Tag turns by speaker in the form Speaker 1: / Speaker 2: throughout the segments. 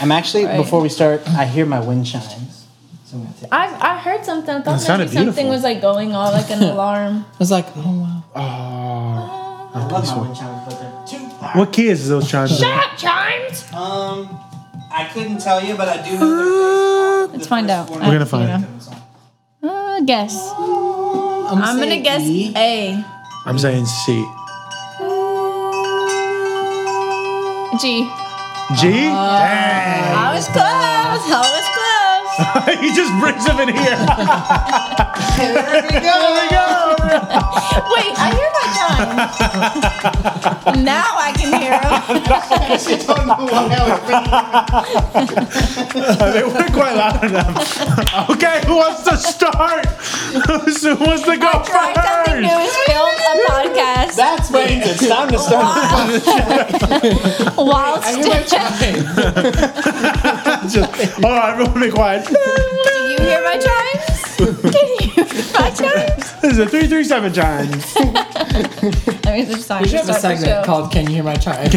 Speaker 1: I'm actually
Speaker 2: Right.
Speaker 1: before we start. I hear my wind chimes. So I'm gonna take.
Speaker 2: I, I heard something. I
Speaker 3: It
Speaker 2: thought
Speaker 3: sounded
Speaker 2: maybe something
Speaker 3: beautiful.
Speaker 2: was like going off, like an alarm.
Speaker 3: I was like, oh wow. Oh.
Speaker 1: I love my wind chimes, but they're too loud.
Speaker 3: What key is those chimes?
Speaker 2: Shut up, chimes!
Speaker 1: Um, I couldn't tell you, but I do. Know
Speaker 2: Let's find out.
Speaker 1: We're
Speaker 3: gonna find
Speaker 2: out. Uh, guess.
Speaker 1: I'm,
Speaker 2: I'm gonna guess
Speaker 1: E.
Speaker 2: A.
Speaker 3: I'm saying C.
Speaker 2: G.
Speaker 3: G? Dang.
Speaker 2: I was close. I was close.
Speaker 3: he just brings them in here.
Speaker 1: There we go.
Speaker 2: Wait, I hear my chimes. now I can hear them.
Speaker 1: she told me what I
Speaker 3: they weren't quite loud enough. okay, who wants to start? who wants to go
Speaker 2: Try something new. Is
Speaker 3: first?
Speaker 2: film a podcast
Speaker 1: That's means it's time to start.
Speaker 2: while still.
Speaker 3: Just- Hold on, everyone be quiet.
Speaker 2: Do you hear my chimes? Can you hear my chimes?
Speaker 3: This is a 337 chimes.
Speaker 2: I mean, there's
Speaker 4: We should have a segment called "Can You Hear My Chimes?"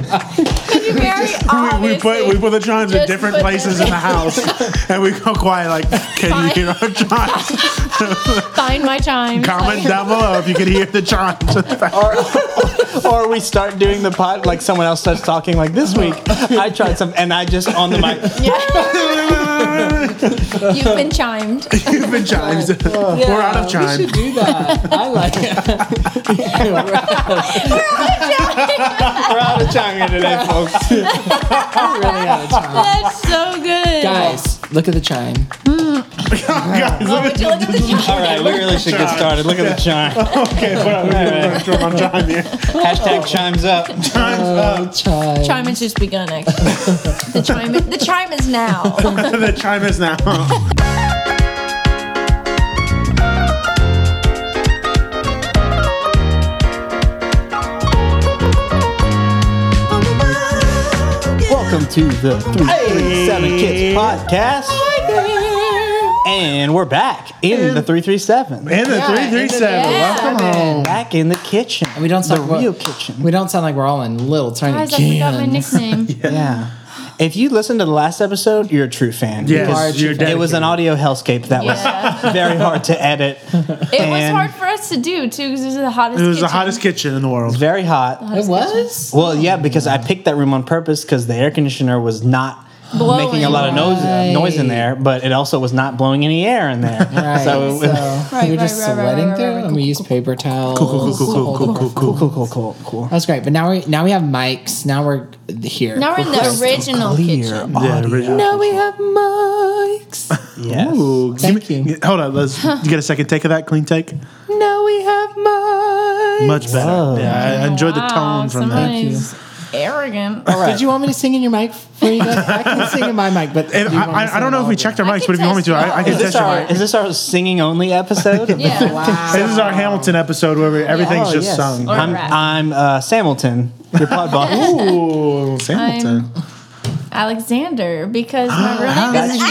Speaker 2: Very
Speaker 3: We, we put we put the chimes in
Speaker 2: Just
Speaker 3: different
Speaker 2: put
Speaker 3: places
Speaker 2: them
Speaker 3: in the house, and we go quiet. Like, can you hear our chimes?
Speaker 2: Find my chimes.
Speaker 3: Comment down below if you can hear the chimes.
Speaker 1: or we start doing the pod like someone else starts talking like this week. I tried some and I just on the mic.
Speaker 2: Yeah. You've been chimed.
Speaker 3: You've been chimes. We're out of
Speaker 4: We
Speaker 3: chime.
Speaker 4: should do that. I like it.
Speaker 1: We're out of chime today, folks.
Speaker 4: We're really out of time.
Speaker 2: That's so good.
Speaker 4: Guys, look at the chime.
Speaker 3: Guys, look at
Speaker 2: Would you look at the chimes?
Speaker 1: All right, we really should get started. Look at the chime.
Speaker 3: Okay, put on, put on chime here.
Speaker 1: Hashtag chimes up.
Speaker 4: Oh, chime.
Speaker 2: Chime has just begun, actually. The chime, the chime is now.
Speaker 3: the chime is now.
Speaker 1: Welcome to the 337 Kids Podcast. And we're back in, the 337.
Speaker 3: In the
Speaker 4: Yeah,
Speaker 3: three three seven.
Speaker 2: yeah.
Speaker 3: Welcome home.
Speaker 1: Back in the kitchen.
Speaker 4: And we don't
Speaker 1: the
Speaker 4: sound well-
Speaker 1: real kitchen.
Speaker 4: We don't sound like we're all in little tiny
Speaker 2: Guys, I forgot my
Speaker 4: cans.
Speaker 2: nickname.
Speaker 1: yeah. If you listen to the last episode, you're a true fan.
Speaker 4: are
Speaker 3: Yes, you're
Speaker 4: true.
Speaker 1: It was an audio hellscape that
Speaker 2: Yeah.
Speaker 1: was very hard to edit.
Speaker 2: It was
Speaker 1: And-
Speaker 2: hard for us to do, too, because it was the hottest
Speaker 3: It was the
Speaker 2: kitchen.
Speaker 3: hottest kitchen in the world.
Speaker 1: Very hot.
Speaker 4: It was.
Speaker 1: Well, yeah, because I picked that room on purpose because the air conditioner was not
Speaker 2: Blowing.
Speaker 1: making a lot of noise, uh,
Speaker 4: Right.
Speaker 1: noise in there, but it also was not blowing any air in there.
Speaker 4: Right. So,
Speaker 1: So, it-
Speaker 4: we were just
Speaker 2: right, right, right,
Speaker 4: sweating
Speaker 2: right,
Speaker 4: through,
Speaker 2: right,
Speaker 4: and we used paper towels.
Speaker 3: Cool, cool, cool, cool, cool, cool,
Speaker 1: cool, cool, cool, cool.
Speaker 4: That was great. But now we now we have mics. Now we're here.
Speaker 2: Now we're in the original
Speaker 1: Clear
Speaker 2: kitchen.
Speaker 3: Yeah,
Speaker 1: audio.
Speaker 3: original.
Speaker 4: now we have mics.
Speaker 1: Yes.
Speaker 3: Ooh, give
Speaker 4: Thank
Speaker 3: me-
Speaker 4: you.
Speaker 3: g- Hold on, let's you get a second take of that clean take.
Speaker 4: now we have mics.
Speaker 3: Much better. Yeah, I enjoyed the tone from that.
Speaker 2: somebody's Arrogant.
Speaker 4: Did you want me to sing in your mic for you guys? I can sing in my mic, but
Speaker 3: And
Speaker 4: do you want me
Speaker 3: I,
Speaker 4: to
Speaker 3: I, I
Speaker 4: sing
Speaker 3: don't know if
Speaker 4: all
Speaker 3: we
Speaker 4: of it?
Speaker 3: checked our
Speaker 2: I can
Speaker 3: mics, but if you want me
Speaker 2: test
Speaker 3: to,
Speaker 2: it
Speaker 3: I, I
Speaker 2: out.
Speaker 3: can
Speaker 1: Is this
Speaker 3: test your
Speaker 1: our
Speaker 3: mic.
Speaker 1: is this our singing only episode? of the-
Speaker 2: Yeah.
Speaker 3: This is our Hamilton episode where everything's
Speaker 1: Oh,
Speaker 3: just
Speaker 1: yes.
Speaker 3: sung.
Speaker 1: I'm
Speaker 2: rap.
Speaker 1: I'm uh, Samilton, your pod boss.
Speaker 3: Ooh, Hamilton.
Speaker 2: Alexander, because my real name
Speaker 3: That's
Speaker 2: is
Speaker 3: true.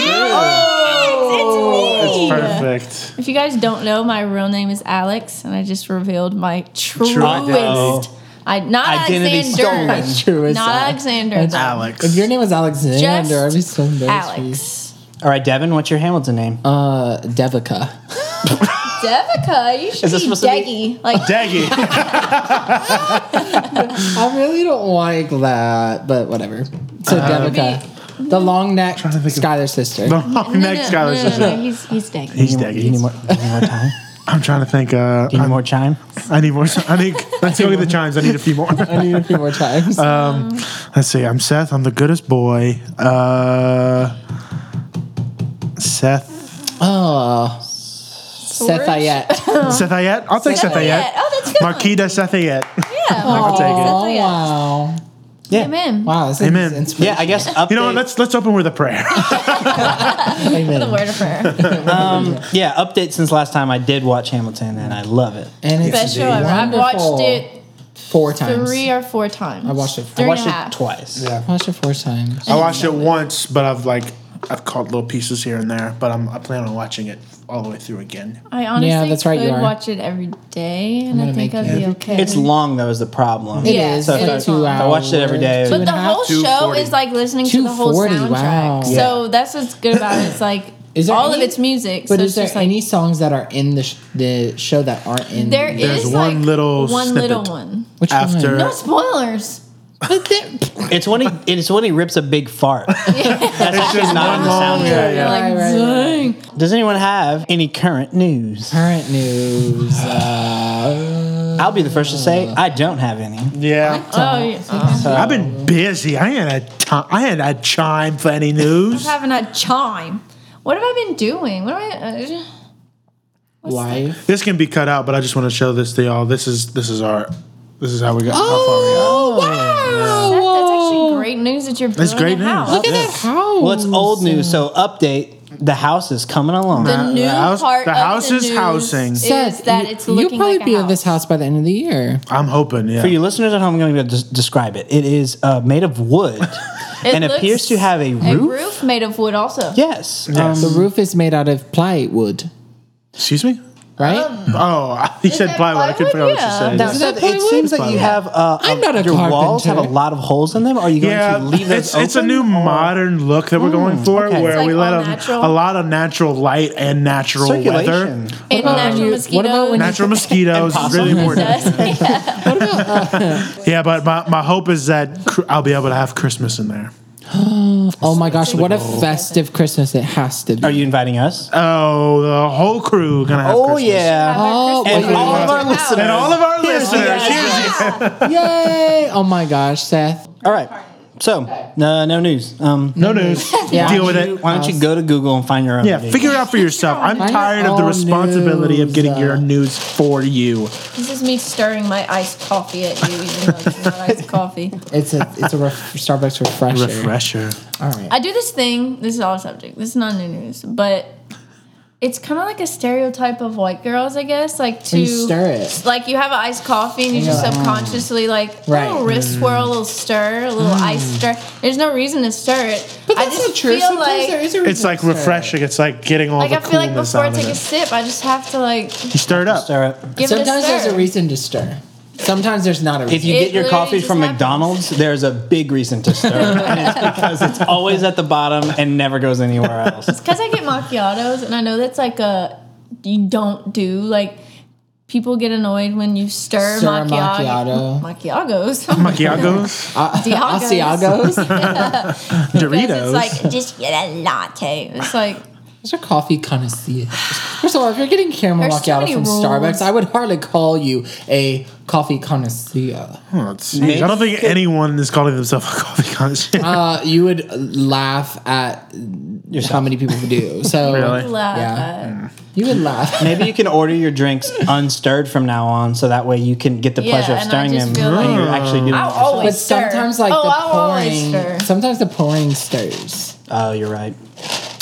Speaker 2: Alex. It's me.
Speaker 3: Perfect.
Speaker 2: If you guys don't know, my real name is Alex, and I just revealed my truest.
Speaker 1: Uh-oh.
Speaker 2: I not
Speaker 1: Identity stolen.
Speaker 2: Alexander.
Speaker 4: Truest
Speaker 2: Not
Speaker 4: Alex.
Speaker 2: Alexander.
Speaker 3: Alex.
Speaker 4: If your name was Alexander,
Speaker 2: Just
Speaker 4: I'd be so embarrassed. for you.
Speaker 2: Alex.
Speaker 1: All right, Devin, what's your Hamilton name?
Speaker 3: Oh,
Speaker 4: Uh, Devika.
Speaker 2: Devika, you should
Speaker 1: Is this
Speaker 2: be
Speaker 1: supposed to
Speaker 2: Deggy.
Speaker 1: be-
Speaker 2: Like
Speaker 3: Daggy.
Speaker 4: I really don't like that, but whatever. So Devika, the long neck
Speaker 3: to think of-
Speaker 4: Skylar sister.
Speaker 3: the long neck Skylar
Speaker 2: no, no,
Speaker 3: sister.
Speaker 2: no, he's he's Deggy.
Speaker 3: He's
Speaker 1: You need more- You need
Speaker 3: Daggy.
Speaker 1: more, you need more time?
Speaker 3: I'm trying to think. Uh,
Speaker 1: You need
Speaker 3: I'm-
Speaker 1: more chime?
Speaker 3: I need more. I need. Let's go get the chimes. I need a few more.
Speaker 4: I need it a few more times.
Speaker 3: Let's see. I'm Seth. I'm the goodest boy. Uh, Seth.
Speaker 4: oh, Seth Ayette.
Speaker 1: Oh.
Speaker 3: Seth Ayette. I'll take Seth
Speaker 2: Sethayette.
Speaker 3: Ayette.
Speaker 2: Oh, that's a good.
Speaker 3: Marquita Seth Ayette.
Speaker 2: Yeah. Marquita
Speaker 3: take it.
Speaker 4: Oh
Speaker 2: Sethayette.
Speaker 4: wow,
Speaker 1: Yeah.
Speaker 2: Amen.
Speaker 4: Oh, wow. This is
Speaker 3: Amen.
Speaker 4: inspirational.
Speaker 1: Yeah, I guess update.
Speaker 3: You know what? Let's let's open with a prayer.
Speaker 4: Amen.
Speaker 2: The word of prayer.
Speaker 1: um, yeah, update since last time I did watch Hamilton and I love it.
Speaker 4: And it's
Speaker 2: Best show ever. I've watched
Speaker 4: wonderful.
Speaker 2: it
Speaker 4: four times.
Speaker 2: three or four times. I
Speaker 4: watched it- I
Speaker 2: Three
Speaker 1: I
Speaker 2: and a
Speaker 1: watched it
Speaker 2: half.
Speaker 1: twice.
Speaker 4: I watched it four times.
Speaker 3: I watched it once, but I've like I've caught little pieces here and there, but I'm I plan on watching it all the way through again.
Speaker 2: I honestly
Speaker 4: Yeah, that's right,
Speaker 2: could
Speaker 4: you are.
Speaker 2: watch it every day, and
Speaker 4: gonna
Speaker 2: I think
Speaker 4: make
Speaker 2: I'd be
Speaker 4: you-
Speaker 2: okay.
Speaker 1: It's long though is the problem.
Speaker 4: It
Speaker 2: Yeah,
Speaker 4: is
Speaker 2: so
Speaker 4: like
Speaker 1: if I-
Speaker 4: two
Speaker 1: if
Speaker 4: hours.
Speaker 1: I watched it every day,
Speaker 4: Two
Speaker 2: But
Speaker 4: and
Speaker 2: the
Speaker 4: a half-
Speaker 2: whole show
Speaker 5: 240.
Speaker 2: is like listening to the whole
Speaker 4: 240,
Speaker 2: soundtrack.
Speaker 4: wow.
Speaker 2: So that's what's good about it. It's like
Speaker 4: Is there
Speaker 2: all of
Speaker 4: any-
Speaker 2: its music.
Speaker 4: But
Speaker 2: so
Speaker 4: is
Speaker 2: it's
Speaker 4: there
Speaker 2: just like
Speaker 4: any songs that are in the sh- the show that aren't in?
Speaker 2: there
Speaker 3: There's
Speaker 2: is
Speaker 3: one
Speaker 2: like
Speaker 3: little
Speaker 2: one little
Speaker 3: snippet.
Speaker 2: one.
Speaker 4: Which
Speaker 3: After-
Speaker 4: one?
Speaker 2: No spoilers.
Speaker 4: But there-
Speaker 1: it's when he it's when he rips a big fart. That's actually not on the soundtrack.
Speaker 2: You're like,
Speaker 4: Right, right, right.
Speaker 2: "Dang."
Speaker 1: Does anyone have any current news?
Speaker 4: current news. Uh,
Speaker 1: I'll be the first to say I don't have any.
Speaker 3: Yeah.
Speaker 2: Oh, yeah. Oh.
Speaker 4: Uh-huh.
Speaker 3: I've been busy. I ain't had time. I ain't had time for any
Speaker 2: I'm
Speaker 3: news.
Speaker 2: having a chime. What have I been doing? What have I? Uh,
Speaker 4: life.
Speaker 3: This can be cut out, but I just want to show this to y'all. This is this is our this is how we got
Speaker 1: Oh!
Speaker 3: how far we got.
Speaker 4: Oh, wow!
Speaker 2: that, that's actually great news that you're building
Speaker 3: That's great
Speaker 2: a
Speaker 3: news.
Speaker 2: house.
Speaker 4: Look at that house.
Speaker 1: Well, it's old news, so update. The house is coming along.
Speaker 2: The
Speaker 3: The
Speaker 2: new
Speaker 3: house-
Speaker 2: part
Speaker 3: the
Speaker 2: of
Speaker 3: house
Speaker 2: the
Speaker 3: is
Speaker 2: news
Speaker 3: housing.
Speaker 2: is
Speaker 4: Seth,
Speaker 2: that
Speaker 4: you-
Speaker 2: it's looking
Speaker 4: You'll probably
Speaker 2: like a
Speaker 4: be
Speaker 2: house.
Speaker 4: at this house by the end of the year.
Speaker 3: I'm hoping, yeah.
Speaker 1: For you listeners at home, I'm going to des- describe it. It is uh, made of wood
Speaker 2: It
Speaker 1: and
Speaker 2: looks-
Speaker 1: appears to have a roof.
Speaker 2: A roof made of wood, also.
Speaker 1: Yes.
Speaker 3: Yes.
Speaker 4: The roof is made out of plywood,
Speaker 3: Excuse me?
Speaker 4: right?
Speaker 2: Um,
Speaker 3: Oh, he said
Speaker 2: that
Speaker 3: plywood. I couldn't figure
Speaker 2: plywood?
Speaker 3: out what you
Speaker 2: Yeah.
Speaker 3: said.
Speaker 1: Now,
Speaker 4: Is
Speaker 1: so
Speaker 4: that
Speaker 1: it
Speaker 4: plywood?
Speaker 1: seems like you have uh,
Speaker 4: I'm
Speaker 1: um,
Speaker 4: not a
Speaker 1: your walls have a
Speaker 4: carpenter.
Speaker 1: lot of holes in them. Are you going
Speaker 3: Yeah,
Speaker 1: to leave those
Speaker 3: it's,
Speaker 1: open?
Speaker 3: it's a new modern look that we're going for,
Speaker 1: okay.
Speaker 3: where
Speaker 1: It's
Speaker 2: like
Speaker 3: we
Speaker 2: all
Speaker 3: let a,
Speaker 2: natural.
Speaker 3: a lot of natural light and natural
Speaker 1: circulation.
Speaker 3: weather,
Speaker 2: And natural mosquitoes.
Speaker 4: what about when you-
Speaker 3: natural mosquitoes is really important.
Speaker 2: Yes.
Speaker 1: uh,
Speaker 3: Yeah, but my, my hope is that cr- I'll be able to have Christmas in there.
Speaker 4: Oh my gosh, what a festive Christmas it has to be.
Speaker 1: Are you inviting us?
Speaker 3: Oh, the whole crew gonna have.
Speaker 1: oh,
Speaker 3: Christmas.
Speaker 1: yeah.
Speaker 4: oh,
Speaker 1: And
Speaker 4: well,
Speaker 1: all
Speaker 4: yeah.
Speaker 1: of our listeners.
Speaker 3: And all of our listeners, here's-
Speaker 4: Yay! Oh my gosh, Seth.
Speaker 1: All right. So, no, no news. Um,
Speaker 3: no news.
Speaker 4: Yeah.
Speaker 3: Deal with it.
Speaker 1: why don't you go to Google and find your own?
Speaker 3: Yeah,
Speaker 1: news?
Speaker 3: figure it out for yourself. I'm
Speaker 4: Find
Speaker 3: tired of the
Speaker 4: all
Speaker 3: responsibility of
Speaker 4: news,
Speaker 3: getting
Speaker 4: uh,
Speaker 3: your news for you.
Speaker 2: this is me stirring my iced coffee at you, even though it's not iced coffee.
Speaker 4: It's a it's a ref- Starbucks refresher.
Speaker 3: Refresher.
Speaker 4: All right.
Speaker 2: I do this thing. This is all subject. This is not new news, but it's kind of like a stereotype of white girls, I guess. Like to
Speaker 4: you stir it.
Speaker 2: Like you have an iced coffee and you just
Speaker 4: like,
Speaker 2: subconsciously like
Speaker 4: Right. Mm.
Speaker 2: a little wrist swirl, a little stir, a little ice stir. There's no reason to stir it.
Speaker 4: but
Speaker 2: I
Speaker 4: that's
Speaker 2: just
Speaker 4: not true.
Speaker 2: feel
Speaker 4: Sometimes
Speaker 2: like
Speaker 4: there is a reason
Speaker 3: It's like
Speaker 4: to stir it.
Speaker 3: refreshing. It's like getting all
Speaker 2: like
Speaker 3: the
Speaker 2: I feel like
Speaker 3: coolness
Speaker 2: before I
Speaker 3: out of
Speaker 2: take a
Speaker 3: it.
Speaker 2: sip, I just have to like
Speaker 3: You stir it up.
Speaker 1: Stir it.
Speaker 2: give it a
Speaker 4: Sometimes
Speaker 2: stir.
Speaker 4: there's a reason to stir. Sometimes there's not a reason.
Speaker 1: If you
Speaker 2: It
Speaker 1: get your
Speaker 2: literally
Speaker 1: coffee
Speaker 2: just
Speaker 1: from
Speaker 2: happens.
Speaker 1: McDonald's, there's a big reason to stir, and it's because it's always at the bottom and never goes anywhere else.
Speaker 2: Because I get macchiatos, and I know that's like a you don't do like people get annoyed when you stir,
Speaker 4: Stir a
Speaker 2: macchiato. Macchiatos.
Speaker 3: Macchiatos,
Speaker 4: Asiagos.
Speaker 2: It's
Speaker 3: Doritos.
Speaker 2: like just get a latte. It's like
Speaker 4: Those are coffee connoisseurs. First of all, if you're getting caramel
Speaker 2: There's so
Speaker 4: macchiato
Speaker 2: many
Speaker 4: from
Speaker 2: rules.
Speaker 4: Starbucks, I would hardly call you a coffee connoisseur.
Speaker 3: Oh, it's- I don't think anyone is calling themselves a coffee conscious.
Speaker 4: Uh, you would laugh at how many people do. So
Speaker 3: Really?
Speaker 2: laugh
Speaker 4: Yeah. you would laugh.
Speaker 1: Maybe you can order your drinks unstirred from now on, so that way you can get the
Speaker 2: Yeah,
Speaker 1: pleasure of
Speaker 2: and I
Speaker 1: stirring
Speaker 2: just
Speaker 1: them.
Speaker 2: feel
Speaker 1: and
Speaker 2: like-
Speaker 1: you're actually doing.
Speaker 2: I'll
Speaker 1: it.
Speaker 2: always
Speaker 4: But
Speaker 2: stir.
Speaker 4: sometimes, like
Speaker 2: oh,
Speaker 4: the
Speaker 2: I'll always
Speaker 4: pouring,
Speaker 2: stir.
Speaker 4: sometimes the pouring stirs.
Speaker 1: Oh, you're right.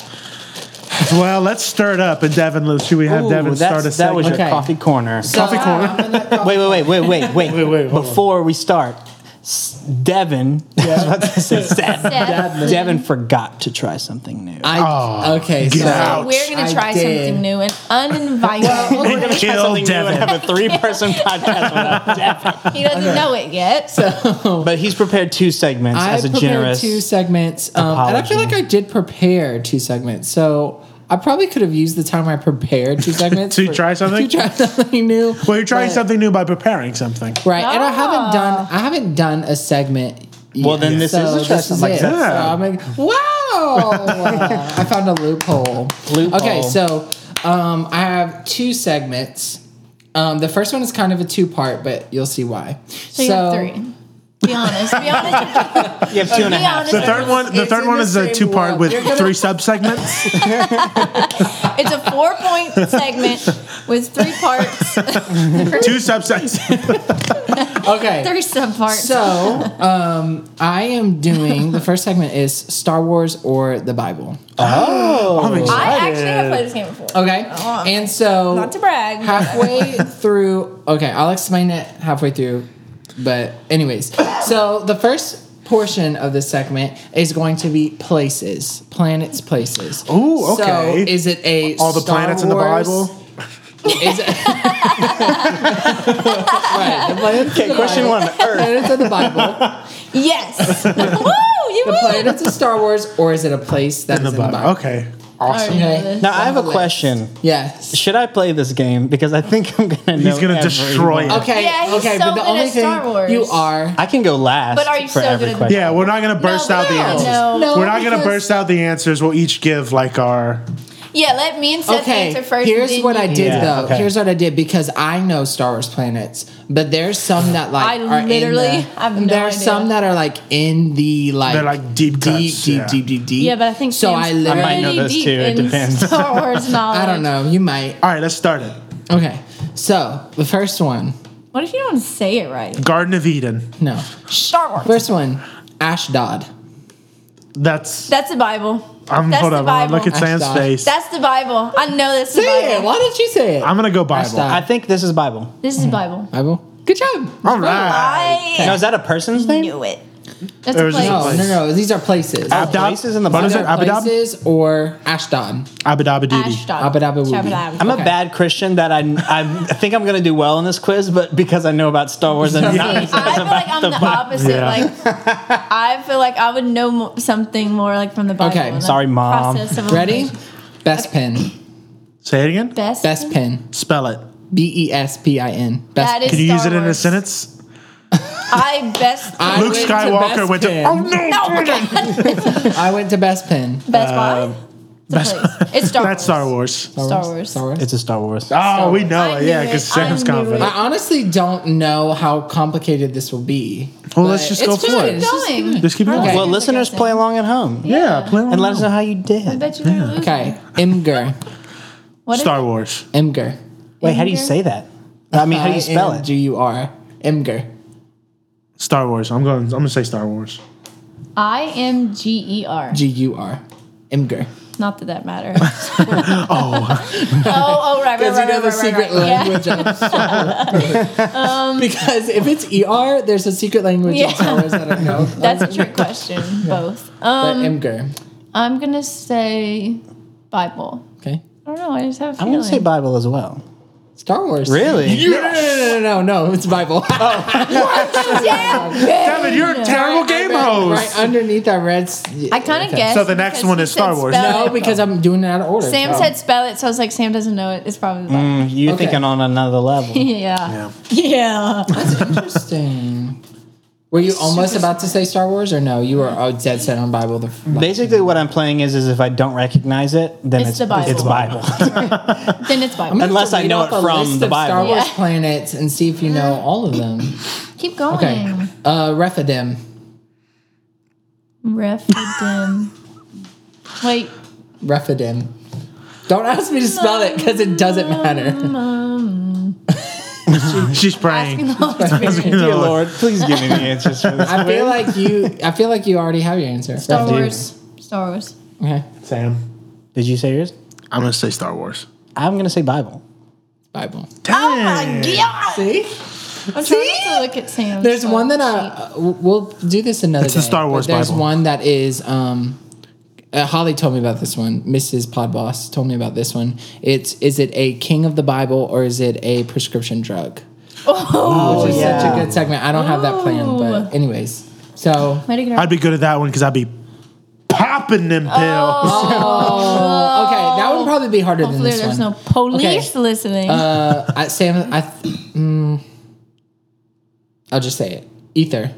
Speaker 3: well, let's stir it up. And Devin, let's- should we have
Speaker 1: Ooh,
Speaker 3: Devin
Speaker 1: that's-
Speaker 3: start a
Speaker 1: that was
Speaker 3: segment?
Speaker 1: your
Speaker 4: Okay.
Speaker 1: coffee corner.
Speaker 4: Coffee
Speaker 2: Ah,
Speaker 1: Wait, wait, wait, wait, wait, wait.
Speaker 3: wait, hold on.
Speaker 1: Before we start, S- Devin, I was about to say Seth.
Speaker 2: Seth.
Speaker 1: Devin forgot to try something new.
Speaker 4: I okay.
Speaker 3: get
Speaker 4: so
Speaker 3: out.
Speaker 2: We're gonna
Speaker 4: I
Speaker 2: try
Speaker 4: did.
Speaker 2: something new and uninvited.
Speaker 1: We're gonna try
Speaker 3: Kill
Speaker 1: something new and
Speaker 3: Devin.
Speaker 1: have a three-person podcast without Devin.
Speaker 2: he doesn't know it yet.
Speaker 1: But he's prepared two segments
Speaker 4: I
Speaker 1: as a
Speaker 4: prepared
Speaker 1: generous.
Speaker 4: two segments, um, and I feel like
Speaker 1: apology.
Speaker 4: I did prepare two segments. So I probably could have used the time I prepared two segments
Speaker 3: To
Speaker 4: for-
Speaker 3: try something?
Speaker 4: to try something new.
Speaker 3: Well, you're trying
Speaker 4: but-
Speaker 3: something new by preparing something.
Speaker 4: right? And I haven't
Speaker 2: Ah.
Speaker 4: done I haven't done a segment. Yet.
Speaker 1: Well, then this is
Speaker 4: So
Speaker 1: interesting.
Speaker 4: is
Speaker 1: Like,
Speaker 4: it.
Speaker 3: yeah.
Speaker 4: So I'm like, wow! I found a loophole.
Speaker 1: Loophole.
Speaker 4: Okay, so um, I have two segments. Um, the first one is kind of a two part, but you'll see why.
Speaker 2: So you have three. Be honest. Be honest.
Speaker 1: you have two and
Speaker 2: Be
Speaker 1: a half.
Speaker 2: honest.
Speaker 3: The third one, the
Speaker 4: It's
Speaker 3: third
Speaker 4: in
Speaker 3: one
Speaker 4: the
Speaker 3: is a
Speaker 4: same
Speaker 3: two part
Speaker 4: world.
Speaker 3: with
Speaker 4: You're gonna-
Speaker 3: three sub segments.
Speaker 2: It's a four point segment with three parts,
Speaker 3: two sub segments.
Speaker 4: Okay.
Speaker 2: three subparts.
Speaker 4: So, um, I am doing the first segment is Star Wars or the Bible.
Speaker 1: Oh,
Speaker 3: Oh,
Speaker 2: I actually have played this game before.
Speaker 4: Okay.
Speaker 2: Oh,
Speaker 4: and so
Speaker 2: Not to brag. but-
Speaker 4: halfway through okay i'll explain it halfway through but anyways so the first portion of this segment is going to be places, planets, places.
Speaker 3: Ooh, okay.
Speaker 4: So is it a
Speaker 3: All the
Speaker 4: Star
Speaker 3: planets in the
Speaker 4: Wars-
Speaker 3: Bible?
Speaker 4: Is it, right, the planets in the
Speaker 1: Question
Speaker 4: Bible.
Speaker 1: one: Earth.
Speaker 4: Planets in the Bible.
Speaker 2: Yes. Woo! You
Speaker 4: The
Speaker 2: win.
Speaker 4: planets in Star Wars, or is it a place that's
Speaker 3: In the Bible. Okay.
Speaker 2: I already
Speaker 4: Awesome.
Speaker 2: know
Speaker 4: Okay.
Speaker 2: this.
Speaker 1: Now I have a
Speaker 4: List.
Speaker 1: question.
Speaker 4: Yes.
Speaker 1: Should I play this game? Because I think I'm gonna. Know
Speaker 3: He's gonna destroy
Speaker 1: everyone.
Speaker 3: it.
Speaker 4: Okay.
Speaker 2: Yeah, he's
Speaker 4: okay.
Speaker 2: so
Speaker 4: but the
Speaker 2: good at
Speaker 4: only
Speaker 2: Star
Speaker 4: thing
Speaker 2: Wars.
Speaker 4: you are.
Speaker 1: I can go last.
Speaker 2: But are you
Speaker 1: for
Speaker 2: still
Speaker 1: every
Speaker 2: gonna-
Speaker 1: question.
Speaker 3: Yeah, we're not gonna burst
Speaker 2: No,
Speaker 3: out the
Speaker 2: no,
Speaker 3: answers.
Speaker 2: no.
Speaker 4: No,
Speaker 3: we're not gonna
Speaker 4: because-
Speaker 3: burst out the answers. We'll each give like our.
Speaker 2: Yeah, let me and Seth answer
Speaker 4: Okay.
Speaker 2: first.
Speaker 4: Here's
Speaker 2: then
Speaker 4: what
Speaker 2: you
Speaker 4: I
Speaker 2: do.
Speaker 4: did
Speaker 1: Yeah,
Speaker 4: though.
Speaker 1: okay.
Speaker 4: Here's what I did because I know Star Wars planets, but there's some that like
Speaker 2: I
Speaker 4: are in
Speaker 2: literally
Speaker 4: the-
Speaker 2: have no
Speaker 4: There are
Speaker 2: idea.
Speaker 4: some that are like in the like
Speaker 3: They're, like, deep
Speaker 4: deep
Speaker 3: cuts,
Speaker 4: deep,
Speaker 3: yeah.
Speaker 4: deep deep deep.
Speaker 2: Yeah, but I think
Speaker 4: so.
Speaker 2: Sam's
Speaker 4: I literally.
Speaker 1: might know
Speaker 2: pretty
Speaker 1: this
Speaker 2: deep
Speaker 1: too, it
Speaker 2: in
Speaker 1: depends.
Speaker 2: Star Wars knowledge.
Speaker 4: I don't know. You might.
Speaker 3: All right, let's start it.
Speaker 4: Okay. So the first one.
Speaker 2: What if you don't say it right?
Speaker 3: Garden of Eden.
Speaker 4: No.
Speaker 2: Star Wars.
Speaker 4: First one. Ashdod.
Speaker 3: That's.
Speaker 2: That's the Bible.
Speaker 3: I'm
Speaker 2: That's
Speaker 3: Um, hold
Speaker 2: the
Speaker 3: up. I'm
Speaker 2: Bible.
Speaker 3: gonna look at Sam's
Speaker 4: Ashdod.
Speaker 3: face.
Speaker 2: That's the Bible. I know that's the
Speaker 4: Say it.
Speaker 2: Bible.
Speaker 4: Why didn't you say it?
Speaker 3: I'm gonna go Bible.
Speaker 4: Ashdod.
Speaker 1: I think this is Bible.
Speaker 2: This is Bible.
Speaker 4: Bible. Good job.
Speaker 3: All right.
Speaker 1: Now is
Speaker 2: I
Speaker 1: that a person's name?
Speaker 2: knew it. That's
Speaker 3: There
Speaker 2: a
Speaker 3: was just
Speaker 2: place.
Speaker 3: a
Speaker 4: No,
Speaker 3: place.
Speaker 4: no, no. These are places.
Speaker 1: Ab-
Speaker 3: Abdab-
Speaker 1: Places in the
Speaker 3: what
Speaker 1: Bible.
Speaker 3: is it?
Speaker 4: Either
Speaker 3: Abadab.
Speaker 4: places or Ashdod.
Speaker 3: Abadabadidi.
Speaker 2: Ashdod.
Speaker 4: Abba dabba wooby.
Speaker 2: Shabba
Speaker 1: I'm
Speaker 2: dabba.
Speaker 1: a bad Christian that I, I think I'm gonna do well in this quiz, but because I know about Star Wars and not
Speaker 2: I feel like I'm the, opposite.
Speaker 3: Yeah.
Speaker 2: Like I feel like I would know mo- something more like from the Bible.
Speaker 4: Okay,
Speaker 2: in the
Speaker 1: sorry, Mom.
Speaker 2: process of
Speaker 4: Ready?
Speaker 2: elimination.
Speaker 4: Best pin.
Speaker 3: Say it again.
Speaker 2: Best.
Speaker 4: Best pin.
Speaker 3: Spell it.
Speaker 4: B E S P I N. Best.
Speaker 2: That is
Speaker 3: Can you
Speaker 2: Star
Speaker 3: use it in a
Speaker 2: Wars.
Speaker 3: sentence?
Speaker 2: I best.
Speaker 4: I
Speaker 3: Luke
Speaker 4: went to
Speaker 3: Skywalker
Speaker 4: Best
Speaker 3: went to.
Speaker 4: Pin.
Speaker 3: Oh no!
Speaker 4: I went to Best Pin.
Speaker 2: Best
Speaker 1: Um,
Speaker 2: Buy. It's a place. It's Star Wars.
Speaker 3: That's Star Wars.
Speaker 2: Star Wars.
Speaker 4: Star Wars.
Speaker 1: It's a Star Wars.
Speaker 3: Oh, we know
Speaker 2: I
Speaker 3: it. Yeah,
Speaker 2: knew
Speaker 3: because
Speaker 2: it. I
Speaker 3: Sam's
Speaker 2: knew
Speaker 4: I
Speaker 3: confident.
Speaker 2: it.
Speaker 4: honestly don't know how complicated this will be.
Speaker 3: Well,
Speaker 4: but
Speaker 3: let's just go
Speaker 4: it's
Speaker 3: for
Speaker 4: fun.
Speaker 3: it.
Speaker 4: It's just
Speaker 2: Going.
Speaker 4: fun.
Speaker 3: Just keep going.
Speaker 4: Okay.
Speaker 1: Well, listeners, play along at home
Speaker 3: Yeah, play along.
Speaker 1: and let us know how you
Speaker 2: I
Speaker 1: did.
Speaker 2: bet you yeah.
Speaker 4: Okay. Imgur.
Speaker 2: What
Speaker 3: Star
Speaker 2: If,
Speaker 3: Wars.
Speaker 4: Imgur.
Speaker 1: Wait, how do you say that? I mean, how do you spell it?
Speaker 4: G U R. Imgur.
Speaker 3: Star Wars. I'm going. I'm gonna say Star Wars.
Speaker 2: I M G E R.
Speaker 4: G U R. Imgur.
Speaker 2: Not that that matters. oh. oh. Oh. Right. Right.
Speaker 4: Because
Speaker 2: right,
Speaker 4: you know
Speaker 2: right,
Speaker 4: the
Speaker 2: right,
Speaker 4: secret
Speaker 2: right, right. Yeah. Um,
Speaker 4: language of Star Wars. because if it's ER, there's a secret language
Speaker 2: Yeah. Um,
Speaker 4: of Star Wars that I know.
Speaker 2: That's a trick question. Both. Um,
Speaker 4: But Imgur.
Speaker 2: I'm gonna say Bible.
Speaker 4: Okay.
Speaker 2: I don't know. I just have a
Speaker 1: I'm
Speaker 2: feeling.
Speaker 1: gonna say Bible as well.
Speaker 4: Star Wars.
Speaker 1: Really?
Speaker 4: No, no, no, no, no, no. It's Bible.
Speaker 3: Devin, you're a terrible game
Speaker 4: Right
Speaker 3: host.
Speaker 4: underneath I read.
Speaker 2: I kind of guess.
Speaker 3: So the next one is Star Wars.
Speaker 4: No, because I'm doing it out of order.
Speaker 2: Sam
Speaker 4: so.
Speaker 2: said spell it, so I was like, Sam doesn't know it. It's probably the
Speaker 4: Mm.
Speaker 2: Bible.
Speaker 1: Mm, You
Speaker 4: Okay.
Speaker 1: thinking on another level?
Speaker 2: Yeah. Yeah.
Speaker 4: Interesting. Were you almost about to say Star Wars or no? You were oh, dead set on Bible. The,
Speaker 1: Basically, what I'm playing is is if I don't recognize it, then
Speaker 2: It's
Speaker 1: it's
Speaker 2: the Bible.
Speaker 1: It's Bible.
Speaker 2: then it's Bible.
Speaker 1: Unless I know it from the
Speaker 4: Star
Speaker 1: Bible.
Speaker 4: Wars
Speaker 2: Yeah.
Speaker 4: planets and see if you know all of them.
Speaker 2: Keep going.
Speaker 4: Okay. Uh, Rephidim.
Speaker 2: Rephidim. Wait.
Speaker 4: Rephidim. Don't ask me to spell it because it doesn't matter.
Speaker 3: She's
Speaker 2: Asking
Speaker 3: praying.
Speaker 2: the Holy Spirit.
Speaker 3: You know,
Speaker 1: Dear Lord, please give me the answers for this.
Speaker 4: I feel like you. I feel like you already have your answer.
Speaker 2: Star Wars. Star Wars.
Speaker 4: Okay.
Speaker 3: Sam,
Speaker 1: Did you say yours?
Speaker 3: I'm gonna say Star Wars.
Speaker 1: I'm gonna say Bible.
Speaker 4: Bible.
Speaker 2: Oh my god!
Speaker 4: See,
Speaker 2: I'm trying not to look at Sam.
Speaker 4: there's one that I uh, we'll do this another.
Speaker 3: It's the
Speaker 4: day,
Speaker 3: Star
Speaker 4: but
Speaker 3: Wars
Speaker 4: There's
Speaker 3: Bible.
Speaker 4: one that is. Um, uh, Holly told me about this one. Mrs. Podboss told me about this one. It's is it a king of the Bible or is it a prescription drug?
Speaker 2: Oh,
Speaker 4: Which is such a
Speaker 1: yeah.
Speaker 4: good segment. I don't have that planned, but anyways. So
Speaker 2: way to get
Speaker 3: I'd
Speaker 2: her.
Speaker 3: be good at that one because I'd be popping them pills.
Speaker 4: okay, that would probably be harder
Speaker 2: Oh. Hopefully,
Speaker 4: than this
Speaker 2: there's
Speaker 4: one.
Speaker 2: no police
Speaker 4: Okay.
Speaker 2: listening.
Speaker 4: Uh, I, Sam, I. Th- mm, I'll just say it. Ether.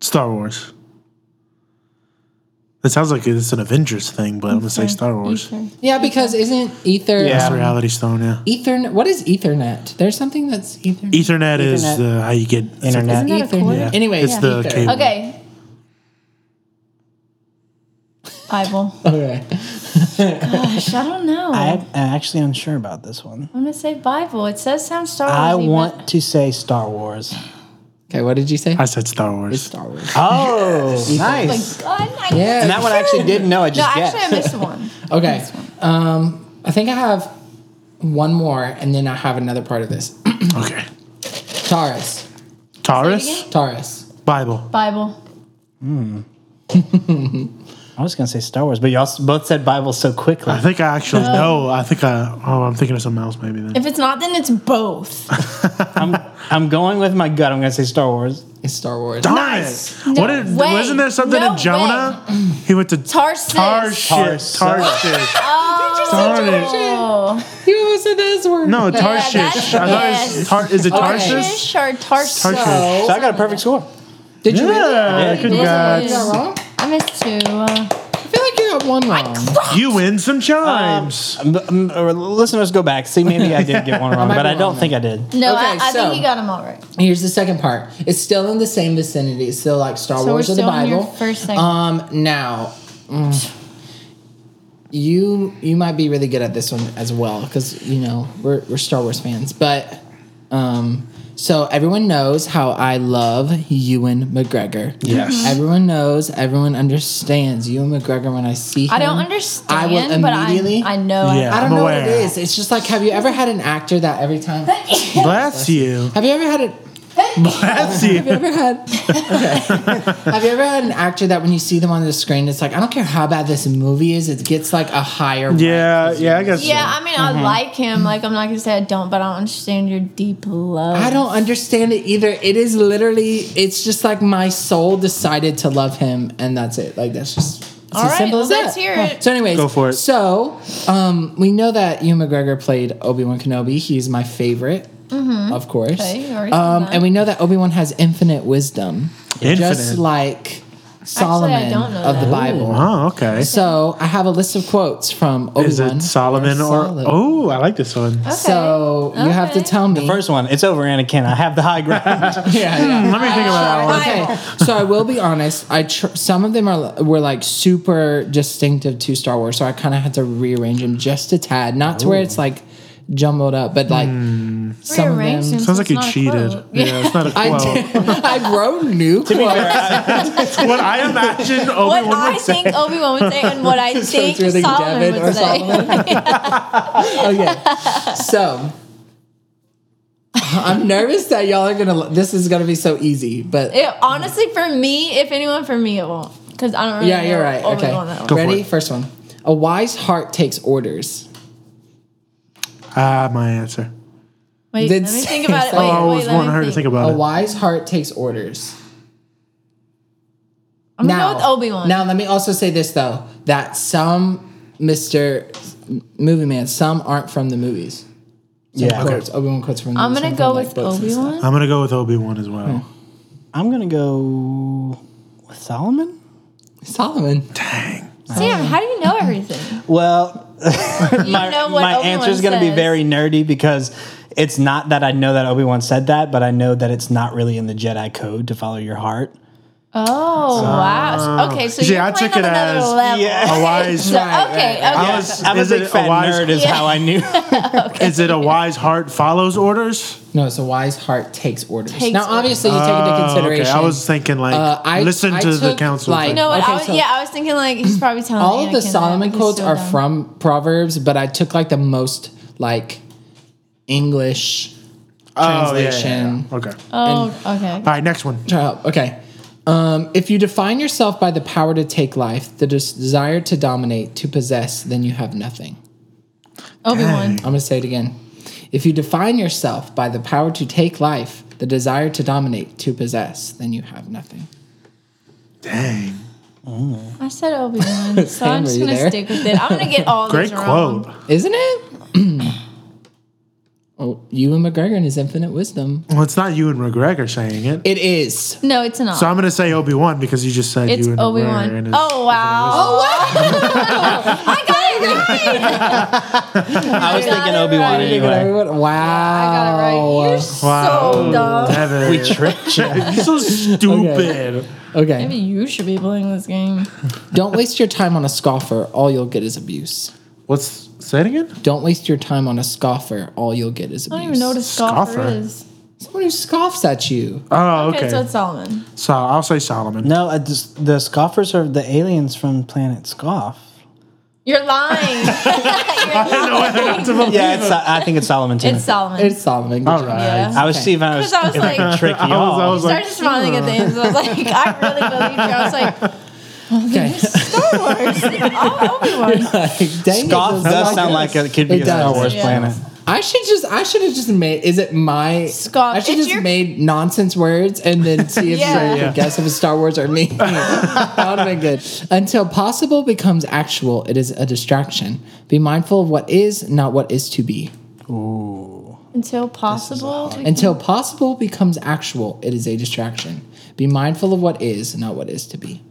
Speaker 3: Star Wars. It sounds like it's an Avengers thing, but I'm gonna say Star Wars.
Speaker 2: Ether.
Speaker 4: Yeah, because isn't ether?
Speaker 1: Yeah.
Speaker 3: That's a reality stone. Yeah.
Speaker 4: Ethernet. What is Ethernet? There's something that's ether.
Speaker 3: Ethernet, is
Speaker 1: Ethernet.
Speaker 3: the, how you get it's like-
Speaker 1: Internet.
Speaker 2: Isn't that a cord?
Speaker 3: Yeah.
Speaker 4: Anyway,
Speaker 3: it's the
Speaker 4: ether.
Speaker 3: cable.
Speaker 2: Okay. Bible.
Speaker 4: Okay.
Speaker 2: Gosh, I don't know.
Speaker 1: I,
Speaker 2: I,
Speaker 1: I'm actually unsure about this one.
Speaker 2: am gonna say Bible. It says sound Star Wars.
Speaker 1: I
Speaker 2: even.
Speaker 1: want to say Star Wars.
Speaker 4: Okay. What did you say?
Speaker 3: I said Star Wars.
Speaker 4: Star Wars.
Speaker 1: Oh,
Speaker 2: Oh
Speaker 1: nice.
Speaker 2: my God, I-
Speaker 4: Yeah.
Speaker 1: And that one I actually didn't know. I
Speaker 2: No,
Speaker 1: just
Speaker 2: actually, I
Speaker 1: guessed.
Speaker 2: missed one.
Speaker 4: okay. Um, I think I have one more, and then I have another part of this.
Speaker 3: Okay.
Speaker 4: Taurus.
Speaker 3: Taurus.
Speaker 4: Taurus.
Speaker 3: Bible.
Speaker 2: Bible.
Speaker 1: I was gonna say Star Wars, but y'all s- both said Bible so quickly.
Speaker 3: I think I actually know. I think I. Oh, I'm thinking of something else. Maybe then.
Speaker 2: If it's not, then it's both.
Speaker 1: I'm I'm going with my gut. I'm gonna say Star Wars.
Speaker 4: It's Star Wars.
Speaker 3: Nice.
Speaker 2: No
Speaker 3: what did,
Speaker 2: way.
Speaker 3: wasn't there something
Speaker 2: No
Speaker 3: in Jonah? He went to
Speaker 2: Tarsus.
Speaker 3: Tarsh.
Speaker 1: Tarsus.
Speaker 3: Tarshish. Tarnish.
Speaker 2: Oh,
Speaker 4: You almost said this word.
Speaker 3: No,
Speaker 2: that's-
Speaker 3: Tarshish. I thought it was
Speaker 2: yes.
Speaker 3: tar- is it Tarshish?
Speaker 2: Tarshish or Tarsus?
Speaker 3: Tarshish.
Speaker 1: So I got a perfect score.
Speaker 4: Did you really?
Speaker 3: Yeah,
Speaker 4: Is
Speaker 3: congrats.
Speaker 4: that wrong?
Speaker 2: I missed two. Uh,
Speaker 4: I feel like you got one wrong.
Speaker 3: You win some chimes.
Speaker 2: Uh,
Speaker 1: Um, um, or listeners, go back. See, maybe I did get one wrong,
Speaker 4: might
Speaker 1: but
Speaker 4: be
Speaker 1: I don't
Speaker 4: wrong
Speaker 1: think I did.
Speaker 2: no,
Speaker 4: Okay,
Speaker 2: I, I
Speaker 4: so-
Speaker 2: think you got them all right.
Speaker 4: Here's the second part. It's still in the same vicinity. It's still like Star
Speaker 2: So we're
Speaker 4: Wars or the
Speaker 2: still on your
Speaker 4: Bible.
Speaker 2: first thing.
Speaker 4: Um, now, mm, you you might be really good at this one as well because you know we're we're Star Wars fans. But um, so everyone knows how I love Ewan McGregor.
Speaker 1: Yes.
Speaker 4: everyone knows. Everyone understands Ewan McGregor when I see him.
Speaker 2: I don't
Speaker 4: Mm. I
Speaker 2: understand,
Speaker 4: will
Speaker 2: but
Speaker 4: immediately.
Speaker 2: I, I know.
Speaker 3: Yeah.
Speaker 4: I don't
Speaker 3: I'm
Speaker 4: know what
Speaker 3: aware.
Speaker 4: it is. It's just like, have you ever had an actor that every time?
Speaker 3: Bless you.
Speaker 4: Have you ever had a
Speaker 3: Bless you.
Speaker 4: ever had? Okay. Have you ever had an actor that when you see them on the screen, it's like I don't care how bad this movie is, it gets like a higher. rank.
Speaker 3: Yeah, yeah, I guess.
Speaker 2: Yeah, I mean,
Speaker 4: Mm-hmm.
Speaker 2: I like him. Like, I'm not gonna say I don't, but I don't understand your deep love.
Speaker 4: I don't understand it either. It is literally, it's just like my soul decided to love him, and that's it. Like that's just. It's
Speaker 2: All
Speaker 4: as
Speaker 2: right,
Speaker 4: simple
Speaker 2: well,
Speaker 4: as
Speaker 2: let's
Speaker 4: that.
Speaker 2: hear it.
Speaker 4: So, anyways,
Speaker 3: Go for it.
Speaker 4: So, um, we know that Ewan McGregor played Obi Wan Kenobi. He's my favorite, of course.
Speaker 2: Mm-hmm. Okay, you already said
Speaker 4: um,
Speaker 2: that.
Speaker 4: and we know that Obi Wan has infinite wisdom, just
Speaker 3: Infinite.
Speaker 4: like Solomon
Speaker 2: don't know
Speaker 4: of the
Speaker 2: that.
Speaker 4: Bible.
Speaker 3: Oh, okay.
Speaker 4: So I have a list of quotes from Obi
Speaker 3: Is it Solomon or? Oh, I like this one.
Speaker 2: Okay.
Speaker 4: So you have to
Speaker 2: Okay.
Speaker 4: tell me.
Speaker 1: First one, it's over, Anakin. I have the high ground.
Speaker 4: yeah, yeah.
Speaker 3: Hmm, Let me think about that one.
Speaker 4: Okay, so I will be honest. I tr- some of them are were like super distinctive to Star Wars, so I kind of had to rearrange them just a tad, not to where it's
Speaker 3: Oh.
Speaker 4: like jumbled up, but like
Speaker 3: Hmm.
Speaker 4: some of
Speaker 2: Rearrange
Speaker 4: them.
Speaker 2: them.
Speaker 3: Sounds
Speaker 2: It's
Speaker 3: like you
Speaker 2: not a
Speaker 3: cheated.
Speaker 2: quote.
Speaker 3: Yeah, it's not a
Speaker 4: I
Speaker 3: quote.
Speaker 4: did- I wrote new quotes.
Speaker 3: what I imagine
Speaker 2: what
Speaker 3: Obi Wan
Speaker 2: I
Speaker 3: would say.
Speaker 2: think Obi Wan would say, and what I think
Speaker 4: it's really
Speaker 2: Solomon
Speaker 4: Devin or
Speaker 2: would say.
Speaker 4: okay, so. I'm nervous that y'all are gonna. This is gonna be so easy, but
Speaker 2: It- honestly, for me, if anyone, for me, it won't, because I don't really.
Speaker 4: Yeah,
Speaker 2: know
Speaker 4: you're right.
Speaker 2: Obi
Speaker 4: Okay.
Speaker 2: Wan Oh that
Speaker 3: Go
Speaker 2: well.
Speaker 3: for
Speaker 4: Ready?
Speaker 3: it.
Speaker 4: First one. A wise heart takes orders.
Speaker 3: Ah, my answer.
Speaker 2: Wait,
Speaker 4: Did
Speaker 2: let me
Speaker 4: say-
Speaker 2: think about it.
Speaker 4: Oh,
Speaker 2: Wait,
Speaker 3: Oh, I
Speaker 2: wait,
Speaker 3: always
Speaker 2: let me
Speaker 3: wanted her to think about
Speaker 4: A
Speaker 3: it.
Speaker 4: wise heart takes orders.
Speaker 2: I'm gonna go with Obi Wan.
Speaker 4: Now, let me also say this though: that some Mr. Movie Man, some aren't from the movies. Some
Speaker 1: Yeah.
Speaker 4: quotes, Obi Wan quotes from. The
Speaker 2: I'm
Speaker 4: movies,
Speaker 2: gonna
Speaker 4: some
Speaker 2: go
Speaker 4: from, like,
Speaker 2: with
Speaker 4: books and
Speaker 2: Obi Wan.
Speaker 3: I'm gonna go with Obi Wan as
Speaker 2: Hmm.
Speaker 3: well.
Speaker 1: I'm gonna go with Solomon.
Speaker 4: stuff. Solomon.
Speaker 2: Sam, how do you know everything?
Speaker 1: Well,
Speaker 2: You
Speaker 1: my,
Speaker 2: know what
Speaker 1: my
Speaker 2: Obi-Wan
Speaker 1: answer is going to be
Speaker 2: says.
Speaker 1: very nerdy because it's not that I know that Obi Wan said that, but I know that it's not really in the Jedi code to follow your heart.
Speaker 2: Oh wow. Okay, so
Speaker 3: See,
Speaker 2: you're
Speaker 3: I
Speaker 2: playing
Speaker 3: took
Speaker 2: on
Speaker 3: it
Speaker 2: another
Speaker 3: as-
Speaker 2: level.
Speaker 1: Yeah.
Speaker 3: A wise.
Speaker 2: So, okay,
Speaker 4: Right,
Speaker 2: okay.
Speaker 3: I was-
Speaker 1: I'm
Speaker 3: Is
Speaker 1: a
Speaker 3: it
Speaker 1: big
Speaker 3: a
Speaker 1: fat
Speaker 3: wise-
Speaker 1: nerd, is how I knew.
Speaker 3: Is it a wise heart follows orders?
Speaker 4: No, it's a wise heart takes orders.
Speaker 2: Takes
Speaker 4: now,
Speaker 2: orders.
Speaker 4: obviously, you take into
Speaker 3: Oh,
Speaker 4: consideration.
Speaker 3: okay, I was thinking like
Speaker 4: Uh, I-
Speaker 3: listen
Speaker 4: I
Speaker 3: to the
Speaker 4: took,
Speaker 3: council.
Speaker 4: like- Oh,
Speaker 2: you know what?
Speaker 4: Okay,
Speaker 2: I was,
Speaker 4: so-
Speaker 2: yeah, I was thinking like he's probably telling
Speaker 4: all of the
Speaker 2: Anakin that.
Speaker 4: Solomon
Speaker 2: He's
Speaker 4: quotes
Speaker 2: so
Speaker 4: are
Speaker 2: dumb.
Speaker 4: from Proverbs, but I took like the most like English
Speaker 3: Oh, yeah, yeah, yeah.
Speaker 4: translation.
Speaker 3: Okay. All
Speaker 2: Oh, okay.
Speaker 3: right, next one.
Speaker 4: Child, okay. Um, if you define yourself by the power to take life, the des- desire to dominate, to possess, then you have nothing.
Speaker 2: Obi Wan.
Speaker 4: I'm gonna say it again. If you define yourself by the power to take life, the desire to dominate, to possess, then you have nothing.
Speaker 3: Dang.
Speaker 2: I said Obi Wan, so
Speaker 4: Sam,
Speaker 2: I'm
Speaker 4: were
Speaker 2: just
Speaker 4: you
Speaker 2: gonna
Speaker 4: there?
Speaker 2: stick with it. I'm gonna get all
Speaker 3: Great
Speaker 2: these wrong.
Speaker 3: quote.
Speaker 4: Isn't it? oh, you and McGregor and his infinite wisdom.
Speaker 3: Well, it's not you and McGregor saying it.
Speaker 4: It is.
Speaker 2: No, it's not.
Speaker 3: So I'm gonna say Obi Wan because you just said
Speaker 2: it's
Speaker 3: you and
Speaker 2: Obi
Speaker 3: McGregor.
Speaker 2: Wan.
Speaker 3: and his-
Speaker 2: Oh wow! Oh wow! I got it right.
Speaker 1: I was
Speaker 2: got
Speaker 1: thinking
Speaker 2: it
Speaker 1: Obi Wan
Speaker 2: right.
Speaker 1: anyway.
Speaker 4: Everyone-
Speaker 2: I got it
Speaker 4: Wow.
Speaker 2: right. You're
Speaker 3: Wow.
Speaker 2: so dumb.
Speaker 3: Devin,
Speaker 1: We tricked you.
Speaker 3: you're so stupid.
Speaker 4: Okay.
Speaker 2: Maybe you should be playing this game.
Speaker 4: Don't waste your time on a scoffer. All you'll get is abuse.
Speaker 3: What's say it again?
Speaker 4: Don't waste your time on a scoffer. All you'll get is
Speaker 2: I
Speaker 4: abuse.
Speaker 2: don't even know what a scoffer,
Speaker 3: Scoffer.
Speaker 2: is.
Speaker 4: Someone who scoffs at you.
Speaker 3: Oh,
Speaker 2: Okay,
Speaker 3: okay.
Speaker 2: so it's Solomon.
Speaker 3: so I'll say Solomon.
Speaker 1: No, I just, the scoffers are the aliens from Planet Scoff.
Speaker 2: You're lying. You're lying.
Speaker 1: Yeah, it's, I think it's Solomon too.
Speaker 2: It's Solomon.
Speaker 4: It's Solomon.
Speaker 3: All right.
Speaker 2: yeah.
Speaker 1: I was
Speaker 4: okay.
Speaker 1: see if I was,
Speaker 2: 'Cause I was
Speaker 1: if I could
Speaker 2: like-
Speaker 1: trick you.
Speaker 3: I was- I
Speaker 1: all.
Speaker 3: was
Speaker 2: started smiling at the end. I was like, I really believe you. I was like,
Speaker 4: Okay.
Speaker 2: Star Wars. Oh, Obi Wan.
Speaker 4: Dang it,
Speaker 1: Scoff does
Speaker 4: those Star
Speaker 1: sound
Speaker 4: Wars.
Speaker 1: like it could be
Speaker 4: It
Speaker 1: a Star
Speaker 4: does.
Speaker 1: Wars
Speaker 2: Yeah.
Speaker 1: planet.
Speaker 4: I should just. I should have just made. Is it my
Speaker 2: Scoff.
Speaker 4: I should
Speaker 2: It's
Speaker 4: just
Speaker 2: your-
Speaker 4: made nonsense words and then see if
Speaker 2: Yeah.
Speaker 4: you
Speaker 3: Yeah.
Speaker 4: could guess if it's Star Wars or me. that would have been good. Until possible becomes actual, it is a distraction. Be mindful of what is, not what is to be.
Speaker 2: Until possible.
Speaker 4: Until possible becomes actual, it is a distraction. Be mindful of what is, not what is to be.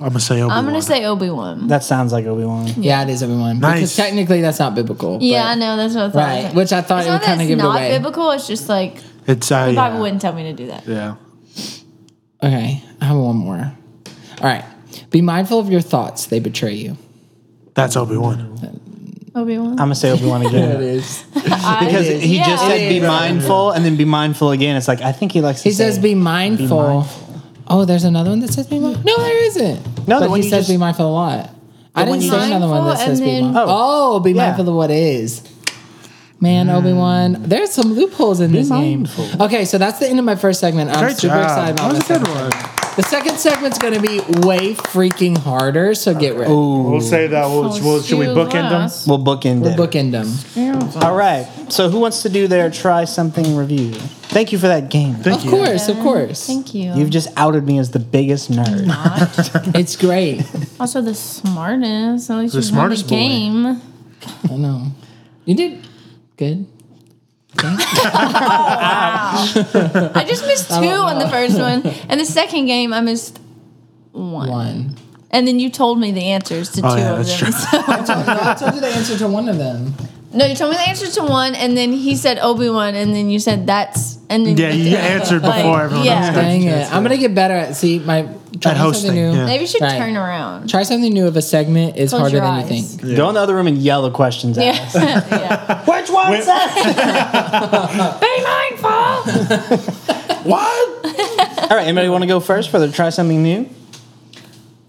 Speaker 3: I'm gonna say Obi-Wan.
Speaker 2: I'm going to say Obi Wan.
Speaker 1: That sounds like Obi Wan.
Speaker 4: Yeah, it is everyone.
Speaker 3: Nice.
Speaker 4: Because technically, that's not biblical.
Speaker 2: Yeah, I
Speaker 4: but-
Speaker 2: know. That's what I thought.
Speaker 4: Right, which I thought
Speaker 2: It's
Speaker 4: it
Speaker 2: not
Speaker 4: would
Speaker 2: that
Speaker 4: kind of
Speaker 2: it's
Speaker 4: give it
Speaker 2: not
Speaker 4: away.
Speaker 2: biblical. It's just like,
Speaker 3: it's uh,
Speaker 2: the Bible
Speaker 3: yeah.
Speaker 2: wouldn't tell me to do that.
Speaker 3: yeah.
Speaker 4: Okay, I have one more. All right. Be mindful of your thoughts; they betray you.
Speaker 3: That's Obi-Wan.
Speaker 2: Obi Wan.
Speaker 1: I'm gonna say Obi Wan
Speaker 4: It
Speaker 1: again
Speaker 4: is.
Speaker 1: because
Speaker 4: It is.
Speaker 1: he just
Speaker 2: Yeah.
Speaker 1: said be mindful and then be mindful again. It's like I think he likes. To
Speaker 4: He
Speaker 1: say
Speaker 4: says, "Be mindful." Oh, there's another one that says "be mindful." No, there isn't.
Speaker 1: No, the
Speaker 4: but
Speaker 1: one
Speaker 4: he
Speaker 1: you
Speaker 4: says
Speaker 1: just-
Speaker 4: "be mindful" a lot. I
Speaker 1: one
Speaker 4: didn't
Speaker 1: you
Speaker 4: see
Speaker 1: just-
Speaker 4: another one that
Speaker 2: Mindful
Speaker 4: says "be
Speaker 2: and then-
Speaker 4: mindful." Oh, be
Speaker 1: Yeah. Mm.
Speaker 4: mindful of what is. Man, Obi Wan, there's some loopholes in this game.
Speaker 1: mindful.
Speaker 4: Okay, so that's the end of my first segment. I'm
Speaker 3: Great
Speaker 4: super
Speaker 3: job.
Speaker 4: excited about
Speaker 3: that was
Speaker 4: this
Speaker 3: a good
Speaker 4: segment.
Speaker 3: one.
Speaker 4: The second segment's going to be way freaking harder, so get ready.
Speaker 3: We'll save that. We'll, we'll, should we bookend them?
Speaker 1: We'll bookend
Speaker 4: We're
Speaker 1: it.
Speaker 4: bookend them.
Speaker 1: All right. So who wants to do their try something review? Thank you for that game.
Speaker 4: Of course, of course.
Speaker 2: Thank you.
Speaker 1: You've just outed me as the biggest nerd.
Speaker 4: It's great.
Speaker 2: also the smartest. At least
Speaker 3: The
Speaker 2: the
Speaker 3: smartest
Speaker 2: smartest the
Speaker 3: boy.
Speaker 2: game.
Speaker 4: I know. You did good.
Speaker 2: I just missed two on the first one, and the second game I missed one.
Speaker 4: One.
Speaker 2: And then you told me the answers to two
Speaker 3: Oh, yeah,
Speaker 2: of
Speaker 3: that's
Speaker 2: them.
Speaker 4: I told you the answer to one of them.
Speaker 2: No, you told me the answer to one, and then he said Obi Wan, and then you said that's, and then
Speaker 3: Yeah, you
Speaker 2: did.
Speaker 3: answered
Speaker 2: Like,
Speaker 3: before everyone else
Speaker 2: Yeah,
Speaker 3: did.
Speaker 4: Dang it. I'm going to get better at, see, my, try
Speaker 3: hosting,
Speaker 4: something new.
Speaker 3: yeah.
Speaker 2: maybe you should
Speaker 4: Right.
Speaker 2: turn around.
Speaker 4: Try something new of a segment is
Speaker 2: Close
Speaker 4: harder
Speaker 2: your
Speaker 4: than
Speaker 2: eyes.
Speaker 4: you think.
Speaker 1: Go in the other room and yell the questions at
Speaker 2: Yeah, yeah.
Speaker 1: Which one's that?
Speaker 2: Be mindful.
Speaker 3: What?
Speaker 1: All right, anybody want to go first for the try something new?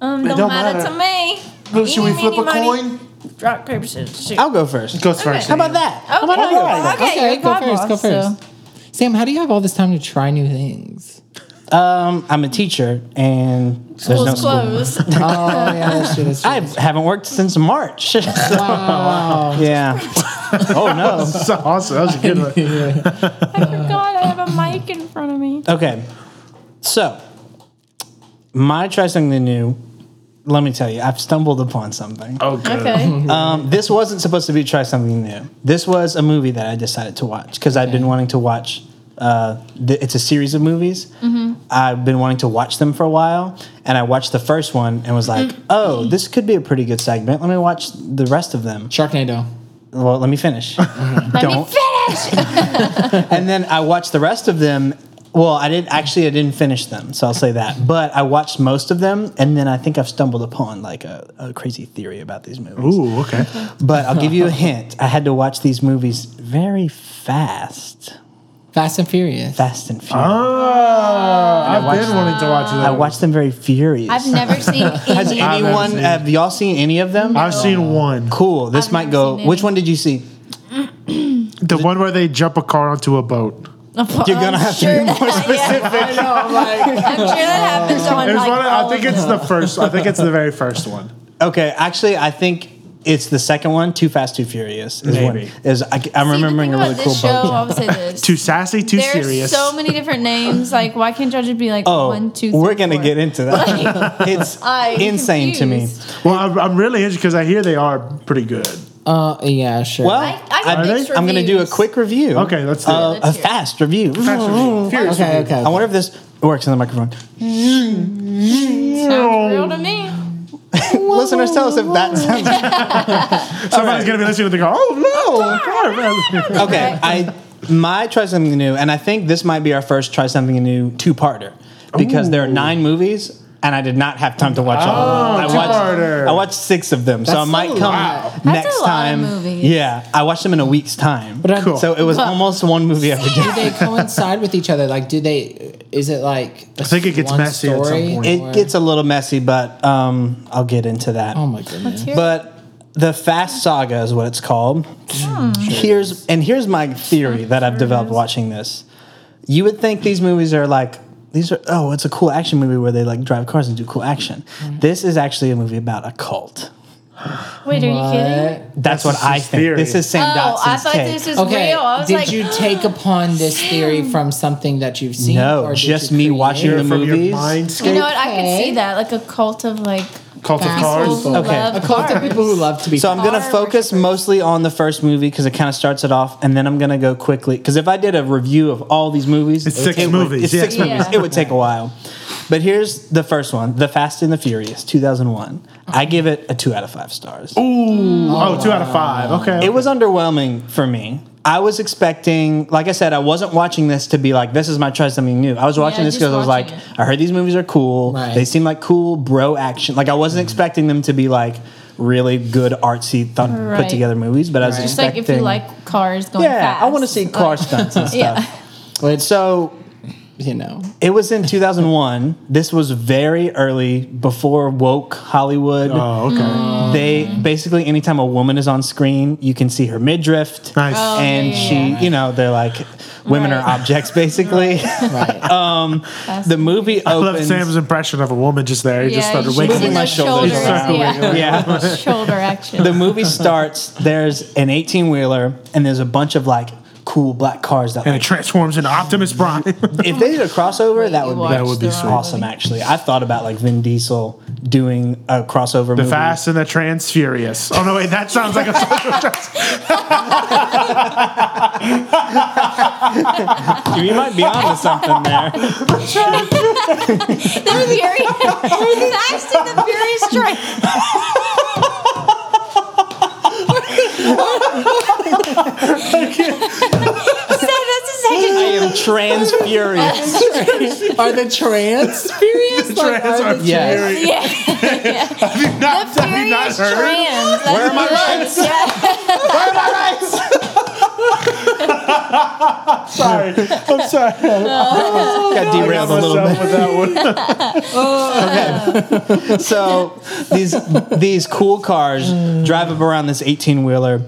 Speaker 2: Um,
Speaker 3: It
Speaker 2: don't,
Speaker 3: don't
Speaker 2: matter,
Speaker 3: matter.
Speaker 2: to me.
Speaker 3: should we
Speaker 2: Eeny,
Speaker 3: flip
Speaker 2: meeny,
Speaker 3: a
Speaker 2: miny,
Speaker 3: coin?
Speaker 2: Rock paper scissors. Shoot. Oh,
Speaker 1: I'll go first.
Speaker 3: Goes first.
Speaker 1: How about that?
Speaker 2: Okay, well, okay,
Speaker 4: Okay,
Speaker 2: you're
Speaker 4: go
Speaker 2: Pablo,
Speaker 4: first, go
Speaker 2: so-
Speaker 4: first. Sam, how do you have all this time to try new things?
Speaker 1: Um, I'm a teacher and there's
Speaker 2: School's
Speaker 1: no school.
Speaker 2: closed.
Speaker 4: Oh, yeah, that's true. That's true.
Speaker 1: I haven't worked since March. So, Yeah. Oh no.
Speaker 3: That's awesome. That was a good one.
Speaker 2: I forgot I have a mic in front of me.
Speaker 1: Okay. So, my try something new. Let me tell you, I've stumbled upon something.
Speaker 3: Oh, good.
Speaker 2: Okay.
Speaker 1: Um, this wasn't supposed to be try something new. This was a movie that I decided to watch because I've been wanting to watch. Uh, th- it's a series of movies. I've been wanting to watch them for a while, and I watched the first one and was like, "Oh, this could be a pretty good segment. Let me watch the rest of them."
Speaker 4: Sharknado.
Speaker 1: Well, let me finish.
Speaker 2: Let me
Speaker 1: don't.
Speaker 2: finish.
Speaker 1: and then I watched the rest of them. Well, I didn't actually. I didn't finish them, so I'll say that. But I watched most of them, and then I think I've stumbled upon like a, a crazy theory about these movies.
Speaker 3: Ooh, okay.
Speaker 1: But I'll give you a hint. I had to watch these movies very fast,
Speaker 4: Fast and Furious.
Speaker 1: fast and furious.
Speaker 3: Ah, I've been wanting to watch that.
Speaker 1: I watched them very furious.
Speaker 2: I've never seen
Speaker 1: Has
Speaker 2: any.
Speaker 1: anyone?
Speaker 3: seen it.
Speaker 1: Have y'all seen any of them?
Speaker 3: I've seen one.
Speaker 1: cool. This
Speaker 2: I've
Speaker 1: might
Speaker 2: never
Speaker 1: go.
Speaker 2: seen
Speaker 1: Which
Speaker 2: any.
Speaker 1: one did you see?
Speaker 3: The one where they jump a car onto a boat.
Speaker 1: You're gonna have to be more
Speaker 2: specific.
Speaker 4: I know, I'm like,
Speaker 2: I'm sure that happens on
Speaker 3: It was
Speaker 2: like oh,
Speaker 3: one, I
Speaker 2: all
Speaker 3: think
Speaker 2: of
Speaker 3: it's the first. I think it's the very first one.
Speaker 1: Okay, actually, I think. It's the second one, Too Fast, Too Furious. Is one,
Speaker 3: Maybe.
Speaker 1: is, I, I'm
Speaker 2: See, the
Speaker 1: remembering
Speaker 2: thing
Speaker 1: a really
Speaker 2: about
Speaker 1: cool
Speaker 2: this
Speaker 1: boat.
Speaker 2: show, I'll say this.
Speaker 3: Too sassy, too
Speaker 2: There's
Speaker 3: serious.
Speaker 2: so many different names. Like, why can't y'all just be like
Speaker 1: Oh,
Speaker 2: one, two, three,
Speaker 1: we're gonna
Speaker 2: four?
Speaker 1: get into that. it's
Speaker 2: I'm
Speaker 1: insane to me.
Speaker 2: confused.
Speaker 3: well, I'm, I'm really interested because I hear they are pretty good.
Speaker 4: uh, yeah, sure.
Speaker 1: Well,
Speaker 2: I, I have
Speaker 3: Are they?
Speaker 2: mixed
Speaker 1: I'm going to do a
Speaker 2: reviews.
Speaker 1: quick review.
Speaker 3: Okay, let's do
Speaker 1: Uh,
Speaker 3: it.
Speaker 1: a
Speaker 2: Let's hear it.
Speaker 1: fast review.
Speaker 3: Fast review. Furious
Speaker 4: okay,
Speaker 3: review.
Speaker 4: okay.
Speaker 1: I wonder if this works in the microphone.
Speaker 2: Sounds real to me.
Speaker 1: Listeners, tell us if that sounds
Speaker 3: Somebody's gonna be listening to go. Oh no! a car."
Speaker 1: okay. I my try something new, and I think this might be our first try something new two parter because there are nine movies. And I did not have time to watch all of them. I
Speaker 3: Oh, two-parter.
Speaker 1: watched, I watched six of them, so I
Speaker 4: That's
Speaker 1: might
Speaker 4: a
Speaker 1: come
Speaker 4: lot.
Speaker 1: next
Speaker 2: That's a lot of
Speaker 1: time.
Speaker 2: movies.
Speaker 1: Yeah, I watched them in a week's time,
Speaker 4: But I- Cool.
Speaker 1: so it was almost one movie every day.
Speaker 4: they coincide with each other? Like, do they? Is it like? I
Speaker 3: think it gets messy at some point. Oh
Speaker 1: It gets a little messy, but um, I'll get into that.
Speaker 4: Oh my goodness!
Speaker 1: But The Fast Saga is what it's called.
Speaker 2: Hmm.
Speaker 1: Here's and here's my theory that I've developed watching this. You would think these movies are like these are oh, it's a cool action movie where they like drive cars and do cool action.
Speaker 3: Mm.
Speaker 1: This is actually a movie about a cult.
Speaker 2: Wait, are you kidding?
Speaker 4: What?
Speaker 1: That's
Speaker 3: This
Speaker 1: what
Speaker 3: is
Speaker 1: I
Speaker 3: his
Speaker 1: think.
Speaker 3: theory.
Speaker 1: This is Sam
Speaker 2: Oh,
Speaker 1: Dotson's
Speaker 2: I thought
Speaker 1: take.
Speaker 2: this was
Speaker 4: Okay.
Speaker 2: real. I was
Speaker 4: did
Speaker 2: like,
Speaker 4: you take upon this theory from something that you've seen?
Speaker 1: no,
Speaker 4: or did
Speaker 1: just
Speaker 4: you
Speaker 1: me
Speaker 4: create
Speaker 1: watching
Speaker 4: it?
Speaker 1: the
Speaker 3: From
Speaker 1: movies.
Speaker 3: your mindscape.
Speaker 2: You know what? I could
Speaker 4: Okay.
Speaker 2: see that, like a cult of like
Speaker 3: Cult of
Speaker 4: Fast
Speaker 3: Cars.
Speaker 4: people.
Speaker 2: people who
Speaker 1: Okay.
Speaker 2: love
Speaker 4: A cult of
Speaker 2: cars.
Speaker 4: people who love to be.
Speaker 1: So I'm gonna
Speaker 2: Car
Speaker 1: focus mostly on the first movie because it kind of starts it off, and then I'm gonna go quickly because if I did a review of all these movies,
Speaker 3: It's
Speaker 1: it
Speaker 3: six
Speaker 1: would-
Speaker 3: movies,
Speaker 1: it's
Speaker 3: yeah.
Speaker 1: six movies.
Speaker 2: Yeah.
Speaker 1: It would take a while. But here's the first one, The Fast and the Furious, 2001. I give it a two out of five stars.
Speaker 3: Ooh. Oh, two out of five. Okay.
Speaker 1: It was underwhelming for me. I was expecting, like I said, I wasn't watching this to be like, this is my try something new. I was watching this
Speaker 2: just
Speaker 1: because I was like,
Speaker 2: watching
Speaker 1: I heard these movies are cool.
Speaker 4: Right.
Speaker 1: They seem like cool bro action. Like I
Speaker 2: Mm-hmm.
Speaker 1: wasn't expecting them to be like really good artsy th- put
Speaker 2: Right.
Speaker 1: together movies, but I was
Speaker 4: Just
Speaker 2: Just like
Speaker 1: expecting.
Speaker 2: if you like cars going
Speaker 1: yeah,
Speaker 2: fast.
Speaker 1: I want to see car
Speaker 2: Like,
Speaker 1: stunts and stuff.
Speaker 2: Yeah.
Speaker 4: Which
Speaker 1: So
Speaker 4: you know,
Speaker 1: it was in 2001. This was very early before woke Hollywood.
Speaker 3: Oh, okay.
Speaker 1: They basically anytime a woman is on screen, you can see her midriff.
Speaker 3: Nice.
Speaker 2: Oh.
Speaker 1: And
Speaker 2: yeah, yeah,
Speaker 1: she,
Speaker 2: yeah.
Speaker 1: you know, they're like women are
Speaker 2: Right.
Speaker 1: objects basically.
Speaker 4: right?
Speaker 1: Um, the movie
Speaker 3: I love
Speaker 1: opens.
Speaker 3: Sam's impression of a woman just there. He just
Speaker 2: Yeah,
Speaker 3: started
Speaker 2: you should
Speaker 1: see
Speaker 3: winking.
Speaker 1: my
Speaker 2: just
Speaker 1: shoulders
Speaker 2: shoulders,
Speaker 1: around.
Speaker 2: yeah.
Speaker 1: yeah.
Speaker 2: Shoulder action.
Speaker 1: the movie starts. There's an 18 wheeler, and there's a bunch of like cool black cars that.
Speaker 3: And it
Speaker 1: Like,
Speaker 3: transforms into Optimus Prime.
Speaker 1: if they did a crossover, that
Speaker 2: You
Speaker 1: would be
Speaker 2: watched
Speaker 3: That would be
Speaker 2: the
Speaker 3: sweet.
Speaker 2: wrong
Speaker 1: awesome.
Speaker 2: movie.
Speaker 1: Actually, I thought about like Vin Diesel doing a crossover.
Speaker 3: the
Speaker 1: movie.
Speaker 3: Fast and the Trans Furious. Oh no, wait, that sounds like a social justice.
Speaker 1: You might be onto something there.
Speaker 2: The Fury. Fast and the Furious Train. so that's the second
Speaker 1: I am trans furious.
Speaker 4: Are the trans furious? The
Speaker 3: trans are
Speaker 4: yes.
Speaker 3: furious.
Speaker 2: Yeah.
Speaker 3: Not,
Speaker 2: The
Speaker 3: have you not
Speaker 2: Furious
Speaker 3: heard?
Speaker 2: Trans. Where
Speaker 1: are my rights?
Speaker 2: Yeah.
Speaker 1: Where are my rights?
Speaker 3: Sorry, I'm sorry.
Speaker 1: Got
Speaker 2: Oh,
Speaker 3: I got
Speaker 1: derailed a little bit.
Speaker 3: myself with that one.
Speaker 1: so these these cool cars drive up around this 18 wheeler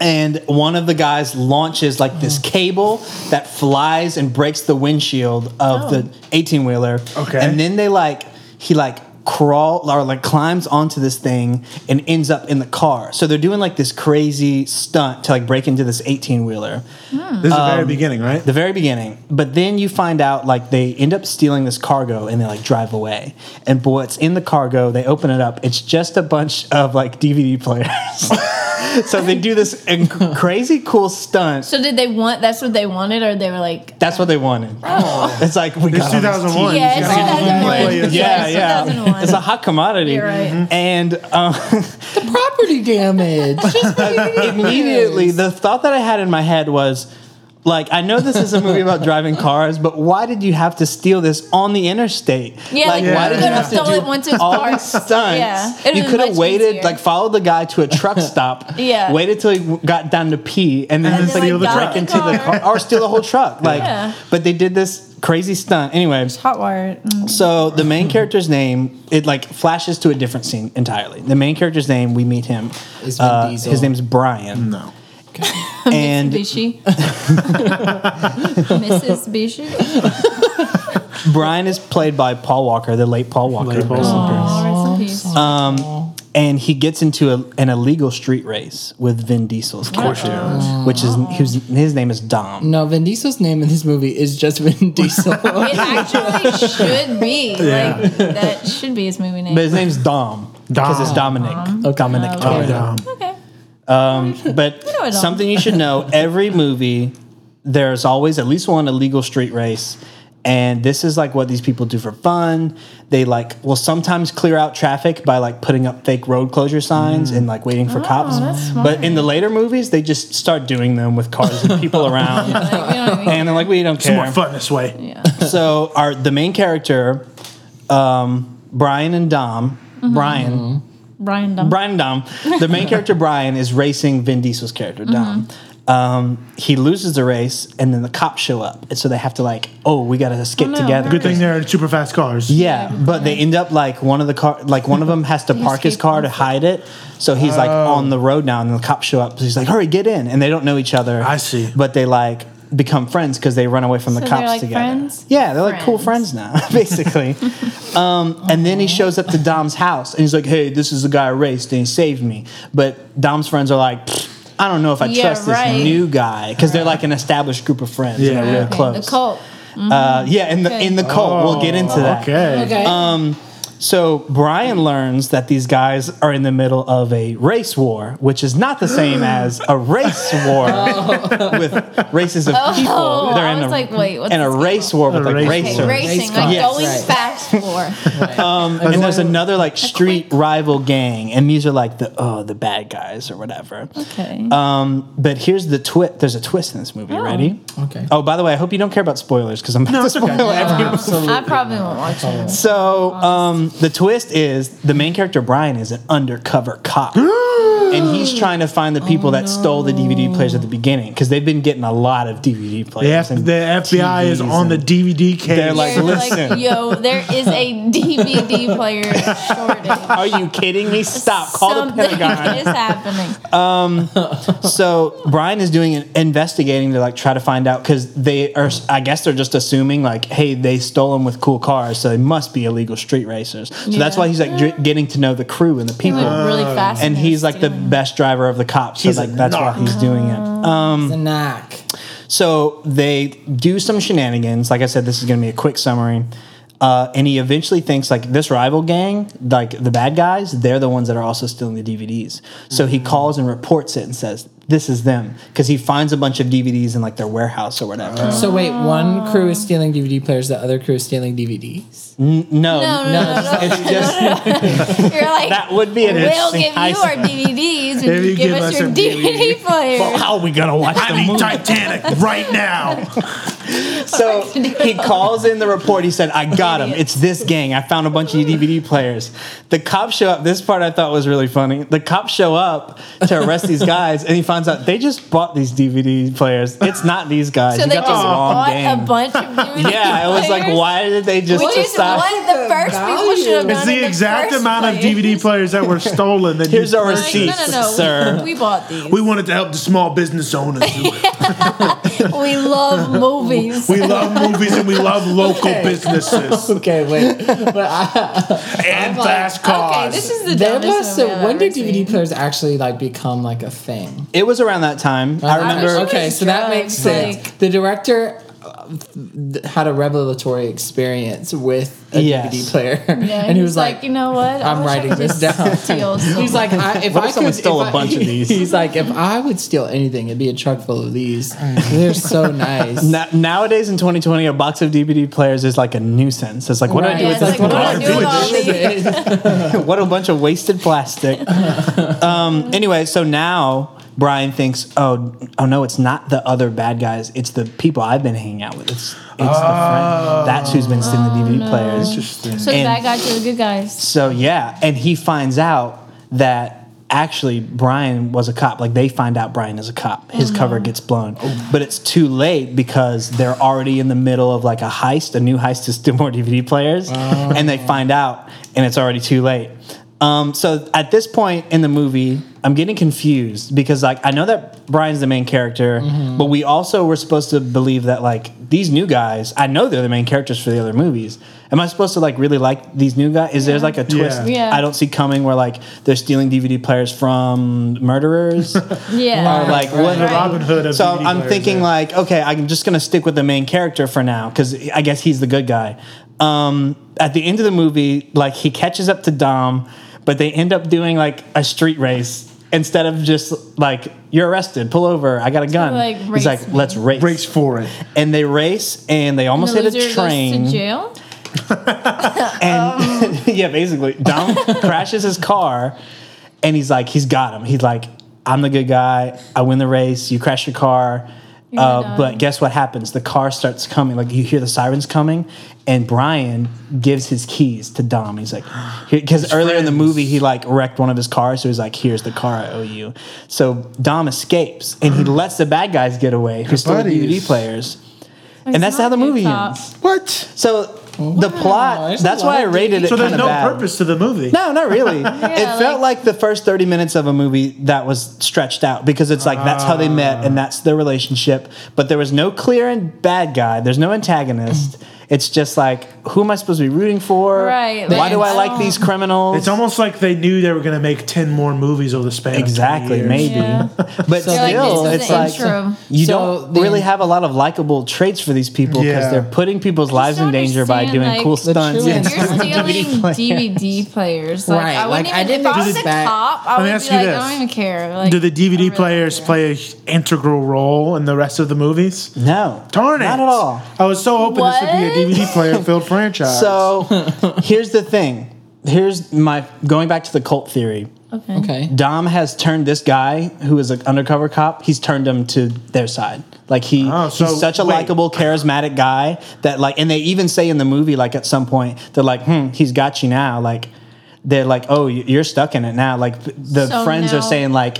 Speaker 1: and one of the guys launches like this cable that flies and breaks the windshield of the 18 wheeler
Speaker 3: Okay.
Speaker 1: and then they like he like crawl or like climbs onto this thing and ends up in the car so they're doing like this crazy stunt to like break into this 18 wheeler
Speaker 3: This is
Speaker 1: Um,
Speaker 3: the very beginning, right?
Speaker 1: the very beginning. But then you find out like they end up stealing this cargo and they like drive away. And boy, it's in the cargo. They open it up. It's just a bunch of like DVD players. so they do this inc- crazy cool stunt.
Speaker 2: So did they want? That's what they wanted, or they were like,
Speaker 1: That's what they wanted.
Speaker 2: Oh.
Speaker 1: It's like we
Speaker 3: It's
Speaker 1: got all this
Speaker 3: 2001.
Speaker 2: Yeah, it's
Speaker 3: He's gotta get the
Speaker 2: 2001.
Speaker 3: players.
Speaker 1: Yeah,
Speaker 2: It's
Speaker 1: yeah.
Speaker 2: 2001.
Speaker 1: It's a hot commodity.
Speaker 2: You're right. Mhm.
Speaker 1: And um,
Speaker 4: Property damage.
Speaker 1: immediately, the thought that I had in my head was like, I know this is a movie about driving cars, but why did you have to steal this on the interstate?
Speaker 2: Yeah,
Speaker 1: like,
Speaker 2: you
Speaker 1: why did
Speaker 3: could've
Speaker 1: you have to
Speaker 2: stole
Speaker 1: do
Speaker 2: it once it's
Speaker 1: all
Speaker 2: dark.
Speaker 1: these stunts?
Speaker 2: Yeah, it'd
Speaker 1: you
Speaker 2: been
Speaker 1: could have
Speaker 2: much
Speaker 1: waited,
Speaker 2: easier.
Speaker 1: like, followed the guy to a truck stop,
Speaker 2: Yeah.
Speaker 1: waited till he got down to pee, and then,
Speaker 3: And
Speaker 1: just,
Speaker 3: then,
Speaker 1: like,
Speaker 3: like,
Speaker 1: break
Speaker 3: got the
Speaker 1: into the
Speaker 2: car.
Speaker 1: car or steal the whole truck. Like,
Speaker 2: Yeah.
Speaker 1: but they did this crazy stunt. Anyway,
Speaker 2: hot wire. Mm.
Speaker 1: so the main character's name, it like flashes to a different scene entirely. The main character's name, we meet him.
Speaker 4: Is Vin
Speaker 1: uh,
Speaker 4: Diesel.
Speaker 1: his name's Brian. No. and
Speaker 2: Mitsubishi. Mrs. Bishi.
Speaker 1: Brian is played by Paul Walker, the late Paul Walker.
Speaker 3: Late Paul
Speaker 2: Oh, rest in peace.
Speaker 1: Um, And he gets into a, an illegal street race with Vin Diesel's character, which is his, his name is Dom.
Speaker 4: No, Vin Diesel's name in this movie is just Vin
Speaker 1: Um,
Speaker 4: Diesel.
Speaker 2: It actually should be.
Speaker 3: Yeah.
Speaker 2: Like that should be his movie name. Um,
Speaker 1: But his name's Dom because it's
Speaker 3: Dom.
Speaker 1: Dominic. Oh, Dominic.
Speaker 2: Okay. Oh,
Speaker 1: Toretto.
Speaker 3: Yeah.
Speaker 2: okay.
Speaker 1: But
Speaker 2: know it all.
Speaker 1: something you should know every movie, there's always at least one illegal street race. And this is like what these people do for fun. They like will sometimes clear out traffic by like putting up fake road closure signs and like waiting for cops.
Speaker 2: Oh, that's
Speaker 1: But in the later movies, they just start doing them with cars and people around.
Speaker 2: Like, we don't even
Speaker 1: And they're like, we don't
Speaker 3: It's more
Speaker 1: care.
Speaker 3: fun this way.
Speaker 2: yeah.
Speaker 1: So our the main character, um, Brian and Dom,
Speaker 2: Mm-hmm.
Speaker 1: Brian,
Speaker 2: Brian Dunn.
Speaker 1: Brian Dom. The main character Brian is racing Vin Diesel's character Dom.
Speaker 2: Mm-hmm.
Speaker 1: Um, he loses the race, and then the cops show up, and so they have to like, oh, we gotta escape
Speaker 2: Oh, no,
Speaker 1: together.
Speaker 2: Good
Speaker 3: Good thing they're in super fast cars.
Speaker 1: Yeah, but they end up like one of the car, like one of them has to park his
Speaker 2: escape
Speaker 1: car to
Speaker 2: on
Speaker 1: hide it. So he's like
Speaker 3: Oh.
Speaker 1: on the road now, and the cops show up. So he's like, "Hurry, get in!" And they don't know each other.
Speaker 3: I see.
Speaker 1: But they like become friends because they run away from the
Speaker 2: So they're,
Speaker 1: cops
Speaker 2: like,
Speaker 1: together.
Speaker 2: friends?
Speaker 1: Yeah, they're like cool
Speaker 2: Friends.
Speaker 1: friends now, basically. um, and then he shows up to Dom's house, and he's like, "Hey, this is the guy I raced, and he saved me." But Dom's friends are like. "Pfft, I don't know if I
Speaker 2: Yeah,
Speaker 1: trust
Speaker 2: right.
Speaker 1: this new guy because they're like an established group of friends. Yeah,
Speaker 3: Yeah.
Speaker 1: and they're real
Speaker 3: Okay, the
Speaker 1: close.
Speaker 2: The cult.
Speaker 1: Uh, yeah, in the in the cult, we'll get into that.
Speaker 3: Oh, Okay.
Speaker 4: Okay.
Speaker 1: So Brian learns that these guys are in the middle of a race war, which is not the same as a race war with races of people.
Speaker 2: Oh, I was
Speaker 1: a,
Speaker 2: like, wait, what's
Speaker 1: in a
Speaker 2: this
Speaker 1: race war with
Speaker 3: A
Speaker 1: like
Speaker 3: race
Speaker 2: Okay,
Speaker 1: racers.
Speaker 3: war.
Speaker 2: racing,
Speaker 4: Race
Speaker 2: like
Speaker 4: car.
Speaker 1: Yes.
Speaker 2: going
Speaker 4: Right.
Speaker 2: fast for.
Speaker 1: and there's another like street rival gang, and these are like the oh the bad guys or whatever.
Speaker 2: Okay.
Speaker 1: Um, but here's the twist. There's a twist in this movie.
Speaker 2: Oh.
Speaker 1: Ready?
Speaker 4: Okay.
Speaker 1: Oh, by the way, I hope you don't care about spoilers because I'm about to spoil every
Speaker 4: Absolutely.
Speaker 1: Um,
Speaker 2: I probably won't watch it.
Speaker 1: So um, the twist is the main character Brian is an undercover cop, and he's trying to find the people that stole the DVD players at the beginning because they've been getting a lot of DVD
Speaker 3: The,
Speaker 1: players.
Speaker 3: F-
Speaker 1: and
Speaker 3: the FBI is
Speaker 1: TVs
Speaker 3: on the
Speaker 1: and-
Speaker 3: DVD case.
Speaker 1: They're like,
Speaker 2: They're
Speaker 1: listen.
Speaker 2: like, yo, there is a DVD player shortage.
Speaker 1: Are you kidding me? Stop! Call the
Speaker 2: Something
Speaker 1: Pentagon. Uh,
Speaker 2: is happening.
Speaker 1: so Brian is doing an investigating to like try to find out because they are. I guess they're just assuming like, hey, they stole them with cool cars, so they must be illegal street racers. So that's
Speaker 2: Yeah.
Speaker 1: why he's like dr- getting to know the crew and the
Speaker 2: He
Speaker 1: people.
Speaker 2: went really fast.
Speaker 1: and he's like the best driver of the cops. So
Speaker 3: He's a
Speaker 1: like that's why
Speaker 3: narc.
Speaker 1: he's doing it.
Speaker 4: the knock.
Speaker 1: So they do some shenanigans. Like I said, this is going to be a quick summary. Uh, and he eventually thinks like this rival gang, like the bad guys, they're the ones that are also stealing the DVDs. So he
Speaker 2: Mm-hmm.
Speaker 1: calls and reports it and says, "This is them," because he finds a bunch of DVDs in like their warehouse or whatever.
Speaker 2: Oh.
Speaker 4: So wait, one crew is stealing DVD players, the other crew is stealing DVDs.
Speaker 1: no,
Speaker 2: no, no, no,
Speaker 4: No,
Speaker 2: no,
Speaker 1: it's just
Speaker 2: no. You're like,
Speaker 1: that would be an
Speaker 2: we'll
Speaker 1: interesting
Speaker 2: give you our
Speaker 1: heist.
Speaker 2: DVDs and
Speaker 3: If
Speaker 2: you give us your
Speaker 3: a
Speaker 2: DVD player.
Speaker 1: How are we gonna watch the
Speaker 3: I need
Speaker 1: movie?
Speaker 3: Titanic right now.
Speaker 1: So he calls in the report. He said, I got him. It's this gang. I found a bunch of DVD players. The cops show up. This part I thought was really funny. The cops show up to arrest these guys, and he finds out they just bought these DVD players. It's not these guys.
Speaker 2: So
Speaker 1: you
Speaker 2: they
Speaker 1: got
Speaker 2: just
Speaker 1: the wrong
Speaker 2: bought
Speaker 1: game.
Speaker 2: a bunch of DVD
Speaker 1: yeah, I
Speaker 2: players.
Speaker 1: was like, why did they just
Speaker 2: Which is
Speaker 1: decide?
Speaker 2: what the first people should have done.
Speaker 3: It's
Speaker 2: in
Speaker 3: the exact
Speaker 2: first
Speaker 3: amount of
Speaker 2: place.
Speaker 3: DVD players that were stolen that
Speaker 1: Here's
Speaker 3: you
Speaker 1: our
Speaker 2: Like,
Speaker 1: receipt,
Speaker 2: no, no, no,
Speaker 1: sir.
Speaker 2: We, we bought these.
Speaker 3: We wanted to help the small business owners.
Speaker 2: We love movies.
Speaker 3: we love movies and we love local businesses
Speaker 4: Okay, wait. But I,
Speaker 3: and
Speaker 4: like,
Speaker 3: fast cars.
Speaker 2: okay, this is the
Speaker 4: there
Speaker 2: dumbest
Speaker 4: must
Speaker 2: movie I've
Speaker 4: have, when did
Speaker 2: ever
Speaker 4: DVD
Speaker 2: seen.
Speaker 4: players actually like become like a thing?
Speaker 1: It was around that time. I remember.
Speaker 2: was-
Speaker 4: Okay, so that
Speaker 2: drugs,
Speaker 4: makes sense.
Speaker 2: like-
Speaker 4: the director uh, th- had a revelatory experience with a
Speaker 1: Yes.
Speaker 4: DVD player,
Speaker 2: Yeah,
Speaker 4: and he was like,
Speaker 2: you know what? I
Speaker 4: "I'm
Speaker 2: wish I
Speaker 4: writing
Speaker 2: could
Speaker 4: this
Speaker 2: just
Speaker 4: down."
Speaker 2: steal some-
Speaker 4: He's like, I, if
Speaker 1: What
Speaker 4: I
Speaker 1: if someone
Speaker 4: could,
Speaker 1: stole
Speaker 4: if
Speaker 1: a
Speaker 4: I-
Speaker 1: bunch of these?
Speaker 4: He's like, if I would steal anything, it'd be a truck full of these. They're so nice.
Speaker 1: Na- nowadays in 2020, a box of DVD players is like a nuisance. It's like, what do I do
Speaker 2: Yeah,
Speaker 1: with
Speaker 2: it's
Speaker 1: this?
Speaker 2: like, what do I do with all these?
Speaker 1: what a bunch of wasted plastic. um, anyway, so now Brian thinks, oh, oh no, it's not the other bad guys. It's the people I've been hanging out with. It's, it's the friend. That's who's been stealing the DVD players.
Speaker 3: Interesting.
Speaker 2: So the
Speaker 1: And-
Speaker 2: bad guys are the good guys.
Speaker 1: So yeah, and he finds out that actually Brian was a cop. Like they find out Brian is a cop. His cover gets blown, but it's too late because they're already in the middle of like a heist, a new heist to steal more DVD players, and they find out, and it's already too late. Um, so at this point in the movie, I'm getting confused because like I know that Brian's the main character,
Speaker 2: Mm-hmm.
Speaker 1: but we also were supposed to believe that like these new guys, I know they're the main characters for the other movies. Am I supposed to like really like these new guys? Is there like a twist
Speaker 2: Yeah.
Speaker 1: I don't see coming where like they're stealing DVD players from murderers?
Speaker 2: Yeah.
Speaker 1: Or, like what?
Speaker 3: The Robin Hood of
Speaker 1: So
Speaker 3: DVD
Speaker 1: I'm
Speaker 3: players,
Speaker 1: thinking
Speaker 3: yeah.
Speaker 1: like, okay, I'm just gonna stick with the main character for now because I guess he's the good guy. Um, at the end of the movie, like he catches up to Dom, but they end up doing like a street race instead of just like you're arrested, pull over, I got a gun.
Speaker 2: like,
Speaker 1: he's
Speaker 2: race
Speaker 1: like,
Speaker 2: me.
Speaker 1: let's race.
Speaker 3: breaks for it.
Speaker 1: and they race, and they almost
Speaker 2: the
Speaker 1: hit a
Speaker 2: loser goes to
Speaker 1: train.
Speaker 2: jail.
Speaker 1: And
Speaker 2: Oh.
Speaker 1: yeah, basically, Dom crashes his car, and he's like, he's got him. He's like, I'm the good guy. I win the race. You crash your car.
Speaker 2: You're
Speaker 1: Uh,
Speaker 2: gonna die.
Speaker 1: but guess what happens? The car starts coming. Like you hear the sirens coming, and Brian gives his keys to Dom. He's like, because earlier in the movie he like wrecked one of his cars, so he's like, "Here's the car I owe you." So Dom escapes, and he lets the bad guys get away, who stole the
Speaker 3: buddies.
Speaker 1: DVD players,
Speaker 2: It's
Speaker 1: and that's
Speaker 2: Oh, not
Speaker 1: how the
Speaker 2: good
Speaker 1: movie
Speaker 2: cop.
Speaker 1: ends.
Speaker 3: What?
Speaker 1: So the plot.
Speaker 4: there's a
Speaker 1: That's
Speaker 4: lot
Speaker 1: why I
Speaker 4: of
Speaker 1: rated it.
Speaker 3: So there's
Speaker 1: kinda
Speaker 3: no
Speaker 1: bad.
Speaker 3: purpose to the movie.
Speaker 1: No, not really. it felt
Speaker 2: like-
Speaker 1: like the first 30 minutes of a movie that was stretched out because it's like that's how they met and that's their relationship, but there was no clear and bad guy. There's no antagonist. It's just like who am I supposed to be rooting for?
Speaker 2: Right,
Speaker 1: Why
Speaker 2: like, oh.
Speaker 1: do I
Speaker 2: I
Speaker 1: like
Speaker 2: don't-
Speaker 1: these criminals?
Speaker 3: It's almost like they knew they were going to make 10 more movies over the span of 20
Speaker 1: Exactly,
Speaker 3: years.
Speaker 1: maybe,
Speaker 2: Yeah.
Speaker 1: but
Speaker 4: So, like,
Speaker 1: still,
Speaker 2: this is
Speaker 1: it's
Speaker 2: the
Speaker 1: like
Speaker 2: intro.
Speaker 1: you
Speaker 4: So
Speaker 1: don't
Speaker 4: then-
Speaker 1: really have a lot of likable traits for these people because
Speaker 3: Yeah.
Speaker 1: they're putting people's lives in
Speaker 2: don't
Speaker 1: danger by
Speaker 2: understand,
Speaker 1: doing
Speaker 2: like,
Speaker 1: cool
Speaker 4: The
Speaker 1: stunts.
Speaker 4: true
Speaker 1: and
Speaker 2: You're
Speaker 4: It's
Speaker 2: stealing
Speaker 4: not
Speaker 2: DVD players. Like,
Speaker 4: Right,
Speaker 2: I
Speaker 4: like,
Speaker 2: wouldn't
Speaker 4: I
Speaker 2: even,
Speaker 4: didn't
Speaker 2: if I was a
Speaker 4: expect that.
Speaker 2: cop, I
Speaker 3: Let me
Speaker 2: would be
Speaker 3: ask
Speaker 2: like,
Speaker 3: you
Speaker 2: I don't
Speaker 3: this.
Speaker 2: even care. Like,
Speaker 3: Do the DVD
Speaker 2: I really don't
Speaker 3: players
Speaker 2: care.
Speaker 3: play an integral role in the rest of the movies?
Speaker 1: No,
Speaker 3: Darn it.
Speaker 1: not at all.
Speaker 3: I was so hoping this would be a DVD player filled franchise.
Speaker 1: So here's the thing. Here's my going back to the cult theory.
Speaker 2: Okay.
Speaker 4: Okay.
Speaker 1: Dom has turned this guy who is an undercover cop. He's turned him to their side. Like he,
Speaker 3: Oh, so
Speaker 1: he's such a
Speaker 3: wait.
Speaker 1: likable, charismatic guy that like, and they even say in the movie, like at some point, they're like, "Hmm, he's got you now." Like they're like, "Oh, y- you're stuck in it now." Like th- the
Speaker 2: So
Speaker 1: friends are
Speaker 2: now-
Speaker 1: saying like.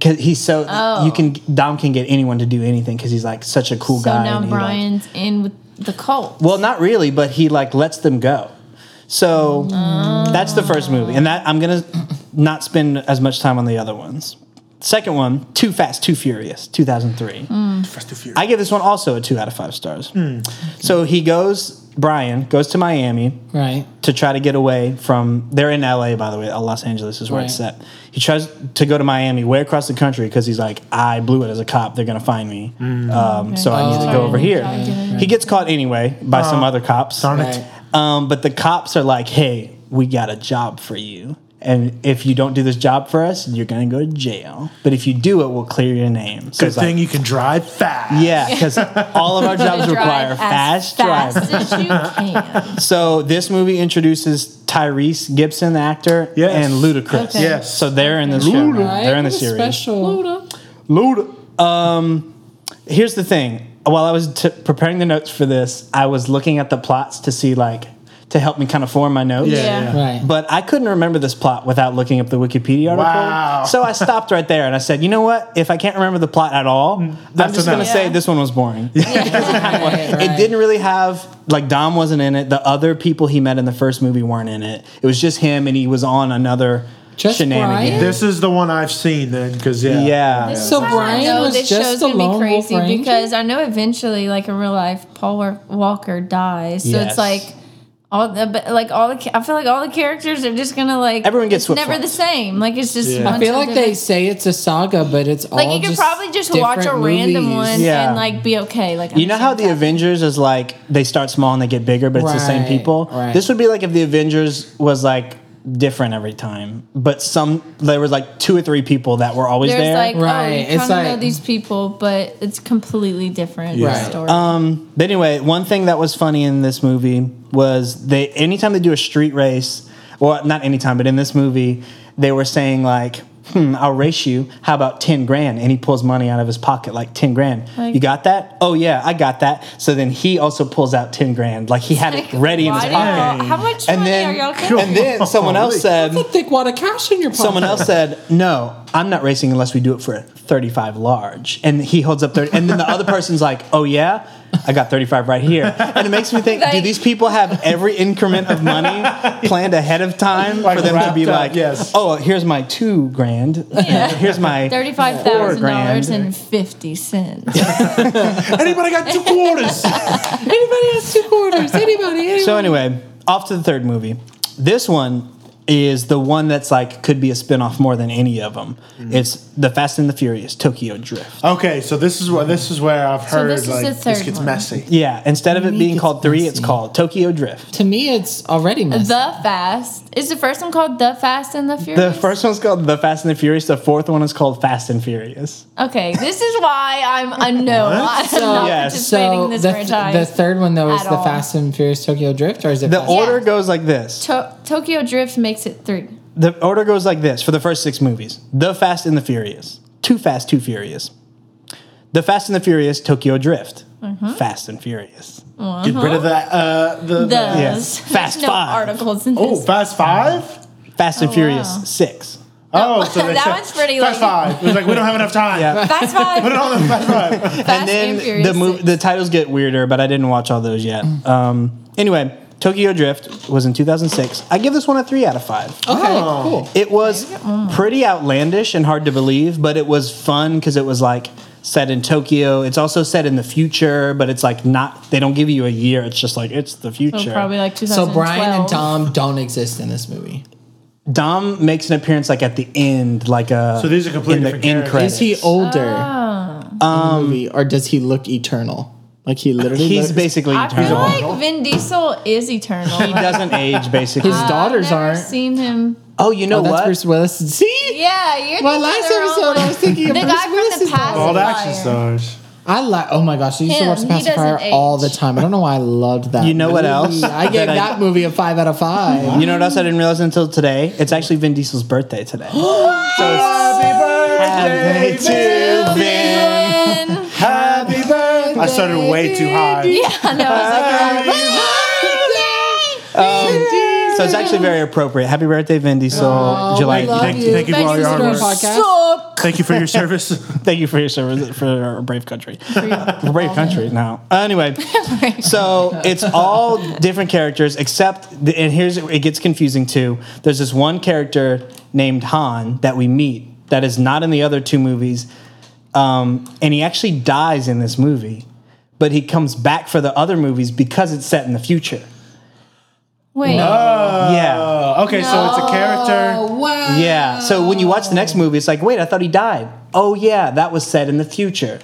Speaker 1: Cause he's so
Speaker 2: Oh.
Speaker 1: you can Dom can get anyone to do anything because he's like such a cool
Speaker 2: So
Speaker 1: guy.
Speaker 2: now
Speaker 1: and he, like-
Speaker 2: Brian's in with the cult.
Speaker 1: well, not really, but he like lets them go. So that's the first movie, and that I'm gonna not spend as much time on the other ones. Second one, Too Fast, Too Furious, 2003.
Speaker 3: Fast and Furious.
Speaker 1: I give this one also a two out of five stars. So he goes, Brian goes to Miami
Speaker 4: Right.
Speaker 1: to try to get away from. They're in LA, by the way. uh, Los Angeles is where it's
Speaker 4: Right.
Speaker 1: set. He tries to go to Miami, way across the country, because he's like, I blew it as a cop. They're gonna find me,
Speaker 3: Mm.
Speaker 1: um, so I need to go
Speaker 2: Oh.
Speaker 1: over here.
Speaker 2: Right.
Speaker 1: He gets caught anyway by
Speaker 3: Oh.
Speaker 1: some other cops.
Speaker 3: Darn it.
Speaker 4: Right.
Speaker 1: Um, but the cops are like, hey, we got a job for you. And if you don't do this job for us, you're going to go to jail. But if you do it, we'll clear your name. So
Speaker 3: Good
Speaker 1: it's like,
Speaker 3: thing you can drive fast.
Speaker 1: yeah, because all of our jobs require fast,
Speaker 2: drive. as
Speaker 1: driving.
Speaker 2: fast as you can.
Speaker 1: So this movie introduces Tyrese Gibson, the actor,
Speaker 3: Yes.
Speaker 1: and Ludacris.
Speaker 2: Okay.
Speaker 3: Yes.
Speaker 1: So they're in the show. now.
Speaker 4: Right,
Speaker 1: They're in the
Speaker 4: what a
Speaker 1: series.
Speaker 4: Special.
Speaker 1: Luda. Um, here's the thing. While I was t- preparing the notes for this, I was looking at the plots to see like to help me kind of form my notes.
Speaker 3: Yeah.
Speaker 2: Yeah.
Speaker 3: yeah.
Speaker 4: Right.
Speaker 1: But I couldn't remember this plot without looking up the Wikipedia article.
Speaker 3: Wow.
Speaker 1: So I stopped right there and I said, you know what? If I can't remember the plot at all, I'm
Speaker 3: Mm. that's
Speaker 1: just going to
Speaker 3: enough.
Speaker 1: say
Speaker 2: Yeah.
Speaker 1: this one was boring.
Speaker 4: Right,
Speaker 1: It
Speaker 4: right.
Speaker 1: didn't really have, like, Dom wasn't in it. The other people he met in the first movie weren't in it. It was just him and he was on another
Speaker 4: Just
Speaker 1: shenanigan.
Speaker 4: Brian?
Speaker 3: This is the one I've seen then, because yeah.
Speaker 1: Yeah.
Speaker 4: So
Speaker 2: I
Speaker 4: Brian
Speaker 2: know
Speaker 4: was
Speaker 2: this
Speaker 4: just
Speaker 2: show's
Speaker 4: the
Speaker 2: gonna be
Speaker 4: lone Wolf
Speaker 2: crazy
Speaker 4: Ranger?
Speaker 2: because I know eventually, like in real life, Paul Wa- Walker dies. So
Speaker 1: Yes.
Speaker 2: it's like all the but, like all the ca- I feel like all the characters are just gonna like
Speaker 1: Everyone gets
Speaker 2: it's never
Speaker 1: flip-flopped.
Speaker 2: the same. Like it's just
Speaker 3: Yeah.
Speaker 2: a bunch
Speaker 4: I feel
Speaker 2: of
Speaker 4: like
Speaker 2: different-
Speaker 4: they say it's a saga, but it's all
Speaker 2: like you could
Speaker 4: just
Speaker 2: probably just watch a
Speaker 4: different
Speaker 2: random
Speaker 4: movies.
Speaker 2: one
Speaker 1: Yeah.
Speaker 2: and like be okay. Like
Speaker 1: You know how the
Speaker 2: understand
Speaker 1: Avengers is like they start small and they get bigger, but it's the same
Speaker 4: Right,
Speaker 1: people.
Speaker 4: right.
Speaker 1: This would be like if the Avengers was like different every time, but some there was like two or three people that were always
Speaker 2: that. there's
Speaker 1: there.
Speaker 2: like
Speaker 4: Right,
Speaker 2: oh you
Speaker 4: it's
Speaker 2: kind of know
Speaker 4: like-
Speaker 2: these people, but it's completely different
Speaker 4: Yeah.
Speaker 2: story.
Speaker 1: Um, but anyway, one thing that was funny in this movie was they anytime they do a street race, well, not anytime, but in this movie, they were saying like. Hmm, I'll race you. How about 10 grand? And he pulls money out of his pocket, like 10 grand.
Speaker 2: Like-
Speaker 1: you got that? Oh, yeah, I got that. So then he also pulls out 10 grand. Like he had it
Speaker 2: Like,
Speaker 1: ready in
Speaker 2: why
Speaker 1: his
Speaker 2: do y'all-
Speaker 1: pocket.
Speaker 2: How much
Speaker 1: and
Speaker 2: money
Speaker 1: then,
Speaker 2: are y'all getting?
Speaker 1: and then someone else said,
Speaker 4: That's a thick wad of cash in your pocket.
Speaker 1: someone else said, no, I'm not racing unless we do it for a 35 large. And he holds up 30, and then the other person's like, oh yeah, I got 35 right here. And it makes me think, do
Speaker 2: Like-
Speaker 1: these people have every increment of money planned ahead of time
Speaker 3: Like
Speaker 1: for them to
Speaker 3: wrapped
Speaker 1: be
Speaker 3: up,
Speaker 1: like,
Speaker 3: yes.
Speaker 1: oh, here's my two grand,
Speaker 2: Yeah.
Speaker 1: here's my
Speaker 2: Thirty-five
Speaker 1: four
Speaker 2: thousand dollars
Speaker 1: grand.
Speaker 2: and fifty cents.
Speaker 3: Anybody got two quarters?
Speaker 4: Anybody has two quarters? Anybody? anybody.
Speaker 1: So anyway, off to the third movie. This one is the one that's like could be a spin-off more than any of them.
Speaker 3: Mm.
Speaker 1: It's The Fast and the Furious Tokyo Drift.
Speaker 3: okay, so this is where this is where I've
Speaker 2: So
Speaker 3: heard
Speaker 2: this is
Speaker 3: like
Speaker 2: the
Speaker 3: this
Speaker 2: third
Speaker 3: gets
Speaker 2: one.
Speaker 3: messy.
Speaker 1: Yeah, instead of it
Speaker 4: Make
Speaker 1: being
Speaker 4: it
Speaker 1: called 3, it's
Speaker 4: fancy.
Speaker 1: called Tokyo Drift.
Speaker 4: to me, it's already messy.
Speaker 2: The Fast is the first one called The Fast and the
Speaker 1: The
Speaker 2: Furious.
Speaker 1: first one's called The Fast and the Furious, the fourth one is called Fast and Furious.
Speaker 2: Okay, this is why I'm a no. I'm not
Speaker 1: Yes.
Speaker 2: participating
Speaker 4: so
Speaker 2: in this
Speaker 4: the, th- the
Speaker 2: franchise.
Speaker 4: third one though is
Speaker 2: at
Speaker 4: the
Speaker 2: all.
Speaker 4: Fast and Furious Tokyo Drift, or is it
Speaker 1: The
Speaker 4: Fast-
Speaker 1: order goes like this.
Speaker 2: to- Tokyo Drift makes it three.
Speaker 1: The order goes like this for the first 6 movies. The Fast and the Furious. Too Fast, Too Furious. The Fast and the Furious Tokyo Drift.
Speaker 2: Mm-hmm.
Speaker 1: Fast and Furious.
Speaker 3: Get rid of that. Uh, the, the-
Speaker 2: Uh-huh. The
Speaker 1: Yes. Fast
Speaker 2: no
Speaker 1: Five.
Speaker 2: articles in
Speaker 3: oh,
Speaker 2: this.
Speaker 3: Fast Five.
Speaker 1: Fast and
Speaker 2: Oh,
Speaker 1: Furious
Speaker 2: wow.
Speaker 1: 6.
Speaker 3: Oh, so they
Speaker 2: that
Speaker 3: said-
Speaker 2: one's pretty,
Speaker 3: Fast
Speaker 2: like-
Speaker 3: Five. It was like we don't have enough time.
Speaker 1: Yeah.
Speaker 2: Fast Five.
Speaker 3: Put it on the Fast Five.
Speaker 2: Fast
Speaker 1: and then
Speaker 2: Furious
Speaker 1: the mov-
Speaker 2: six.
Speaker 1: the titles get weirder, but I didn't watch all those yet. Um, anyway, Tokyo Drift was in 2006. I give this one a 3 out of 5.
Speaker 4: Okay, cool.
Speaker 1: It was
Speaker 4: Mm.
Speaker 1: pretty outlandish and hard to believe, but it was fun because it was like set in Tokyo. It's also set in the future, but it's like not, they don't give you a year. It's just like, it's the future.
Speaker 2: So probably like 2012.
Speaker 4: So Brian and Dom don't exist in this movie.
Speaker 1: Dom makes an appearance like at the end, like a.
Speaker 3: So these are completely
Speaker 1: in the
Speaker 3: different
Speaker 1: end
Speaker 3: characters.
Speaker 4: Is he
Speaker 1: credits.
Speaker 4: older
Speaker 2: Ah.
Speaker 1: Um,
Speaker 4: in the movie, or does he look eternal? Like he literally.
Speaker 1: He's
Speaker 4: looks-
Speaker 1: basically
Speaker 2: I feel
Speaker 1: eternal.
Speaker 2: like Vin Diesel is eternal.
Speaker 1: he doesn't age, basically.
Speaker 4: His daughters
Speaker 2: I've never
Speaker 4: aren't.
Speaker 2: seen him.
Speaker 1: oh, you know
Speaker 4: Oh, that's
Speaker 1: what?
Speaker 4: Bruce Willis. See,
Speaker 2: Yeah, you're
Speaker 4: my
Speaker 2: thinking
Speaker 4: last
Speaker 2: of the wrong
Speaker 4: episode, I
Speaker 2: one.
Speaker 4: was thinking of
Speaker 2: The
Speaker 4: Bruce
Speaker 2: guy from
Speaker 4: Willis's
Speaker 2: the past.
Speaker 4: daughter.
Speaker 3: All the
Speaker 2: Liar.
Speaker 3: action stars.
Speaker 4: I like. Oh my gosh, I used
Speaker 2: Him,
Speaker 4: to watch
Speaker 2: he
Speaker 4: Pass the Fire
Speaker 2: doesn't age.
Speaker 4: all the time. I don't know why I loved that.
Speaker 1: You know what
Speaker 4: movie.
Speaker 1: else?
Speaker 4: I gave
Speaker 1: That I-
Speaker 4: that movie a five out of five.
Speaker 1: You know what else I didn't realize until today? It's actually Vin Diesel's birthday today. so it's
Speaker 3: Happy
Speaker 1: Happy to Vin.
Speaker 2: And-
Speaker 3: Happy birthday. I started way too high.
Speaker 2: yeah, no, I was like, "Oh,
Speaker 3: Um,
Speaker 1: So it's actually very appropriate. Happy birthday, Vin Diesel. July.
Speaker 4: Oh, we love
Speaker 1: Thank,
Speaker 3: Thank, thank you for all your
Speaker 4: Thanks for
Speaker 3: hard
Speaker 4: listening to our
Speaker 3: work.
Speaker 4: podcast.
Speaker 2: Suck.
Speaker 3: Thank you for your service.
Speaker 1: thank you for your service for our brave country. For brave country now. Anyway, so it's all different characters except, the, and here's it gets confusing too. There's this one character named Han that we meet that is not in the other two movies, um, and he actually dies in this movie, but he comes back for the other movies because it's set in the future.
Speaker 2: Wait,
Speaker 1: yeah.
Speaker 3: Oh, okay, so it's a character.
Speaker 4: Oh wow!
Speaker 1: Yeah. So when you watch the next movie, it's like, wait, I thought he died. Oh yeah, that was set in the future.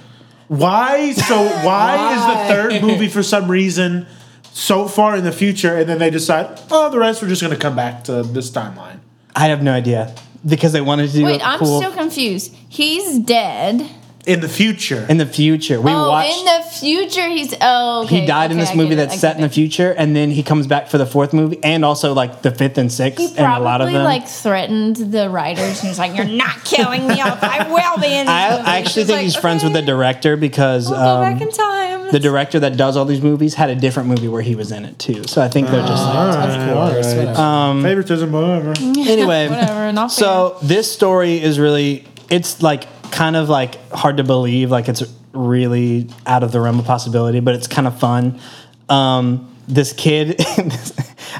Speaker 3: Why? So why is the third movie for some reason so far in the future, and then they decide, oh, the rest we're just going to come back to this timeline.
Speaker 1: I have no idea because they wanted to do
Speaker 2: wait,
Speaker 1: it
Speaker 2: I'm
Speaker 1: cool
Speaker 2: still confused. He's dead.
Speaker 3: In the future.
Speaker 1: in the future. We
Speaker 2: oh,
Speaker 1: watched.
Speaker 2: in the future, he's oh. okay,
Speaker 1: he died in
Speaker 2: okay,
Speaker 1: this
Speaker 2: I
Speaker 1: movie
Speaker 2: get it, I
Speaker 1: that's set
Speaker 2: get
Speaker 1: in the
Speaker 2: it.
Speaker 1: future, and then he comes back for the fourth movie, and also like the fifth and sixth,
Speaker 2: He
Speaker 1: and a lot of
Speaker 2: probably
Speaker 1: them.
Speaker 2: like threatened the writers and he's like, "You're not killing me off. I will be in." This
Speaker 1: I,
Speaker 2: movie."
Speaker 1: I actually think
Speaker 2: like,
Speaker 1: he's friends with the
Speaker 2: "Okay,
Speaker 1: director because
Speaker 2: I'll go
Speaker 1: um,
Speaker 2: back in time.
Speaker 1: the director that does all these movies had a different movie where he was in it too. So I think they're just like
Speaker 4: Of course. whatever.
Speaker 3: Uh, Favoritism, whatever.
Speaker 1: anyway.
Speaker 2: Whatever, not
Speaker 1: So this story is really it's like kind of like hard to believe, like it's really out of the realm of possibility, but it's kind of fun. Um, this kid,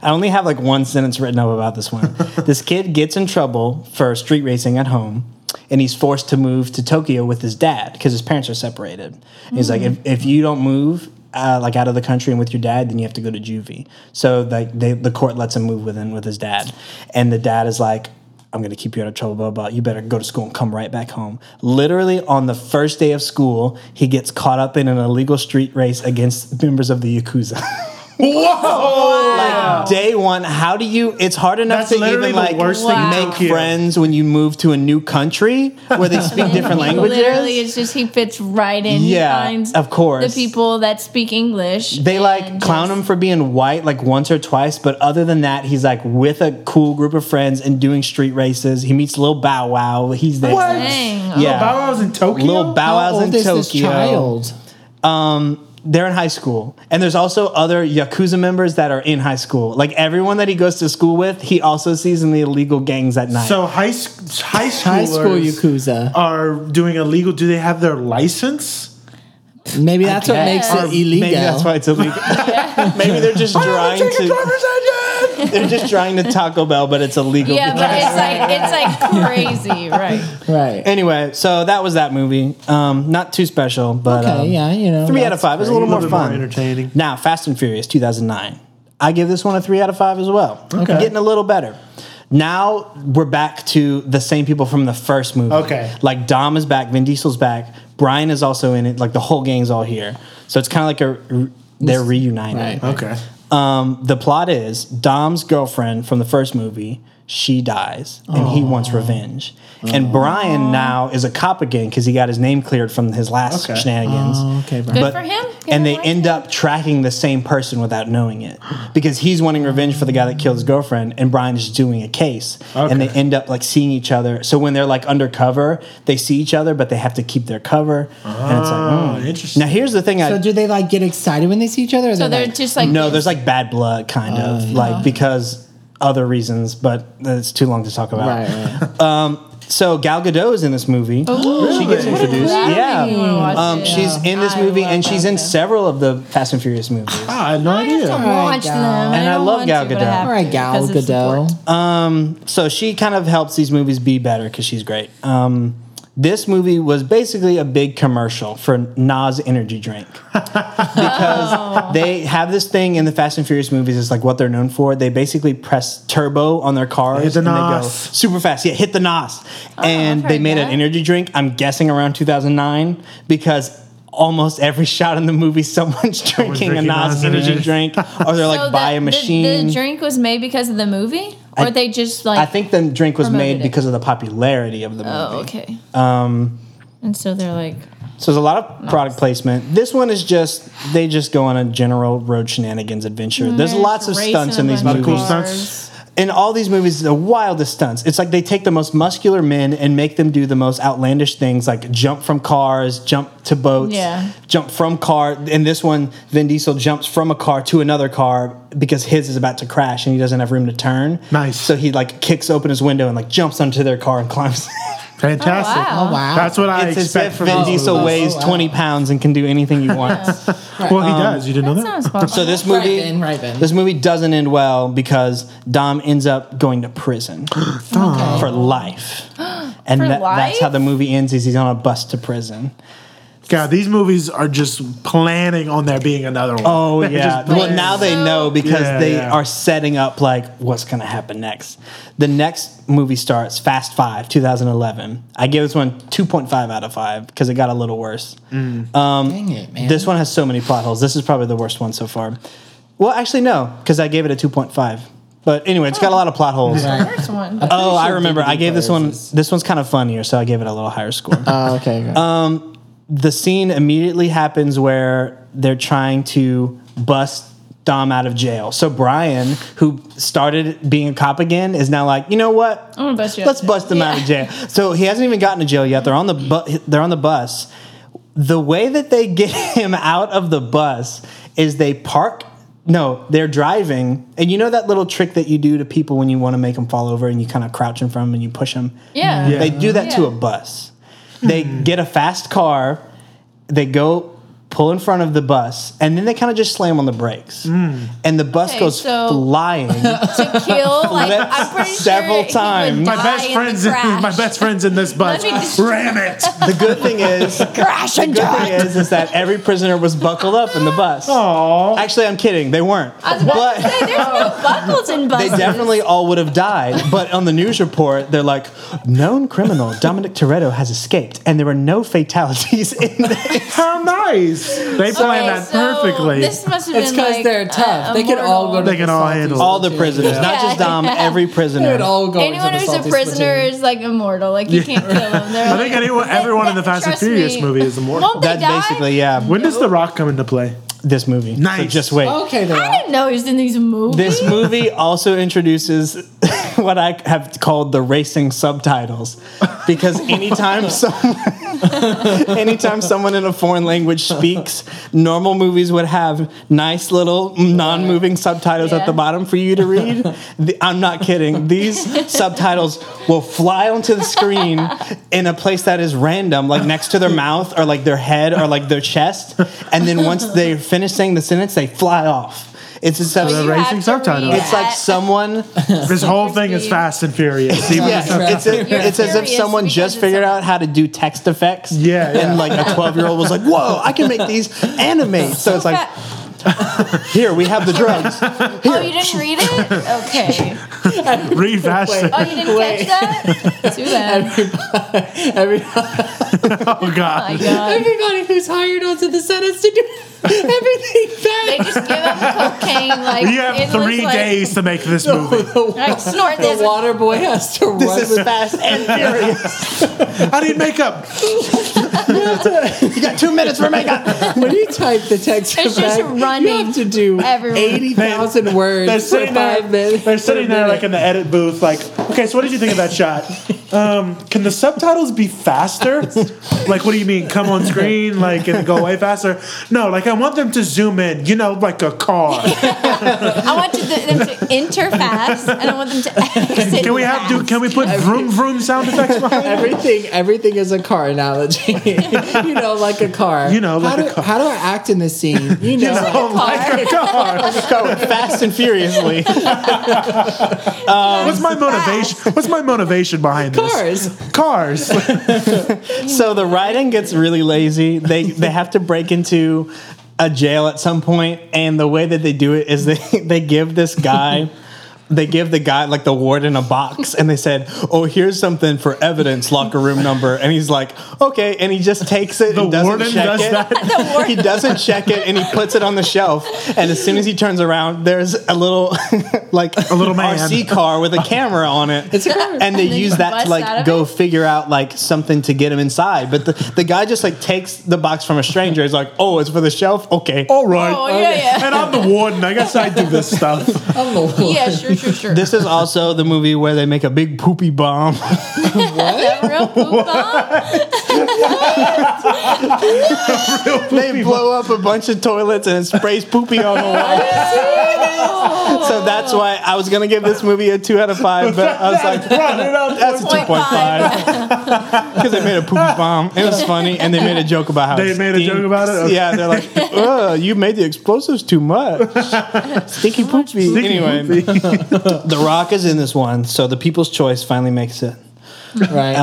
Speaker 1: I only have like one sentence written up about this one. this kid gets in trouble for street racing at home. And he's forced to move to Tokyo with his dad because his parents are separated. And He's like, if, if you don't move uh, like out of the country and with your dad, then you have to go to juvie. So like they, the court lets him move with him with his dad, and the dad is like, I'm gonna keep you out of trouble, blah, blah. blah. You better go to school and come right back home. Literally on the first day of school, he gets caught up in an illegal street race against members of the Yakuza.
Speaker 3: Whoa!
Speaker 1: day one, how do you it's hard enough
Speaker 3: That's
Speaker 1: to
Speaker 3: literally
Speaker 1: even
Speaker 3: the
Speaker 1: like
Speaker 3: worst
Speaker 2: thing in
Speaker 1: make
Speaker 3: Tokyo.
Speaker 1: friends when you move to a new country where they speak different
Speaker 2: He
Speaker 1: languages.
Speaker 2: Literally, it's just he fits right in. He
Speaker 1: Yeah,
Speaker 2: finds
Speaker 1: of course.
Speaker 2: the people that speak English.
Speaker 1: They like
Speaker 2: and
Speaker 1: clown
Speaker 2: just-
Speaker 1: him for being white like once or twice, but other than that, he's like with a cool group of friends and doing street races. He meets Lil Bow Wow. He's there.
Speaker 3: What?
Speaker 2: Dang.
Speaker 1: Yeah.
Speaker 3: Little Bow Wow's in Tokyo?
Speaker 1: Lil Bow
Speaker 4: How
Speaker 1: Wow's in
Speaker 4: old is
Speaker 1: Tokyo.
Speaker 4: this child?
Speaker 1: They're in high school. And there's also other Yakuza members that are in high school. Like everyone that he goes to school with, he also sees in the illegal gangs at night.
Speaker 3: So high, sc- high, schoolers
Speaker 4: High school yakuza.
Speaker 3: are doing illegal. Do they have their license?
Speaker 4: Maybe that's what makes
Speaker 1: Or
Speaker 4: it illegal.
Speaker 1: Maybe that's why it's illegal. maybe they're just trying to they're just trying to Taco Bell, but it's illegal.
Speaker 2: Yeah, but it's like it's like crazy, right?
Speaker 4: right.
Speaker 1: anyway, so that was that movie. Um, not too special, but
Speaker 4: okay.
Speaker 1: um,
Speaker 4: yeah. You know.
Speaker 1: Three out of
Speaker 4: that's-
Speaker 1: five. It was a little,
Speaker 3: A
Speaker 1: more
Speaker 3: little bit more
Speaker 1: fun,
Speaker 3: entertaining.
Speaker 1: Now, Fast and Furious, two thousand nine. I give this one a three out of five as well.
Speaker 3: Okay.
Speaker 1: getting a little better. Now we're back to the same people from the first movie.
Speaker 3: Okay.
Speaker 1: like Dom is back, Vin Diesel's back, Brian is also in it. Like the whole gang's all here, so it's kind of like a they're reunited.
Speaker 4: Right.
Speaker 3: Okay.
Speaker 1: Um, the plot is Dom's girlfriend from the first movie. she dies and he
Speaker 3: Oh.
Speaker 1: wants revenge. And
Speaker 4: Oh.
Speaker 1: Brian now is a cop again because he got his name cleared from his last
Speaker 3: Okay.
Speaker 1: shenanigans.
Speaker 4: Oh, okay,
Speaker 2: Good
Speaker 4: Brian.
Speaker 1: But-
Speaker 2: for him.
Speaker 1: And they
Speaker 2: Good
Speaker 1: end
Speaker 2: for
Speaker 1: up tracking the same person without knowing it because he's wanting revenge for the guy that killed his girlfriend, and Brian is doing a case. And they
Speaker 3: Okay.
Speaker 1: end up like seeing each other. So when they're like undercover, they see each other, but they have to keep their cover. and it's
Speaker 3: Ah,
Speaker 1: like, mm.
Speaker 3: interesting.
Speaker 1: Now here's the thing I
Speaker 4: so do they like get excited when they see each other? Or
Speaker 2: So they're
Speaker 4: like,
Speaker 2: just like
Speaker 1: no, there's like bad blood, kind of like because other reasons, but it's too long to talk about.
Speaker 4: right, right.
Speaker 1: So Gal Gadot is in this movie. She gets
Speaker 2: What
Speaker 1: introduced.
Speaker 2: a movie. I Oh, don't even wanna
Speaker 1: Yeah,
Speaker 2: watch
Speaker 1: um,
Speaker 2: it.
Speaker 1: she's in this
Speaker 2: I
Speaker 1: movie,
Speaker 2: love
Speaker 1: and she's in
Speaker 2: Gal Gadot.
Speaker 1: several of the Fast and Furious movies.
Speaker 3: Ah, I had no
Speaker 2: I have to
Speaker 3: idea.
Speaker 2: watch
Speaker 4: Gal.
Speaker 2: them.
Speaker 1: And I
Speaker 2: don't
Speaker 1: love
Speaker 2: want
Speaker 1: Gal
Speaker 2: to, but I
Speaker 1: Gadot.
Speaker 2: have
Speaker 4: All
Speaker 2: to
Speaker 4: right, Gal
Speaker 2: because it's important.
Speaker 4: Gadot.
Speaker 1: so she kind of helps these movies be better because she's great. Um, this movie was basically a big commercial for Nas energy drink because they have this thing in the Fast and Furious movies. It's like what they're known for. They basically press turbo on their cars
Speaker 3: Hit the
Speaker 1: and they go
Speaker 3: Nas.
Speaker 1: super fast. Yeah, hit the
Speaker 2: Oh,
Speaker 1: Nas, and
Speaker 2: I've
Speaker 1: they
Speaker 2: heard
Speaker 1: made an
Speaker 2: that.
Speaker 1: energy drink. I'm guessing around 2009 because. Almost every shot in the movie, someone's drinking a
Speaker 3: drinking
Speaker 1: Nas
Speaker 3: Nas
Speaker 1: energy
Speaker 3: energy.
Speaker 1: drink, or they're like
Speaker 2: So
Speaker 1: buy
Speaker 2: the-
Speaker 1: a
Speaker 2: the-
Speaker 1: machine.
Speaker 2: The, drink was made because of the movie, or
Speaker 1: I-
Speaker 2: they just like.
Speaker 1: I think the drink was
Speaker 2: promoted
Speaker 1: made
Speaker 2: it.
Speaker 1: because of the popularity of the movie.
Speaker 2: Oh, okay.
Speaker 1: um,
Speaker 2: And so they're like,
Speaker 1: So there's a lot of product placement. This one is just they just go on a general road shenanigans adventure. There's
Speaker 2: "There's
Speaker 1: lots of
Speaker 2: racing
Speaker 1: stunts in
Speaker 2: a
Speaker 1: these
Speaker 2: bunch of
Speaker 1: movies.
Speaker 3: Cool stunts.
Speaker 2: cars."
Speaker 1: In all these movies, the wildest stunts. It's like they take the most muscular men and make them do the most outlandish things, like jump from cars, jump to boats,
Speaker 2: Yeah.
Speaker 1: jump from car. In this one, Vin Diesel jumps from a car to another car because his is about to crash and he doesn't have room to turn.
Speaker 3: Nice.
Speaker 1: So he like kicks open his window and like jumps onto their car and climbs.
Speaker 3: Fantastic.
Speaker 2: Oh,
Speaker 4: Oh wow.
Speaker 3: That's what I
Speaker 1: it's as
Speaker 3: expect
Speaker 1: if
Speaker 3: from
Speaker 1: Vin
Speaker 3: this
Speaker 1: Diesel
Speaker 3: movie.
Speaker 1: weighs
Speaker 4: wow.
Speaker 1: 20 pounds and can do anything he wants.
Speaker 3: Well,
Speaker 1: Um,
Speaker 3: he does. You didn't know
Speaker 2: That
Speaker 3: that?
Speaker 2: sounds possible.
Speaker 1: So this
Speaker 4: Right,
Speaker 1: movie,
Speaker 4: Ben, right, Ben.
Speaker 1: this movie doesn't end well because Dom ends up going to prison for life, and
Speaker 2: For
Speaker 1: that- that's how
Speaker 2: life?
Speaker 1: the movie ends. Is he's on a bus to prison?
Speaker 3: God, these movies are just planning on there being another one.
Speaker 1: Oh
Speaker 3: They're
Speaker 1: yeah.
Speaker 3: just
Speaker 1: Well,
Speaker 3: planning.
Speaker 1: now they know because
Speaker 3: Yeah,
Speaker 1: they
Speaker 3: yeah.
Speaker 1: are setting up like what's gonna happen next. The next movie starts Fast Five, 2011. I give this one 2.5 out of five because it got a little worse.
Speaker 4: Dang it, man.
Speaker 1: This one has so many plot holes. This is probably the worst one so far. Well, actually, no, because I gave it a 2.5. But anyway, it's got a lot of plot holes.
Speaker 4: Right.
Speaker 2: First one.
Speaker 1: Oh, I
Speaker 4: sure
Speaker 1: remember. I
Speaker 4: DVD
Speaker 1: gave this
Speaker 4: players
Speaker 1: one.
Speaker 4: is-
Speaker 1: This one's kind of funnier, so I gave it a little higher score.
Speaker 4: Oh, okay. okay.
Speaker 1: um, the scene immediately happens where they're trying to bust Dom out of jail. So Brian, who started being a cop again, is now like, you know what?
Speaker 2: I'm gonna bust you.
Speaker 1: Let's
Speaker 2: out.
Speaker 1: bust him out of jail. So he hasn't even gotten to jail yet. They're on the bu- they're on the bus. The way that they get him out of the bus is they park. No, they're driving, and you know that little trick that you do to people when you want to make them fall over, and you kind of crouch in front of them and you push them.
Speaker 2: Yeah.
Speaker 3: Yeah.
Speaker 1: They do that to
Speaker 2: Yeah.
Speaker 1: a bus. They get a fast car, they go pull in front of the bus, and then they kind of just slam on the brakes. And the bus
Speaker 2: Okay,
Speaker 1: goes
Speaker 2: so-
Speaker 1: flying.
Speaker 2: To kill, like
Speaker 1: Flips
Speaker 2: I'm pretty
Speaker 1: several
Speaker 2: sure he would
Speaker 1: times.
Speaker 2: die
Speaker 3: my best
Speaker 2: in
Speaker 3: friends,
Speaker 2: the
Speaker 3: in, my
Speaker 2: crash.
Speaker 3: best friends in this bus.
Speaker 2: Let me just-
Speaker 3: Ram it!
Speaker 1: the good thing is,
Speaker 4: Crash
Speaker 1: the good thing is, is that every prisoner was buckled up in the bus.
Speaker 3: Aww.
Speaker 1: Actually, I'm kidding. They weren't.
Speaker 2: I was about
Speaker 1: But-
Speaker 2: to say, there's no buckles in
Speaker 1: They
Speaker 2: buses.
Speaker 1: definitely all would have died, but on the news report, they're like, known criminal Dominic Toretto has escaped, and there were no fatalities in this.
Speaker 3: How nice! They planned that
Speaker 2: so
Speaker 3: perfectly.
Speaker 2: This must have
Speaker 4: It's
Speaker 2: been
Speaker 4: because
Speaker 2: like
Speaker 4: they're
Speaker 2: a-
Speaker 4: tough.
Speaker 2: a
Speaker 4: they could all go
Speaker 2: mortal-
Speaker 4: to
Speaker 3: They can
Speaker 4: the
Speaker 3: all
Speaker 4: salty
Speaker 3: handle it.
Speaker 1: All the
Speaker 4: solution.
Speaker 1: prisoners, not
Speaker 2: Yeah.
Speaker 1: just Dom, every
Speaker 4: They
Speaker 1: prisoner.
Speaker 4: would all go
Speaker 2: Anyone
Speaker 4: into
Speaker 2: who's
Speaker 4: the
Speaker 2: a
Speaker 4: salty
Speaker 2: prisoner
Speaker 4: solution.
Speaker 2: is like immortal. Like you can't kill them. They're
Speaker 3: I
Speaker 2: like-
Speaker 3: think anyone, everyone in the Fast and
Speaker 2: Trust
Speaker 3: Furious
Speaker 2: me.
Speaker 3: movie is immortal.
Speaker 2: Won't they
Speaker 1: That
Speaker 2: die?
Speaker 1: basically, yeah,
Speaker 3: When does The Rock come into play?
Speaker 1: this movie. So
Speaker 3: Nice.
Speaker 1: just wait.
Speaker 4: Okay,
Speaker 2: I
Speaker 4: then.
Speaker 2: didn't know he was in these movies.
Speaker 1: This movie also introduces what I have called the racing subtitles, because anytime someone, anytime someone in a foreign language speaks, normal movies would have nice little non-moving subtitles at
Speaker 2: Yeah.
Speaker 1: the bottom for you to read. The- I'm not kidding. These subtitles will fly onto the screen in a place that is random, like next to their mouth or like their head or like their chest, and then once they finish saying the sentence, they fly off. It's just
Speaker 2: You
Speaker 3: The
Speaker 2: have
Speaker 3: racing
Speaker 2: to
Speaker 3: subtitles.
Speaker 2: read
Speaker 1: it's like
Speaker 2: that.
Speaker 1: someone.
Speaker 3: This whole thing is Fast and Furious. Even
Speaker 1: Yeah,
Speaker 3: the sub-
Speaker 1: it's,
Speaker 2: You're
Speaker 1: it's as if
Speaker 2: furious
Speaker 1: someone
Speaker 2: because
Speaker 1: just
Speaker 2: it's
Speaker 1: figured
Speaker 2: a-
Speaker 1: out how to do text effects.
Speaker 3: Yeah, yeah.
Speaker 1: And like a 12 year old was like, whoa, I can make these animate. So it's like,
Speaker 2: Fa-
Speaker 1: Here we have the drugs.
Speaker 2: Oh, you didn't read it? Okay.
Speaker 3: Read faster.
Speaker 2: Oh, you didn't
Speaker 4: Wait.
Speaker 2: catch that? Too bad.
Speaker 4: Everybody, everybody,
Speaker 3: Oh
Speaker 2: Oh my
Speaker 3: god.
Speaker 2: god.
Speaker 4: everybody who's hired onto the sentence to do everything
Speaker 2: They
Speaker 4: back.
Speaker 2: just give him cocaine like
Speaker 3: You have
Speaker 2: endless,
Speaker 3: three
Speaker 2: like,
Speaker 3: days to make this movie.
Speaker 2: Like snort
Speaker 4: The
Speaker 2: this.
Speaker 4: water boy has to run
Speaker 1: This is
Speaker 4: with
Speaker 1: fast and furious.
Speaker 3: I need makeup.
Speaker 1: You got two minutes for makeup.
Speaker 4: when you type the text.
Speaker 2: It's
Speaker 4: back,
Speaker 2: just
Speaker 4: You
Speaker 2: running
Speaker 4: have to do
Speaker 2: everywhere.
Speaker 4: eighty thousand words.
Speaker 3: They're
Speaker 4: for
Speaker 3: sitting there.
Speaker 4: five minutes.
Speaker 3: They're sitting there like in
Speaker 4: a
Speaker 3: the edit booth, like, okay, so what did you think of that shot? Um, can the subtitles be faster? like, what do you mean? Come on screen, like, and go way faster? No, like, I want them to zoom in, you know, like a car.
Speaker 2: I want to, them to enter fast, and I want them to exit.
Speaker 3: Can we have?
Speaker 2: fast.
Speaker 3: Do, can we put vroom vroom sound effects behind?
Speaker 4: Everything, everything is a car analogy. you know, like a car.
Speaker 3: You know,
Speaker 4: how
Speaker 3: like a
Speaker 4: do,
Speaker 3: car.
Speaker 4: How do I act in this scene? You know,
Speaker 3: Oh, like a car.
Speaker 1: Go fast and furiously.
Speaker 3: What's my motivation? What's my motivation behind
Speaker 4: cars.
Speaker 3: this? Cars.
Speaker 1: So the writing gets really lazy. They they have to break into a jail at some point, and the way that they do it is they they give this guy. They give the guy like the warden a box, and they said, "Oh, here's something for evidence, locker room number." And he's like, "Okay," and he just takes it.
Speaker 3: The
Speaker 1: and doesn't
Speaker 3: warden
Speaker 1: check
Speaker 3: does
Speaker 1: it.
Speaker 3: that?
Speaker 2: The war-
Speaker 1: He doesn't check it, and he puts it on the shelf. And as soon as he turns around, there's a little, like a
Speaker 3: little man.
Speaker 1: RC car with a camera on it
Speaker 4: It's a car.
Speaker 1: and they
Speaker 2: And then
Speaker 1: use
Speaker 2: you
Speaker 1: that
Speaker 2: bust
Speaker 1: to
Speaker 2: out
Speaker 1: like
Speaker 2: of
Speaker 1: go
Speaker 2: it?
Speaker 1: figure out like something to get him inside. But the, the guy just like takes the box from a stranger. He's like, "Oh, it's for the shelf. Okay."
Speaker 3: All right.
Speaker 2: Oh yeah, yeah,
Speaker 3: And I'm the warden. I guess I do this stuff.
Speaker 4: I'm the one.
Speaker 2: yeah. Sure, sure, sure.
Speaker 1: This is also the movie where they make a big poopy bomb.
Speaker 2: that real poop bomb?
Speaker 1: they blow up a bunch of toilets and it sprays poopy on the wall. so that's why I was gonna give this movie a two out of five, but I was like, "That's a two point five because they made a poopy bomb. It was funny, and they made a joke about how
Speaker 3: They
Speaker 1: it
Speaker 3: made a
Speaker 1: stinks.
Speaker 3: joke about it? Okay.
Speaker 1: Yeah, they're like, "Ugh, you made the explosives too much." Stinky poopy. anyway, The Rock is in this one, so the People's Choice finally makes it.
Speaker 4: Right.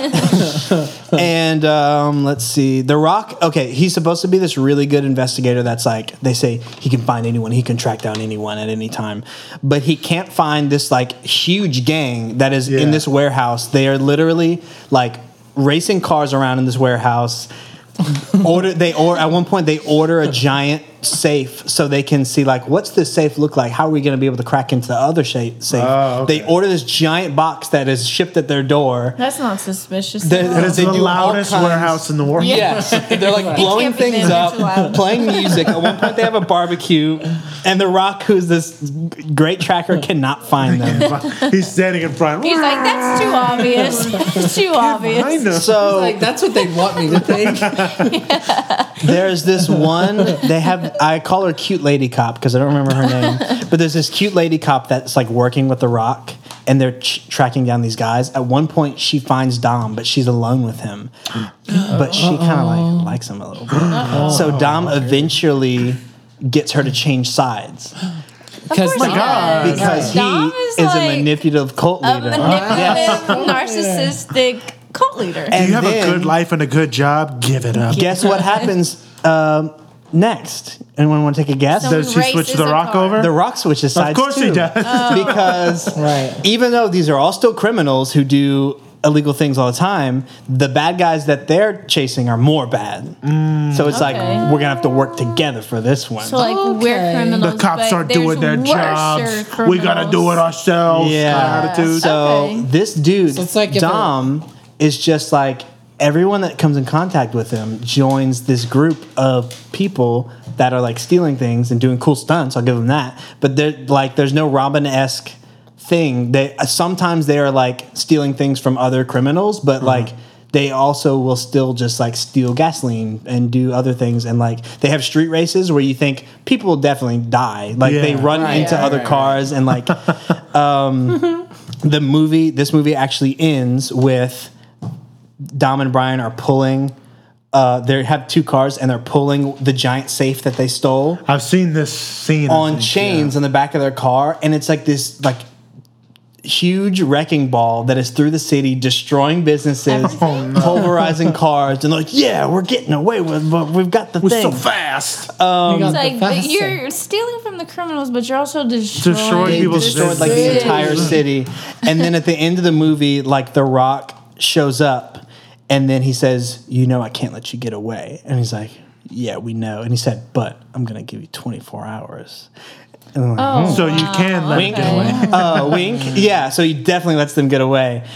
Speaker 1: And um, let's see, The Rock. Okay, he's supposed to be this really good investigator. That's like they say he can find anyone, he can track down anyone at any time, but he can't find this like huge gang that is
Speaker 3: Yeah.
Speaker 1: in this warehouse. They are literally like racing cars around in this warehouse. order they or at one point they order a giant safe so they can see like what's this safe look like how are we going to be able to crack into the other shape safe
Speaker 3: Oh, okay.
Speaker 1: they order this giant box that is shipped at their door
Speaker 2: That's not suspicious.
Speaker 1: They-
Speaker 2: at all.
Speaker 1: they
Speaker 3: It's
Speaker 1: do
Speaker 3: the
Speaker 1: all
Speaker 3: loudest
Speaker 1: kinds-
Speaker 3: warehouse in the world.
Speaker 2: Yeah.
Speaker 1: Yes, they're like blowing
Speaker 2: can't be
Speaker 1: things
Speaker 2: managed
Speaker 1: up,
Speaker 2: well.
Speaker 1: playing music. At one point, they have a barbecue, and The Rock, who's this great tracker, cannot find them.
Speaker 3: He's standing in front.
Speaker 2: He's like, that's too obvious. That's too
Speaker 3: I
Speaker 2: obvious.
Speaker 3: know.
Speaker 1: So
Speaker 4: like that's what they want me to think.
Speaker 1: there's this one. They have I call her cute lady cop because I don't remember her name. But there's this cute lady cop that's like working with The Rock, and they're ch- tracking down these guys. At one point, she finds Dom, but she's alone with him. But she kind of like likes him a little bit. So Dom eventually gets her to change sides.
Speaker 4: Because
Speaker 2: course God.
Speaker 4: Dom-
Speaker 1: because
Speaker 2: Dom
Speaker 1: he is,
Speaker 2: is
Speaker 1: a
Speaker 2: like
Speaker 1: manipulative cult
Speaker 2: A
Speaker 1: leader.
Speaker 2: Uh-huh. manipulative, narcissistic cult leader.
Speaker 1: And
Speaker 3: you have
Speaker 1: then,
Speaker 3: a good life and a good job. Give it up.
Speaker 1: Guess what happens um, next? Anyone want to take a guess?
Speaker 2: Someone-
Speaker 3: Does he
Speaker 2: Race
Speaker 3: switch
Speaker 2: is
Speaker 3: the
Speaker 2: a
Speaker 3: rock
Speaker 2: car.
Speaker 1: the
Speaker 3: over?
Speaker 1: Rock switches sides.
Speaker 3: Of course
Speaker 1: too,
Speaker 3: he does.
Speaker 2: Oh.
Speaker 1: Because
Speaker 4: Right.
Speaker 1: even though these are all still criminals who do illegal things all the time, the bad guys that they're chasing are more bad. so it's like
Speaker 2: Okay.
Speaker 1: we're gonna have to work together for this one.
Speaker 2: So like we're
Speaker 4: Okay.
Speaker 2: criminals.
Speaker 3: The cops
Speaker 2: but
Speaker 3: aren't doing their
Speaker 2: there's
Speaker 3: jobs.
Speaker 2: worser
Speaker 3: We gotta
Speaker 2: criminals.
Speaker 3: do it ourselves.
Speaker 1: yeah.
Speaker 3: Kind of attitude.
Speaker 1: So
Speaker 2: Okay.
Speaker 1: this dude,
Speaker 4: it's like if
Speaker 1: Dom, is just like everyone that comes in contact with him joins this group of people that are like stealing things and doing cool stunts. I'll give him that. But they're like, there's no Robin esque thing. They sometimes they are like stealing things from other criminals, but
Speaker 4: Mm-hmm.
Speaker 1: like. They also will still just like steal gasoline and do other things, and like they have street races where you think people will definitely die. Like they
Speaker 3: Yeah.
Speaker 1: run
Speaker 4: Right,
Speaker 1: into
Speaker 4: right,
Speaker 1: other
Speaker 4: right, right.
Speaker 1: cars, and like the movie this movie actually ends with Dom and Brian are pulling uh, they have two cars and they're pulling the giant safe that they stole
Speaker 3: I've seen this scene I
Speaker 1: on
Speaker 3: think,
Speaker 1: chains on the back of their car and it's like this like huge wrecking ball that is through the city, destroying businesses,
Speaker 2: Oh,
Speaker 1: pulverizing cars, and like, yeah, we're getting away with, but we've got the
Speaker 3: We're
Speaker 1: thing.
Speaker 3: so fast.
Speaker 4: Um,
Speaker 2: It's like that you're stealing from the criminals, but you're also destroying, Oh,
Speaker 3: Destroying
Speaker 4: people-
Speaker 3: people's
Speaker 1: destroyed like
Speaker 4: City.
Speaker 1: the entire city. And then at the end of the movie, like The Rock shows up and then he says, You know, I can't let you get away. And he's like, Yeah, we know. And he said, But I'm going to give you 24 hours. And I'm like,
Speaker 2: Oh,
Speaker 3: So you can let it
Speaker 1: Wink.
Speaker 3: go.
Speaker 1: Oh, wink. Yeah, so he definitely lets them get away.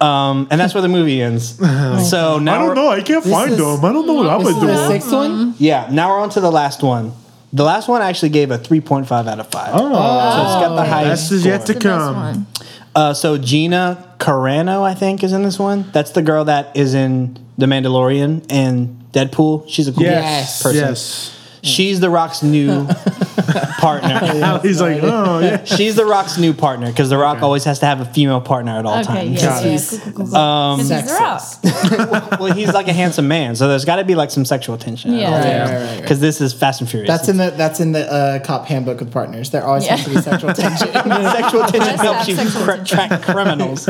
Speaker 1: Um, and that's where the movie ends. So now
Speaker 3: I don't
Speaker 1: we're-
Speaker 3: know. I can't find
Speaker 4: is-
Speaker 3: them. I don't know what I'm
Speaker 4: This is
Speaker 3: gonna do.
Speaker 4: the sixth one.
Speaker 1: Yeah, now we're on to the last one. The last one I actually gave a 3.5 out of 5.
Speaker 3: Oh.
Speaker 1: so it's got the highest.
Speaker 3: That's just yet
Speaker 1: score.
Speaker 3: to
Speaker 2: the best
Speaker 3: come.
Speaker 2: one.
Speaker 1: Uh, so Gina Carano, I think, is in this one. That's the girl that is in The Mandalorian and Deadpool. She's a cool
Speaker 4: Yes.
Speaker 1: person.
Speaker 3: Yes.
Speaker 1: She's The Rock's new partner.
Speaker 3: He's like, oh yeah.
Speaker 1: She's The Rock's new partner because The Rock always has to have a female partner at all
Speaker 2: Okay,
Speaker 1: times.
Speaker 2: yeah, yeah, yeah.
Speaker 4: Jeez.
Speaker 2: Cool, cool, cool, cool. Um, he's the rock.
Speaker 1: Well, he's like a handsome man, so there's got to be like some sexual tension.
Speaker 2: Yeah.
Speaker 4: Right, right, right, right.
Speaker 1: Because this is Fast and Furious.
Speaker 4: That's in the that's in the uh, cop handbook with partners. There always
Speaker 2: Yeah.
Speaker 4: has to be sexual tension.
Speaker 1: sexual tension
Speaker 2: Let's
Speaker 1: helps
Speaker 2: have
Speaker 1: you
Speaker 2: sexual
Speaker 1: cr-
Speaker 2: tension.
Speaker 1: track criminals.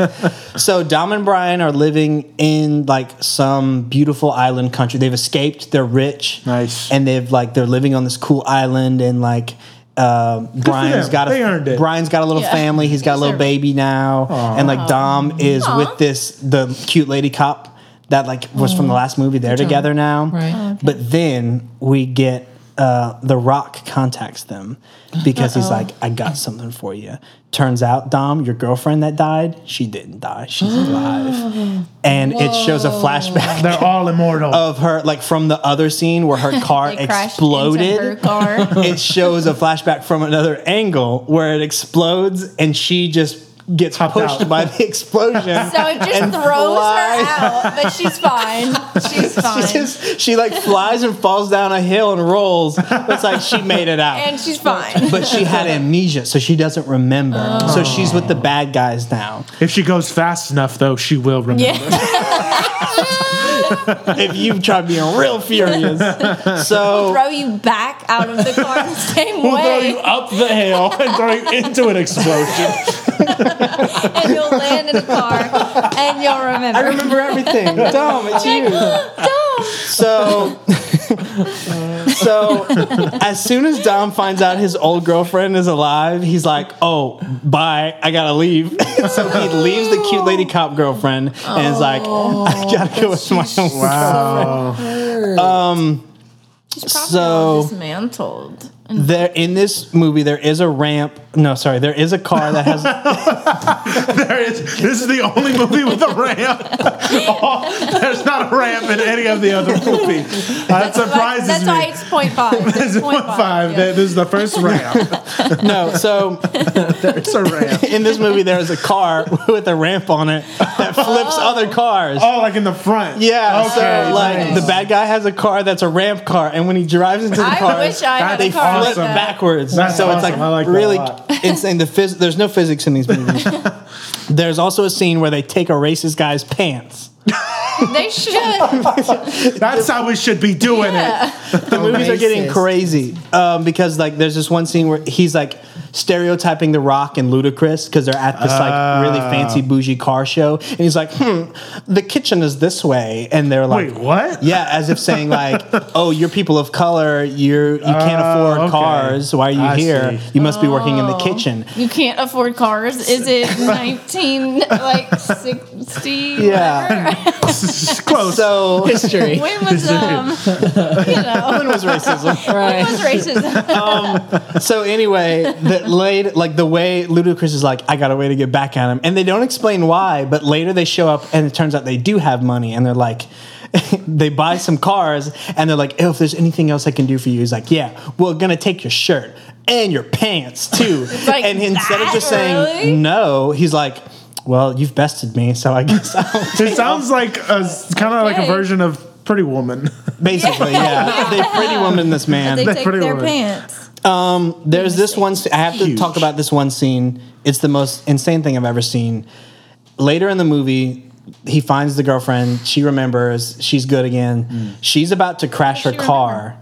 Speaker 1: so Dom and Brian are living in like some beautiful island country. They've escaped. They're rich.
Speaker 3: Nice.
Speaker 1: And they've like they're living on this cool island and like. Uh, Brian's
Speaker 3: them.
Speaker 1: got a
Speaker 3: They earned it.
Speaker 1: Brian's got a little
Speaker 2: Yeah.
Speaker 1: family. He's got a little
Speaker 2: They deserve
Speaker 1: baby now, and like Dom is
Speaker 2: Aw.
Speaker 1: with this the cute lady cop that like was from the last movie. They're together now,
Speaker 4: Right. Oh, okay.
Speaker 1: But then we get uh, the Rock contacts them because he's like, "I got something for you." Turns out, Dom, your girlfriend that died, she didn't die. She's alive, and it shows a flashback
Speaker 3: They're all immortal.
Speaker 1: of her like from the other scene where her car
Speaker 2: They crashed
Speaker 1: exploded
Speaker 2: Into her car.
Speaker 1: it shows a flashback from another angle where it explodes and she just gets
Speaker 3: Popped
Speaker 1: pushed
Speaker 3: out.
Speaker 1: by the explosion.
Speaker 2: So it just
Speaker 1: and
Speaker 2: throws
Speaker 1: flies.
Speaker 2: her out, but she's fine. She's fine.
Speaker 1: She just she like flies and falls down a hill and rolls. It's like she made it out.
Speaker 2: and she's fine.
Speaker 1: but she had amnesia, so she doesn't remember.
Speaker 2: Oh.
Speaker 1: So she's with the bad guys now.
Speaker 3: if she goes fast enough, though, she will remember.
Speaker 2: Yeah.
Speaker 1: If you try being real furious, so
Speaker 2: Throw you back out of the car the same
Speaker 3: We'll throw you
Speaker 2: way,
Speaker 3: up the hill and throw you into an explosion.
Speaker 2: and you'll land in a car, and you'll remember.
Speaker 1: I remember everything. Dumb, it's you. So, so as soon as Dom finds out his old girlfriend is alive, he's like, "Oh, bye, I gotta leave." so he leaves the cute lady cop girlfriend and is like, "I gotta go with my own."
Speaker 2: She's probably
Speaker 1: So-
Speaker 2: all dismantled.
Speaker 1: There in this movie, there is a ramp. No, sorry, there is a car that has
Speaker 3: There is, this is the only movie with a ramp. Oh, there's not a ramp in any of the other movies. That surprises
Speaker 2: that's
Speaker 3: me.
Speaker 2: why it's point five.
Speaker 3: This
Speaker 2: It's
Speaker 3: is
Speaker 2: point
Speaker 3: one five.
Speaker 2: yeah.
Speaker 3: This is the first ramp.
Speaker 1: no. So
Speaker 3: It's a ramp.
Speaker 1: in this movie, there is a car with a ramp on it that flips other cars.
Speaker 3: Oh, like in the front.
Speaker 1: Yeah,
Speaker 3: Okay,
Speaker 1: so like
Speaker 3: nice.
Speaker 1: the bad guy has a car that's a ramp car, and when he drives into the
Speaker 2: I
Speaker 1: car,
Speaker 2: wish I had
Speaker 1: they
Speaker 2: a car
Speaker 1: flip
Speaker 2: like that.
Speaker 1: backwards.
Speaker 3: That's
Speaker 1: so it's
Speaker 3: awesome.
Speaker 1: like,
Speaker 3: I like that a
Speaker 1: really
Speaker 3: lot.
Speaker 1: insane. The phys- there's no physics in these movies. there's also a scene where they take a racist guy's pants.
Speaker 2: They should.
Speaker 3: That's how we should be doing it.
Speaker 2: Yeah.
Speaker 1: The
Speaker 3: Oh,
Speaker 1: movies are getting
Speaker 4: racist.
Speaker 1: crazy um, because like there's this one scene where he's like stereotyping The Rock and Ludacris because they're at this like really
Speaker 3: Ah.
Speaker 1: fancy bougie car show, and he's like, "Hmm, the kitchen is this way," and they're like,
Speaker 3: Wait, what?
Speaker 1: Yeah, as if saying like, "Oh, you're people of color. You're you can't afford
Speaker 3: Oh, okay.
Speaker 1: cars. Why are you
Speaker 3: I
Speaker 1: here?
Speaker 3: see.
Speaker 1: You must be working in the kitchen."
Speaker 2: You can't afford cars. Is it nineteen like sixty?
Speaker 1: Yeah.
Speaker 2: whatever?
Speaker 3: Close.
Speaker 1: So it
Speaker 4: History.
Speaker 2: when was um, you know,
Speaker 1: was racism.
Speaker 2: when was racism?
Speaker 1: So anyway, that laid like the way Ludacris is like, "I got a way to get back at him," and they don't explain why. But later they show up, and it turns out they do have money, and they're like. they buy some cars and they're like, oh, if there's anything else I can do for you, he's like, yeah, we're gonna take your shirt and your pants too.
Speaker 2: like,
Speaker 1: and instead of
Speaker 2: "That
Speaker 1: just saying
Speaker 2: really?"
Speaker 1: no, he's like, well, you've bested me, so I guess I'll
Speaker 3: it sounds like a kind of like a
Speaker 2: Okay.
Speaker 3: version of Pretty Woman.
Speaker 1: Basically, yeah. They pretty woman this man.
Speaker 2: They
Speaker 3: That's
Speaker 2: take
Speaker 3: pretty
Speaker 2: their
Speaker 3: weird.
Speaker 2: pants.
Speaker 1: There's this one. sc- I have to
Speaker 3: Huge.
Speaker 1: talk about this one scene. It's the most insane thing I've ever seen. Later in the movie, he finds the girlfriend. She remembers. She's good again. She's about to crash her
Speaker 2: she
Speaker 1: car.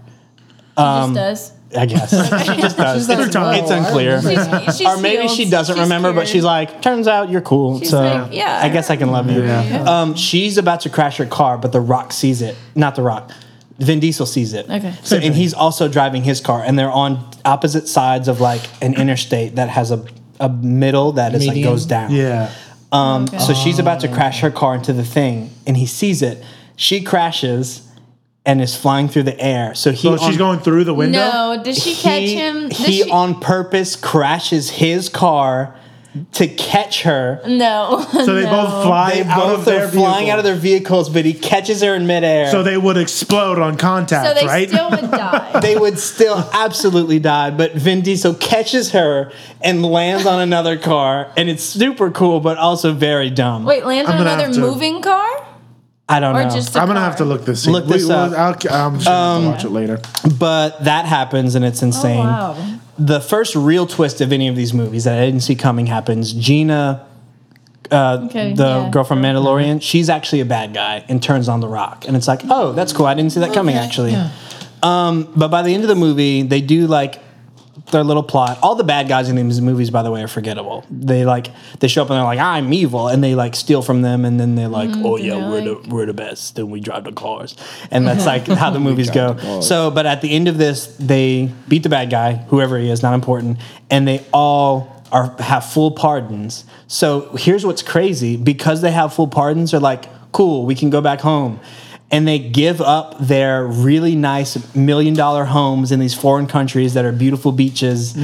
Speaker 3: Um,
Speaker 2: She just does.
Speaker 1: I guess. she just does.
Speaker 4: like,
Speaker 1: it's,
Speaker 4: "Whoa,
Speaker 1: it's
Speaker 4: I
Speaker 1: unclear.
Speaker 4: remember
Speaker 2: She's- she's
Speaker 1: or maybe
Speaker 2: healed.
Speaker 1: she doesn't
Speaker 2: She's
Speaker 1: remember, but
Speaker 2: cured.
Speaker 1: she's like, turns out you're cool.
Speaker 2: She's
Speaker 1: so
Speaker 2: like, "Yeah,
Speaker 1: I guess I can love you.
Speaker 3: Yeah.
Speaker 1: Um, she's about to crash her car, but The Rock sees it. Not The Rock. Vin Diesel sees it.
Speaker 2: Okay.
Speaker 1: So,
Speaker 3: Same
Speaker 1: and
Speaker 3: thing.
Speaker 1: he's also driving his car, and they're on opposite sides of like an interstate that has a, a middle that is like
Speaker 4: Median?
Speaker 1: goes down.
Speaker 3: Yeah.
Speaker 1: Um,
Speaker 2: Okay. Oh.
Speaker 1: So she's about to crash her car into the thing, and he sees it. She crashes and is flying through the air. So he
Speaker 3: So Oh, she's
Speaker 1: on-
Speaker 3: going through the window.
Speaker 2: No, did she catch
Speaker 1: he,
Speaker 2: him? Did
Speaker 1: He
Speaker 2: she-
Speaker 1: on purpose crashes his car to catch her.
Speaker 2: no.
Speaker 3: So they both fly
Speaker 1: They
Speaker 3: out
Speaker 1: both
Speaker 3: of
Speaker 1: are
Speaker 3: their
Speaker 1: flying
Speaker 3: vehicle.
Speaker 1: out of their vehicles, but he catches her in midair.
Speaker 3: So they would explode on contact,
Speaker 2: So they
Speaker 3: right?
Speaker 2: still would die.
Speaker 1: they would still absolutely die, but Vin Diesel catches her and lands on another car, and it's super cool, but also very dumb.
Speaker 2: Wait, land on
Speaker 3: I'm gonna
Speaker 2: another
Speaker 3: have to-
Speaker 2: moving car
Speaker 1: I don't
Speaker 2: or
Speaker 1: know.
Speaker 2: just? A
Speaker 3: I'm gonna
Speaker 2: car?
Speaker 3: have to look this. scene.
Speaker 1: Look this
Speaker 3: will-
Speaker 1: up. Um,
Speaker 3: I'll, I'm just gonna have to watch it later.
Speaker 1: but that happens, and it's
Speaker 2: Oh,
Speaker 1: insane.
Speaker 2: wow.
Speaker 1: the first real twist of any of these movies that I didn't see coming happens. Gina, uh,
Speaker 2: Okay,
Speaker 1: the
Speaker 2: yeah.
Speaker 1: girl from Mandalorian, she's actually a bad guy and turns on the rock. And it's like, oh, that's cool. I didn't see that coming,
Speaker 4: Okay,
Speaker 1: actually.
Speaker 4: yeah.
Speaker 1: Um, but by the end of the movie, they do like their little plot. All the bad guys in these movies, by the way, are forgettable. They like they show up and they're like, I'm evil, and they like steal from them, and then they're like, Oh yeah,
Speaker 2: Mm, they're
Speaker 1: we're
Speaker 2: like-
Speaker 1: the we're the best. Then we drive the cars, and that's like how the movies go. So, but at the end of this, they beat the bad guy, whoever he is, not important, and they all. Are, have full pardons. So here's what's crazy because they have full pardons, they're like, cool, we can go back home and they give up their really nice million dollar homes in these foreign countries that are beautiful beaches.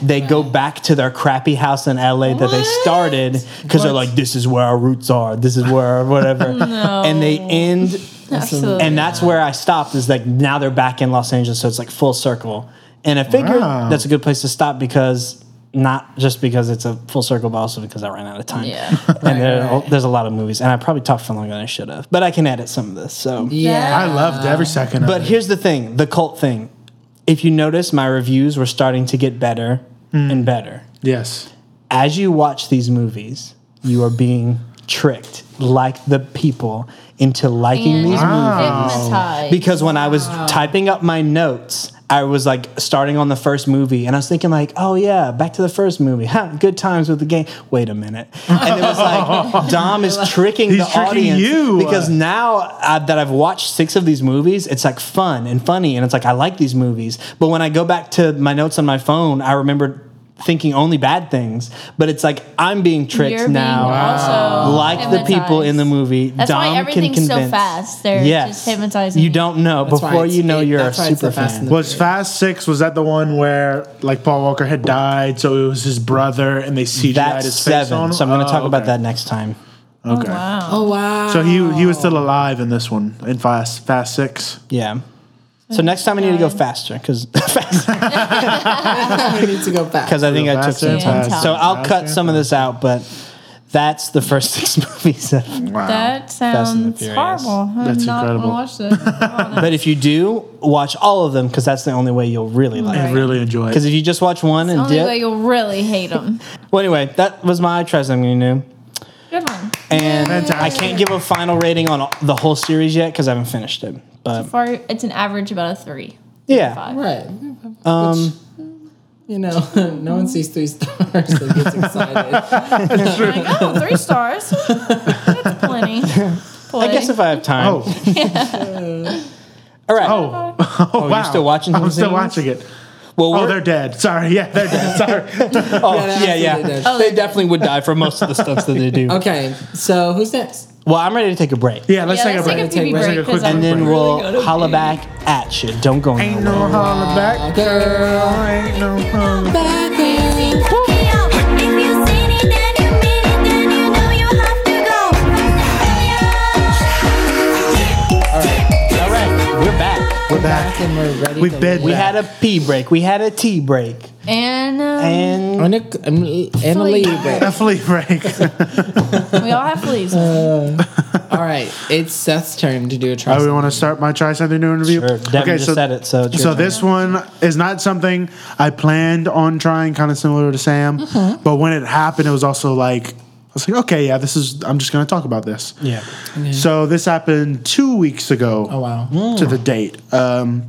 Speaker 1: They go back to their crappy house in LA that they
Speaker 2: Mm-hmm. What?
Speaker 1: started because they're
Speaker 3: What?
Speaker 1: like, this is where our roots are, this is where our whatever. And they end,
Speaker 2: Absolutely.
Speaker 1: and that's where I stopped is like now they're back in Los Angeles, so it's like full circle. And I figure
Speaker 3: Wow.
Speaker 1: that's a good place to stop because not just because it's a full circle, but also because I ran out of time.
Speaker 2: Yeah.
Speaker 1: And there, there's a lot of movies, and I probably talked for longer than I should have, but I can edit some of this. So,
Speaker 4: Yeah.
Speaker 3: I loved every second of
Speaker 1: but
Speaker 3: it.
Speaker 1: here's the thing the cult thing. If you notice, my reviews were starting to get better and better.
Speaker 3: Yes.
Speaker 1: As you watch these movies, you are being tricked, like the people, into liking
Speaker 2: And Ah.
Speaker 1: these
Speaker 2: hypnotized.
Speaker 1: because when I was typing up my notes, I was like starting on the first movie, and I was thinking like, "Oh yeah, back to the first movie. Huh, good times with the game." Wait a minute, and it was like Dom is tricking
Speaker 3: He's
Speaker 1: the
Speaker 3: tricking
Speaker 1: audience
Speaker 3: you.
Speaker 1: because now uh that I've watched six of these movies, it's like fun and funny, and it's like I like these movies. But when I go back to my notes on my phone, I remembered thinking only bad things. But it's like I'm being tricked
Speaker 2: You're being
Speaker 1: now,
Speaker 2: also
Speaker 1: like the people in the
Speaker 2: hypnotized.
Speaker 1: movie.
Speaker 2: That's
Speaker 1: Dom
Speaker 2: why everything's
Speaker 1: can
Speaker 2: so
Speaker 1: convince.
Speaker 2: fast. They're just hypnotizing
Speaker 1: You
Speaker 2: you.
Speaker 1: don't know
Speaker 4: That's why
Speaker 1: before
Speaker 4: it's-
Speaker 1: you know
Speaker 4: it-
Speaker 1: you're a
Speaker 4: that's why it's
Speaker 1: super
Speaker 4: the Fast
Speaker 1: fan.
Speaker 4: and the
Speaker 3: Was Fast Six? Was that the one where like Paul Walker had died, so it was his brother, and they CGI'd
Speaker 1: That's
Speaker 3: his face on
Speaker 1: seven.
Speaker 3: him?
Speaker 1: So I'm going to
Speaker 3: Oh,
Speaker 1: talk about
Speaker 3: okay.
Speaker 1: that next time.
Speaker 3: Okay.
Speaker 2: Wow.
Speaker 4: Oh wow.
Speaker 3: So he he was still alive in this one in Fast Fast Six.
Speaker 1: Yeah. So next time I need to go faster because because
Speaker 4: we need to go back.
Speaker 1: I think I took
Speaker 3: faster
Speaker 1: some
Speaker 3: and
Speaker 1: time.
Speaker 2: faster
Speaker 1: So
Speaker 3: and
Speaker 1: I'll cut
Speaker 3: faster.
Speaker 1: some of this out, but that's the first six movies.
Speaker 3: Wow.
Speaker 2: That
Speaker 1: and the
Speaker 2: sounds
Speaker 1: Furious.
Speaker 2: horrible. I'm
Speaker 3: That's
Speaker 2: not
Speaker 3: incredible.
Speaker 2: gonna watch this.
Speaker 1: but if you do, watch all of them because that's the only way you'll really like.
Speaker 3: I
Speaker 1: it.
Speaker 3: really enjoy
Speaker 1: Because
Speaker 3: it.
Speaker 1: if you just watch one and
Speaker 2: Only way
Speaker 1: dip,
Speaker 2: you'll really hate them.
Speaker 1: well, anyway, that was my try something new,
Speaker 2: Good one.
Speaker 1: and I
Speaker 3: Fantastic.
Speaker 1: can't give a final rating on the whole series yet because I haven't finished it. But
Speaker 2: Far, it's an average about a three.
Speaker 1: yeah,
Speaker 2: Five.
Speaker 4: right. Um. you know, no one sees three stars that gets excited.
Speaker 2: I'm like, oh, three stars. That's plenty.
Speaker 1: I guess if I have time.
Speaker 3: Oh,
Speaker 1: All right.
Speaker 3: oh, oh, wow!
Speaker 1: still watching
Speaker 3: I'm
Speaker 1: these
Speaker 3: still
Speaker 1: things?
Speaker 3: watching it.
Speaker 1: well,
Speaker 3: Oh,
Speaker 1: we're-
Speaker 3: they're dead. Sorry. Yeah, they're dead. Sorry.
Speaker 1: Oh, yeah,
Speaker 4: Yeah, they
Speaker 1: yeah.
Speaker 4: absolutely did.
Speaker 2: Oh,
Speaker 1: they
Speaker 2: they did.
Speaker 1: definitely would die for most of the stuff that they do.
Speaker 4: Okay, so who's next?
Speaker 1: Well, I'm ready to take a break.
Speaker 3: Yeah, let's
Speaker 2: yeah, let's
Speaker 3: take a break.
Speaker 2: take a pee
Speaker 4: Let's
Speaker 2: break.
Speaker 4: take a
Speaker 3: quick
Speaker 2: 'cause I'm
Speaker 1: And then
Speaker 2: really
Speaker 1: we'll
Speaker 2: gonna
Speaker 1: holla
Speaker 2: pee.
Speaker 1: back at you. Don't go
Speaker 3: Ain't
Speaker 1: nowhere.
Speaker 3: no holler back,
Speaker 4: Girl.
Speaker 3: girl. Ain't no holler back.
Speaker 5: If you said it, then you mean it, then you know you have to go.
Speaker 1: All right, we're back.
Speaker 4: We're back and we're ready.
Speaker 3: We've
Speaker 4: to
Speaker 3: been
Speaker 1: We
Speaker 4: leave.
Speaker 1: had a pee break. We had a tea break.
Speaker 2: And, um,
Speaker 3: Mm.
Speaker 1: And
Speaker 4: I'm gonna I'm gonna
Speaker 2: Sleep.
Speaker 4: leave it.
Speaker 3: Definitely break.
Speaker 2: we all have fleas.
Speaker 4: All right, it's Seth's turn to do a try.
Speaker 3: Oh, we want to start my try something new interview.
Speaker 1: Sure. Devin just said it, so it's your
Speaker 3: so
Speaker 1: turn.
Speaker 3: this one is not something I planned on trying, kind of similar to Sam.
Speaker 1: Mm-hmm.
Speaker 3: But when it happened, it was also like I was like, okay, yeah, this is. I'm just going to talk about this.
Speaker 1: yeah,
Speaker 3: So this happened two weeks ago.
Speaker 4: Oh wow.
Speaker 3: To the date, um,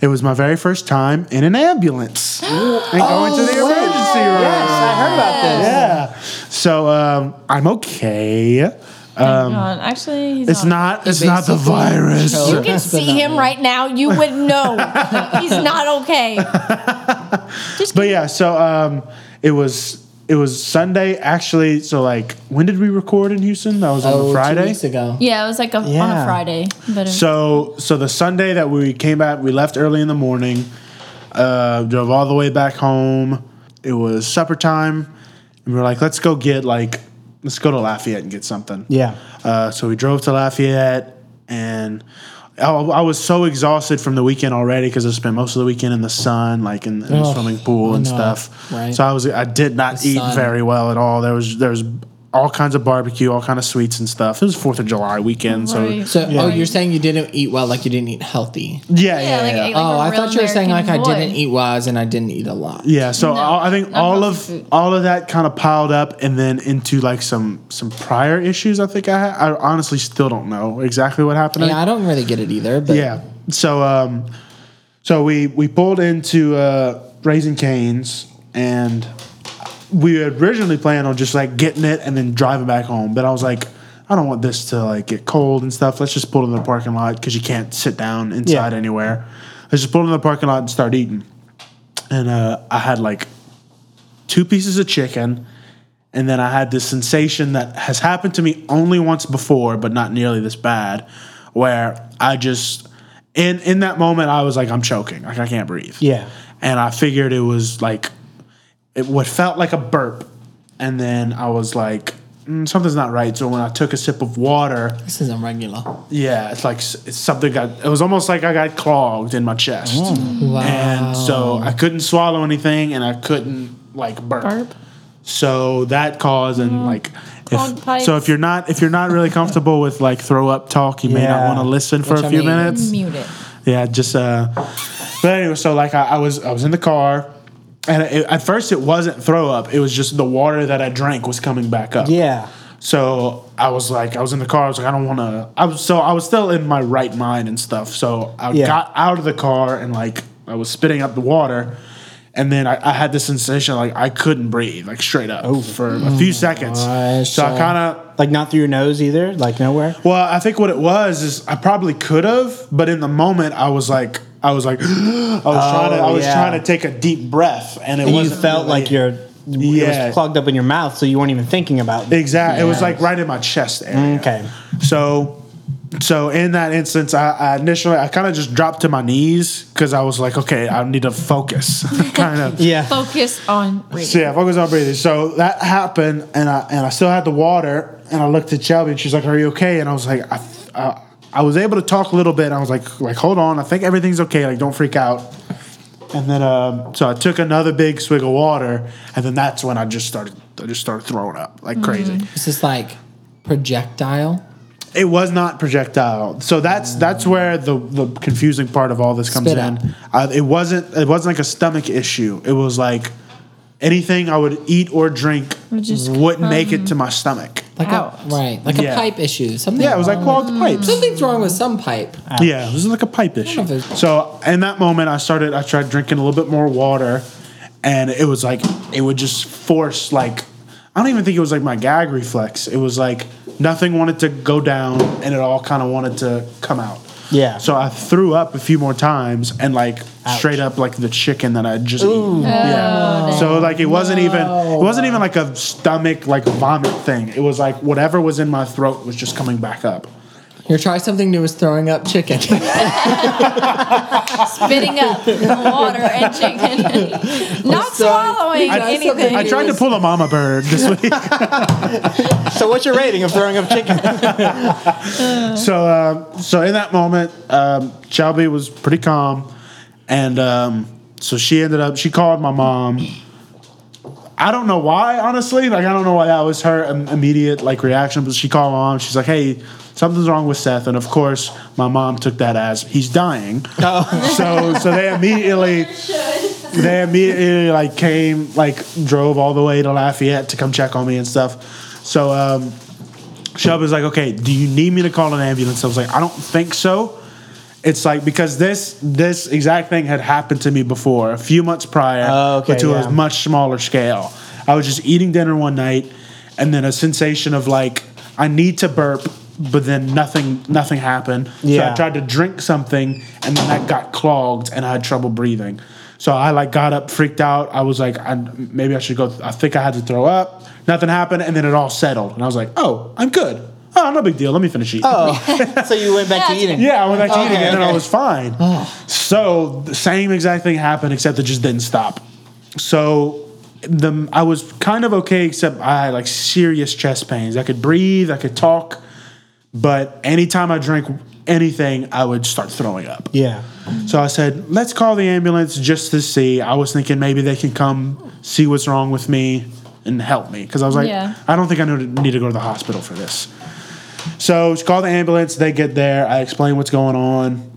Speaker 3: It was my very first time in an ambulance and going to the emergency room.
Speaker 1: Oh, Yes, I heard about this.
Speaker 3: Yeah. So um, I'm okay.
Speaker 2: Thank God. Actually, he's
Speaker 3: Um,
Speaker 1: Oh,
Speaker 3: It's not. It's not the
Speaker 4: basically
Speaker 3: virus.
Speaker 4: chose-
Speaker 2: You can see him right now. You would know he's not okay. Just
Speaker 3: But yeah, so um, it was it was Sunday actually. So like, when did we record in Houston? That was on
Speaker 4: Oh,
Speaker 3: a
Speaker 4: two
Speaker 3: Friday.
Speaker 4: weeks ago.
Speaker 2: yeah, it was like a, on
Speaker 1: Yeah.
Speaker 2: a Friday. But
Speaker 3: So so the Sunday that we came back, we left early in the morning, uh, drove all the way back home. It was supper time, and we were like, let's go get like, let's go to Lafayette and get something.
Speaker 1: Yeah.
Speaker 3: Uh, so we drove to Lafayette, and I, I was so exhausted from the weekend already because I spent most of the weekend in the sun, like in, in the
Speaker 4: Ugh,
Speaker 3: swimming pool and
Speaker 4: I know,
Speaker 3: stuff.
Speaker 4: right.
Speaker 3: So I was I did not
Speaker 4: The
Speaker 3: eat
Speaker 4: sun.
Speaker 3: very well at all. There was there was all kinds of barbecue, all kind of sweets and stuff. It was Fourth of July weekend, so
Speaker 2: Right.
Speaker 4: So,
Speaker 2: Yeah.
Speaker 4: oh, you're saying you didn't eat well, like you didn't eat healthy.
Speaker 3: yeah, yeah,
Speaker 2: Yeah, like,
Speaker 3: yeah.
Speaker 2: ate, like,
Speaker 4: oh,
Speaker 2: a
Speaker 4: I
Speaker 2: real
Speaker 4: thought you were saying like
Speaker 2: American
Speaker 4: I didn't
Speaker 2: boy.
Speaker 4: eat well, and I didn't eat a lot.
Speaker 3: Yeah, so I I think
Speaker 2: not
Speaker 3: all
Speaker 2: healthy
Speaker 3: of
Speaker 2: food.
Speaker 3: all of that kind of piled up, and then into like some some prior issues. I think I had. I honestly still don't know exactly what happened.
Speaker 4: Yeah, I don't really get it either. But
Speaker 3: Yeah. So um, so we we pulled into uh, Raising Canes, and we had originally planned on just like getting it and then driving back home. But I was like, I don't want this to like get cold and stuff. Let's just pull in the parking lot because you can't sit down inside
Speaker 1: Yeah.
Speaker 3: anywhere. Let's just pull in the parking lot and start eating. And uh, I had like two pieces of chicken. And then I had this sensation that has happened to me only once before, but not nearly this bad, where I just in in that moment I was like, I'm choking, like I can't breathe.
Speaker 1: Yeah.
Speaker 3: And I figured it was like it what felt like a burp. And then I was like, "Mm, something's not right. So when I took a sip of water,
Speaker 4: this isn't regular.
Speaker 3: yeah, it's like s- it's something got. It was almost like I got clogged in my chest,
Speaker 4: Wow.
Speaker 3: and so I couldn't swallow anything, and I couldn't like burp.
Speaker 2: Burp.
Speaker 3: So that caused and like.
Speaker 2: Clogged
Speaker 3: If,
Speaker 2: pipes.
Speaker 3: so if you're not if you're not really comfortable with like throw up talk, you may not
Speaker 1: Yeah.
Speaker 3: want to listen for
Speaker 4: Which
Speaker 3: a
Speaker 4: I
Speaker 3: few
Speaker 4: mean- mm.
Speaker 3: minutes.
Speaker 2: mute it.
Speaker 3: Yeah, just uh. But anyway, so like I, I was I was in the car, and it, at first it wasn't throw up. It was just the water that I drank was coming back up.
Speaker 1: Yeah.
Speaker 3: So I was like, I was in the car. I was like, I don't want to. I was so I was still in my right mind and stuff. So I
Speaker 1: Yeah.
Speaker 3: got out of the car and like I was spitting up the water, and then I, I had this sensation like I couldn't breathe, like straight up
Speaker 1: Oh
Speaker 3: for a few seconds.
Speaker 4: gosh.
Speaker 3: So I kind of
Speaker 1: Like not through your nose either, like nowhere.
Speaker 3: well, I think what it was is I probably could have, but in the moment I was like, I was like, I was trying to, I
Speaker 1: Oh,
Speaker 3: was
Speaker 1: yeah.
Speaker 3: trying to take a deep breath, and it
Speaker 1: And you
Speaker 3: wasn't
Speaker 1: felt
Speaker 3: really-
Speaker 1: like your it
Speaker 3: Yeah.
Speaker 1: was clogged up in your mouth, so you weren't even thinking about it.
Speaker 3: exactly. It was like right in my chest area.
Speaker 1: Mm, Okay.
Speaker 3: So, so in that instance, I, I initially I kind of just dropped to my knees because I was like, okay, I need to focus, kind of.
Speaker 1: Yeah.
Speaker 2: Focus on reading.
Speaker 3: So yeah, focus on breathing. So that happened, and I and I still had the water, and I looked at Shelby, and she's like, "Are you okay?" And I was like, I, I, I was able to talk a little bit. And I was like, like hold on, I think everything's okay. Like don't freak out. And then um, so I took another big swig of water, and then that's when I just started. I just started throwing up like crazy.
Speaker 4: This is like projectile.
Speaker 3: It was not projectile. So that's that's where the the confusing part of all this comes
Speaker 4: Spit out.
Speaker 3: in. Uh, it wasn't it wasn't like a stomach issue. It was like anything I would eat or drink
Speaker 2: Would just
Speaker 3: wouldn't make it to my stomach.
Speaker 4: Like
Speaker 2: Out.
Speaker 4: a right, like a
Speaker 3: Yeah.
Speaker 4: pipe issue. Something.
Speaker 3: Yeah, it was like
Speaker 4: wrong
Speaker 3: clogged pipes.
Speaker 4: with- something's wrong with some pipe.
Speaker 3: Yeah, it was like a pipe issue.
Speaker 4: know if it's-
Speaker 3: So in that moment, I started. I tried drinking a little bit more water, and it was like it would just force like I don't even think it was like my gag reflex. It was like nothing wanted to go down, and it all kind of wanted to come out.
Speaker 1: Yeah.
Speaker 3: So I threw up a few more times, and like straight up like the chicken that I had just eaten. Yeah. so like it wasn't even it wasn't even like a stomach like vomit thing. It was like whatever was in my throat was just coming back up.
Speaker 4: Here, try something new. Is throwing up chicken.
Speaker 2: Spitting up water and chicken. Not
Speaker 4: sorry.
Speaker 2: swallowing
Speaker 4: I-
Speaker 2: anything.
Speaker 3: I tried to pull a mama bird this week.
Speaker 1: So what's your rating of throwing up chicken?
Speaker 3: so, um, so in that moment, um, Shelby was pretty calm, and um, so she ended up. She called my mom. I don't know why, honestly. Like, I don't know why that was her im- immediate like reaction, but she called my mom. She's like, "Hey, something's wrong with Seth," and of course, my mom took that as he's dying.
Speaker 1: Oh.
Speaker 3: so, so they immediately. they immediately like came like drove all the way to Lafayette to come check on me and stuff. So um, Shelby was like, "Okay, do you need me to call an ambulance?" I was like, "I don't think so." It's like because this this exact thing had happened to me before a few months prior,
Speaker 1: Oh, okay,
Speaker 3: but to
Speaker 1: yeah.
Speaker 3: a much smaller scale. I was just eating dinner one night, and then a sensation of like I need to burp, but then nothing nothing happened. So
Speaker 1: Yeah.
Speaker 3: I tried to drink something, and then that got clogged, and I had trouble breathing. So I like got up, freaked out. I was like, I, maybe I should go. I think I had to throw up. Nothing happened, and then it all settled, and I was like, oh, I'm good. Oh, no big deal. Let me finish eating.
Speaker 1: Oh, so you went back to eating.
Speaker 3: Yeah, I went back to eating
Speaker 1: Okay,
Speaker 3: it and I
Speaker 1: okay. Oh.
Speaker 3: was fine. So the same exact thing happened, except it just didn't stop. So the I was kind of okay, except I had like serious chest pains. I could breathe, I could talk, but anytime I drank anything, I would start throwing up.
Speaker 1: Yeah.
Speaker 3: So I said, let's call the ambulance just to see. I was thinking maybe they can come see what's wrong with me and help me. Because I was like,
Speaker 2: Yeah.
Speaker 3: I don't think I need need to go to the hospital for this. So it's called the ambulance. They get there. I explain what's going on.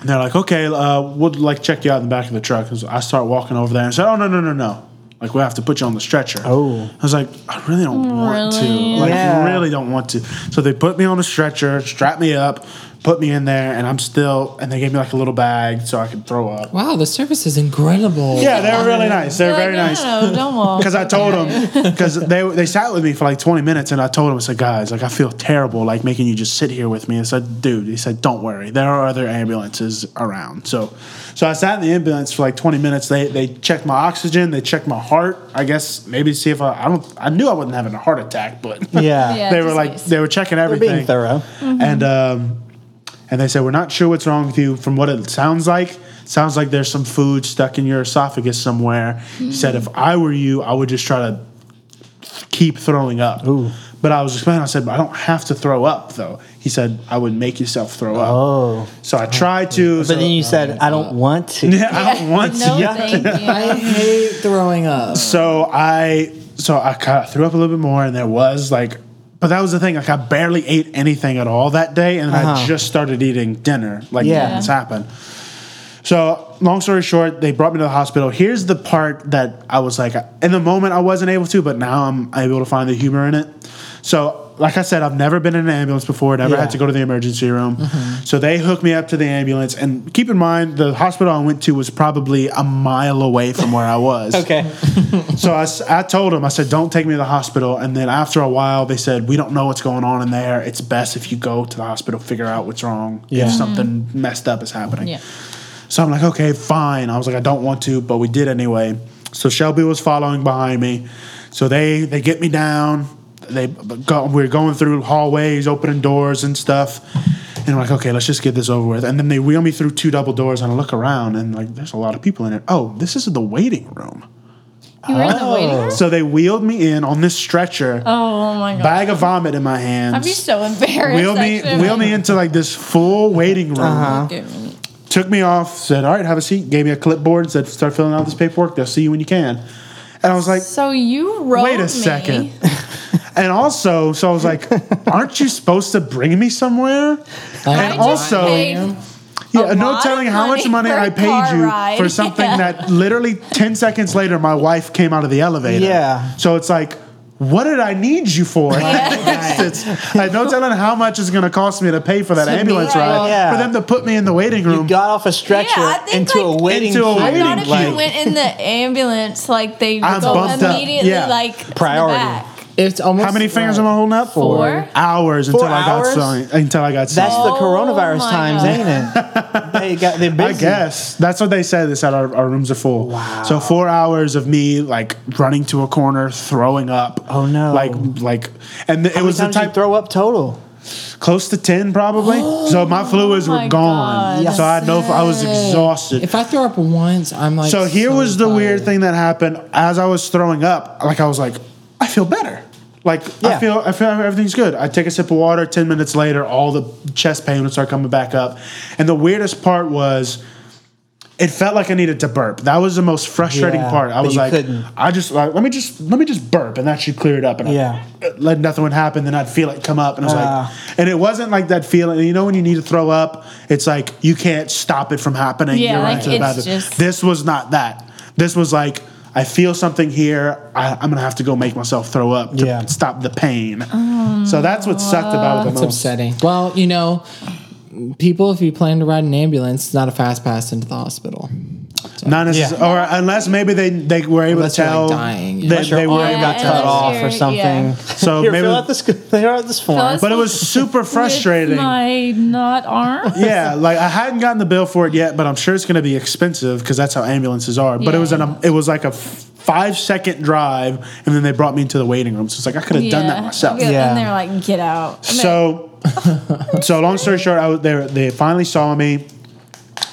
Speaker 3: And they're like, okay, uh, we'll like check you out in the back of the truck. 'Cause I start walking over there and said, oh, no, no, no, no. Like, we have to put you on the stretcher.
Speaker 1: Oh.
Speaker 3: I was like, I really don't want to.
Speaker 2: Oh, Really?
Speaker 3: Like,
Speaker 1: Yeah.
Speaker 3: really don't want to. So they put me on a stretcher, strapped me up, put me in there, and I'm still, and they gave me like a little bag so I could throw up.
Speaker 4: Wow, the service is incredible.
Speaker 3: Yeah, they were really nice. They were very
Speaker 2: like,
Speaker 3: nice.
Speaker 2: No, no, no, don't walk.
Speaker 3: Because I told them, because they they sat with me for like 20 minutes, and I told them, I said, guys, like I feel terrible, like making you just sit here with me. I said, dude, he said, don't worry, there are other ambulances around. So, so I sat in the ambulance for like 20 minutes. They they checked my oxygen, they checked my heart. I guess maybe see if I I don't I knew I wasn't having a heart attack, but
Speaker 1: Yeah.
Speaker 2: Yeah.
Speaker 3: they were
Speaker 2: just
Speaker 3: like
Speaker 2: nice.
Speaker 3: they were checking everything
Speaker 1: Being thorough.
Speaker 3: and um, and they said we're not sure what's wrong with you. From what it sounds like, sounds like there's some food stuck in your esophagus somewhere. He said if I were you, I would just try to keep throwing up.
Speaker 1: Ooh.
Speaker 3: But I was explaining. I said I don't have to throw up though. He said I would make yourself throw up.
Speaker 1: Oh.
Speaker 3: So I tried to.
Speaker 1: But then you said, I don't
Speaker 3: Uh,
Speaker 1: want to.
Speaker 3: I don't want
Speaker 2: no,
Speaker 3: to.
Speaker 2: thank you.
Speaker 4: I hate throwing up.
Speaker 3: So I so I kind of threw up a little bit more, and there was like, but that was the thing. Like I barely ate anything at all that day, and I
Speaker 1: Uh-huh.
Speaker 3: just started eating dinner. Like
Speaker 1: Yeah.
Speaker 3: yeah, this happened. So long story short, they brought me to the hospital. Here's the part that I was like, in the moment I wasn't able to, but now I'm able to find the humor in it. So like I said, I've never been in an ambulance before. Never
Speaker 1: Yeah. Mm-hmm.
Speaker 3: had to go to the emergency room. So they hooked me up to the ambulance, and keep in mind the hospital I went to was probably a mile away from where I was.
Speaker 1: Okay.
Speaker 3: So I, s- I told him, I said, don't take me to the hospital. And then after a while, they said, we don't know what's going on in there. It's best if you go to the hospital, figure out what's wrong,
Speaker 1: Yeah.
Speaker 3: if something messed up is happening.
Speaker 2: Yeah.
Speaker 3: So I'm like, okay, fine. I was like, I don't want to, but we did anyway. So Shelby was following behind me. So they they get me down. They go, we're going through hallways, opening doors and stuff. And I'm like, okay, let's just get this over with. And then they wheel me through two double doors, and I look around, and like, there's a lot of people in it. Oh, this is the waiting room.
Speaker 2: You were in the waiting room?
Speaker 3: So they wheeled me in on this stretcher,
Speaker 2: Oh my god.
Speaker 3: bag of vomit in my hands.
Speaker 2: I'd be so embarrassed.
Speaker 3: wheel me,
Speaker 2: actually.
Speaker 3: wheel me into like this full waiting room.
Speaker 2: Look at me.
Speaker 3: Took me off. Said, "All right, have a seat." Gave me a clipboard. Said, "Start filling out this paperwork. They'll see you when you can." And I was like,
Speaker 2: So you wrote
Speaker 3: "Wait a
Speaker 2: me.
Speaker 3: second. and also, so I was like, "Aren't you supposed to bring me somewhere?"
Speaker 2: I
Speaker 3: And
Speaker 2: just
Speaker 3: also,
Speaker 2: paid
Speaker 3: yeah,
Speaker 2: a
Speaker 3: no
Speaker 2: lot
Speaker 3: telling
Speaker 2: of
Speaker 3: how much
Speaker 2: money
Speaker 3: money
Speaker 2: for a
Speaker 3: I paid
Speaker 2: car
Speaker 3: you
Speaker 2: ride.
Speaker 3: for something
Speaker 2: Yeah.
Speaker 3: that literally 10 seconds later my wife came out of the elevator.
Speaker 1: Yeah.
Speaker 3: So it's like, what did I need you for? it's, it's, like, no telling how much it's going to cost me to pay for that ambulance
Speaker 2: me,
Speaker 3: ride
Speaker 1: yeah.
Speaker 3: for them to put me in the waiting room.
Speaker 1: You got off a stretcher
Speaker 2: Yeah, I think,
Speaker 1: into
Speaker 2: like,
Speaker 1: a waiting
Speaker 3: Into a
Speaker 1: queue,
Speaker 2: I
Speaker 3: waiting
Speaker 2: thought if
Speaker 1: like-
Speaker 2: you went in the ambulance, like they would
Speaker 3: I'm
Speaker 2: go
Speaker 3: bumped up.
Speaker 2: immediately
Speaker 3: Yeah.
Speaker 2: like to the
Speaker 1: Priority.
Speaker 2: back.
Speaker 4: It's almost
Speaker 3: how many fingers am I holding up?
Speaker 2: Four. Four?
Speaker 3: Hours until
Speaker 1: Four
Speaker 3: I got
Speaker 1: hours?
Speaker 3: signed. Until I got
Speaker 1: That's
Speaker 3: signed.
Speaker 1: the coronavirus
Speaker 2: Oh my
Speaker 1: times,
Speaker 2: God.
Speaker 1: ain't it? They got they're busy.
Speaker 3: I guess that's what they said. They said our, our rooms are full.
Speaker 1: Wow.
Speaker 3: So four hours of me like running to a corner, throwing up.
Speaker 1: Oh, no.
Speaker 3: Like like, and th- it
Speaker 1: How many
Speaker 3: was the
Speaker 1: times you
Speaker 3: type
Speaker 1: throw up total.
Speaker 3: close to ten probably. so my fluids
Speaker 2: Oh my
Speaker 3: were gone.
Speaker 2: God,
Speaker 3: So I had no. I was exhausted.
Speaker 4: If I throw up once, I'm like.
Speaker 3: so here was the weird
Speaker 4: tired.
Speaker 3: thing that happened. As I was throwing up, like I was like, I feel better. Like I
Speaker 1: Yeah.
Speaker 3: feel, I feel everything's good. I take a sip of water. Ten minutes later, all the chest pain would start coming back up. And the weirdest part was, it felt like I needed to burp. That was the most frustrating
Speaker 1: Yeah,
Speaker 3: part. I
Speaker 1: but
Speaker 3: was
Speaker 1: you
Speaker 3: like,
Speaker 1: couldn't.
Speaker 3: I just like, let me just let me just burp, and that should clear it up. And I
Speaker 1: Yeah.
Speaker 3: let nothing would happen. Then I'd feel it come up, and I was
Speaker 1: Ah.
Speaker 3: like, and it wasn't like that feeling. You know when you need to throw up, it's like you can't stop it from happening.
Speaker 2: Yeah,
Speaker 3: You're
Speaker 2: like,
Speaker 3: into the
Speaker 2: it's
Speaker 3: bathroom.
Speaker 2: just-
Speaker 3: This was not that. This was like I feel something here. I, I'm gonna have to go make myself throw up to
Speaker 1: Yeah.
Speaker 3: stop the pain. so that's what sucked about it the
Speaker 4: It's
Speaker 3: most.
Speaker 4: upsetting. Well, you know, people, if you plan to ride an ambulance, it's not a fast pass into the hospital.
Speaker 3: Not necessarily, or unless maybe they, they were able
Speaker 4: Unless
Speaker 3: to
Speaker 4: you're, like,
Speaker 3: tell
Speaker 4: dying.
Speaker 3: that
Speaker 4: Unless
Speaker 1: your
Speaker 3: they were
Speaker 1: arm
Speaker 2: Yeah,
Speaker 1: got cut
Speaker 2: unless
Speaker 1: off
Speaker 2: you're-
Speaker 1: or something.
Speaker 2: yeah.
Speaker 3: so
Speaker 1: Here,
Speaker 3: maybe.
Speaker 1: fill out this. Fill out this form.
Speaker 2: Fill out this-
Speaker 1: But
Speaker 3: But it was super frustrating.
Speaker 2: With my not arm.
Speaker 3: yeah, like I hadn't gotten the bill for it yet, but I'm sure it's going to be expensive because that's how ambulances are. But it was an
Speaker 2: Yeah.
Speaker 3: it was like a f- five second drive, and then they brought me into the waiting room. So it's like I could have done that myself.
Speaker 2: Yeah.
Speaker 1: Yeah.
Speaker 2: And they're like, get out. I'm like,
Speaker 3: So, so long story short, I was there. They finally saw me.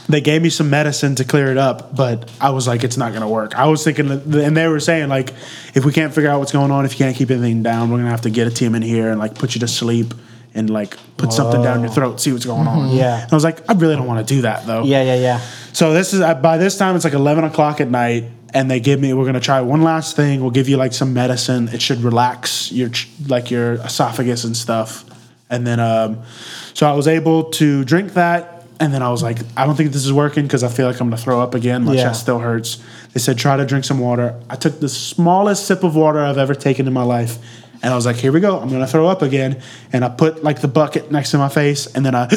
Speaker 3: They gave me some medicine to clear it up, but I was like, it's not gonna work. I was thinking, that- and they were saying like, if we can't figure out what's going on, if you can't keep anything down, we're gonna have to get a team in here and like put you to sleep and like put something down your throat, see what's going on.
Speaker 1: Oh. Yeah.
Speaker 3: And I was like, I really don't want to do that though.
Speaker 1: yeah, yeah, yeah.
Speaker 3: So this is by this time it's like eleven o'clock at night, and they give me we're gonna try one last thing. We'll give you like some medicine. It should relax your ch- like your esophagus and stuff. And then um, so I was able to drink that, and then I was like, I don't think this is working because I feel like I'm gonna throw up again. My
Speaker 1: Yeah.
Speaker 3: chest still hurts. They said try to drink some water. I took the smallest sip of water I've ever taken in my life. And I was like, here we go. I'm gonna throw up again. And I put like the bucket next to my face, and then I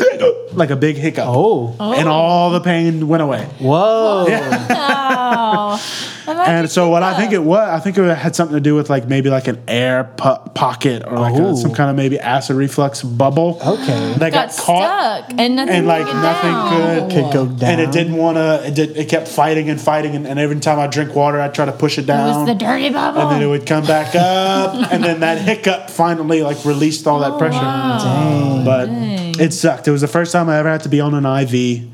Speaker 3: like a big hiccup.
Speaker 1: Oh,
Speaker 3: And all the pain went away.
Speaker 1: whoa.
Speaker 2: wow. I'm like,
Speaker 3: And so what I think it was, I think it had something to do with like maybe like an air po- pocket or like a,
Speaker 1: Oh.
Speaker 3: some kind of maybe acid reflux bubble.
Speaker 1: Okay.
Speaker 3: that got,
Speaker 2: got
Speaker 3: caught
Speaker 2: stuck and nothing
Speaker 3: and like
Speaker 2: could get
Speaker 3: nothing
Speaker 2: down.
Speaker 3: could.
Speaker 1: Could go down.
Speaker 3: And it didn't want to. It did. It kept fighting and fighting, and, and every time I drink water, I try to push it
Speaker 2: It was
Speaker 3: down,
Speaker 2: the dirty bubble.
Speaker 3: and then it would come back up, and then that hiccup finally like released all
Speaker 2: Oh,
Speaker 3: that pressure. Mm, But it sucked. It was the first time I ever had to be on an IV.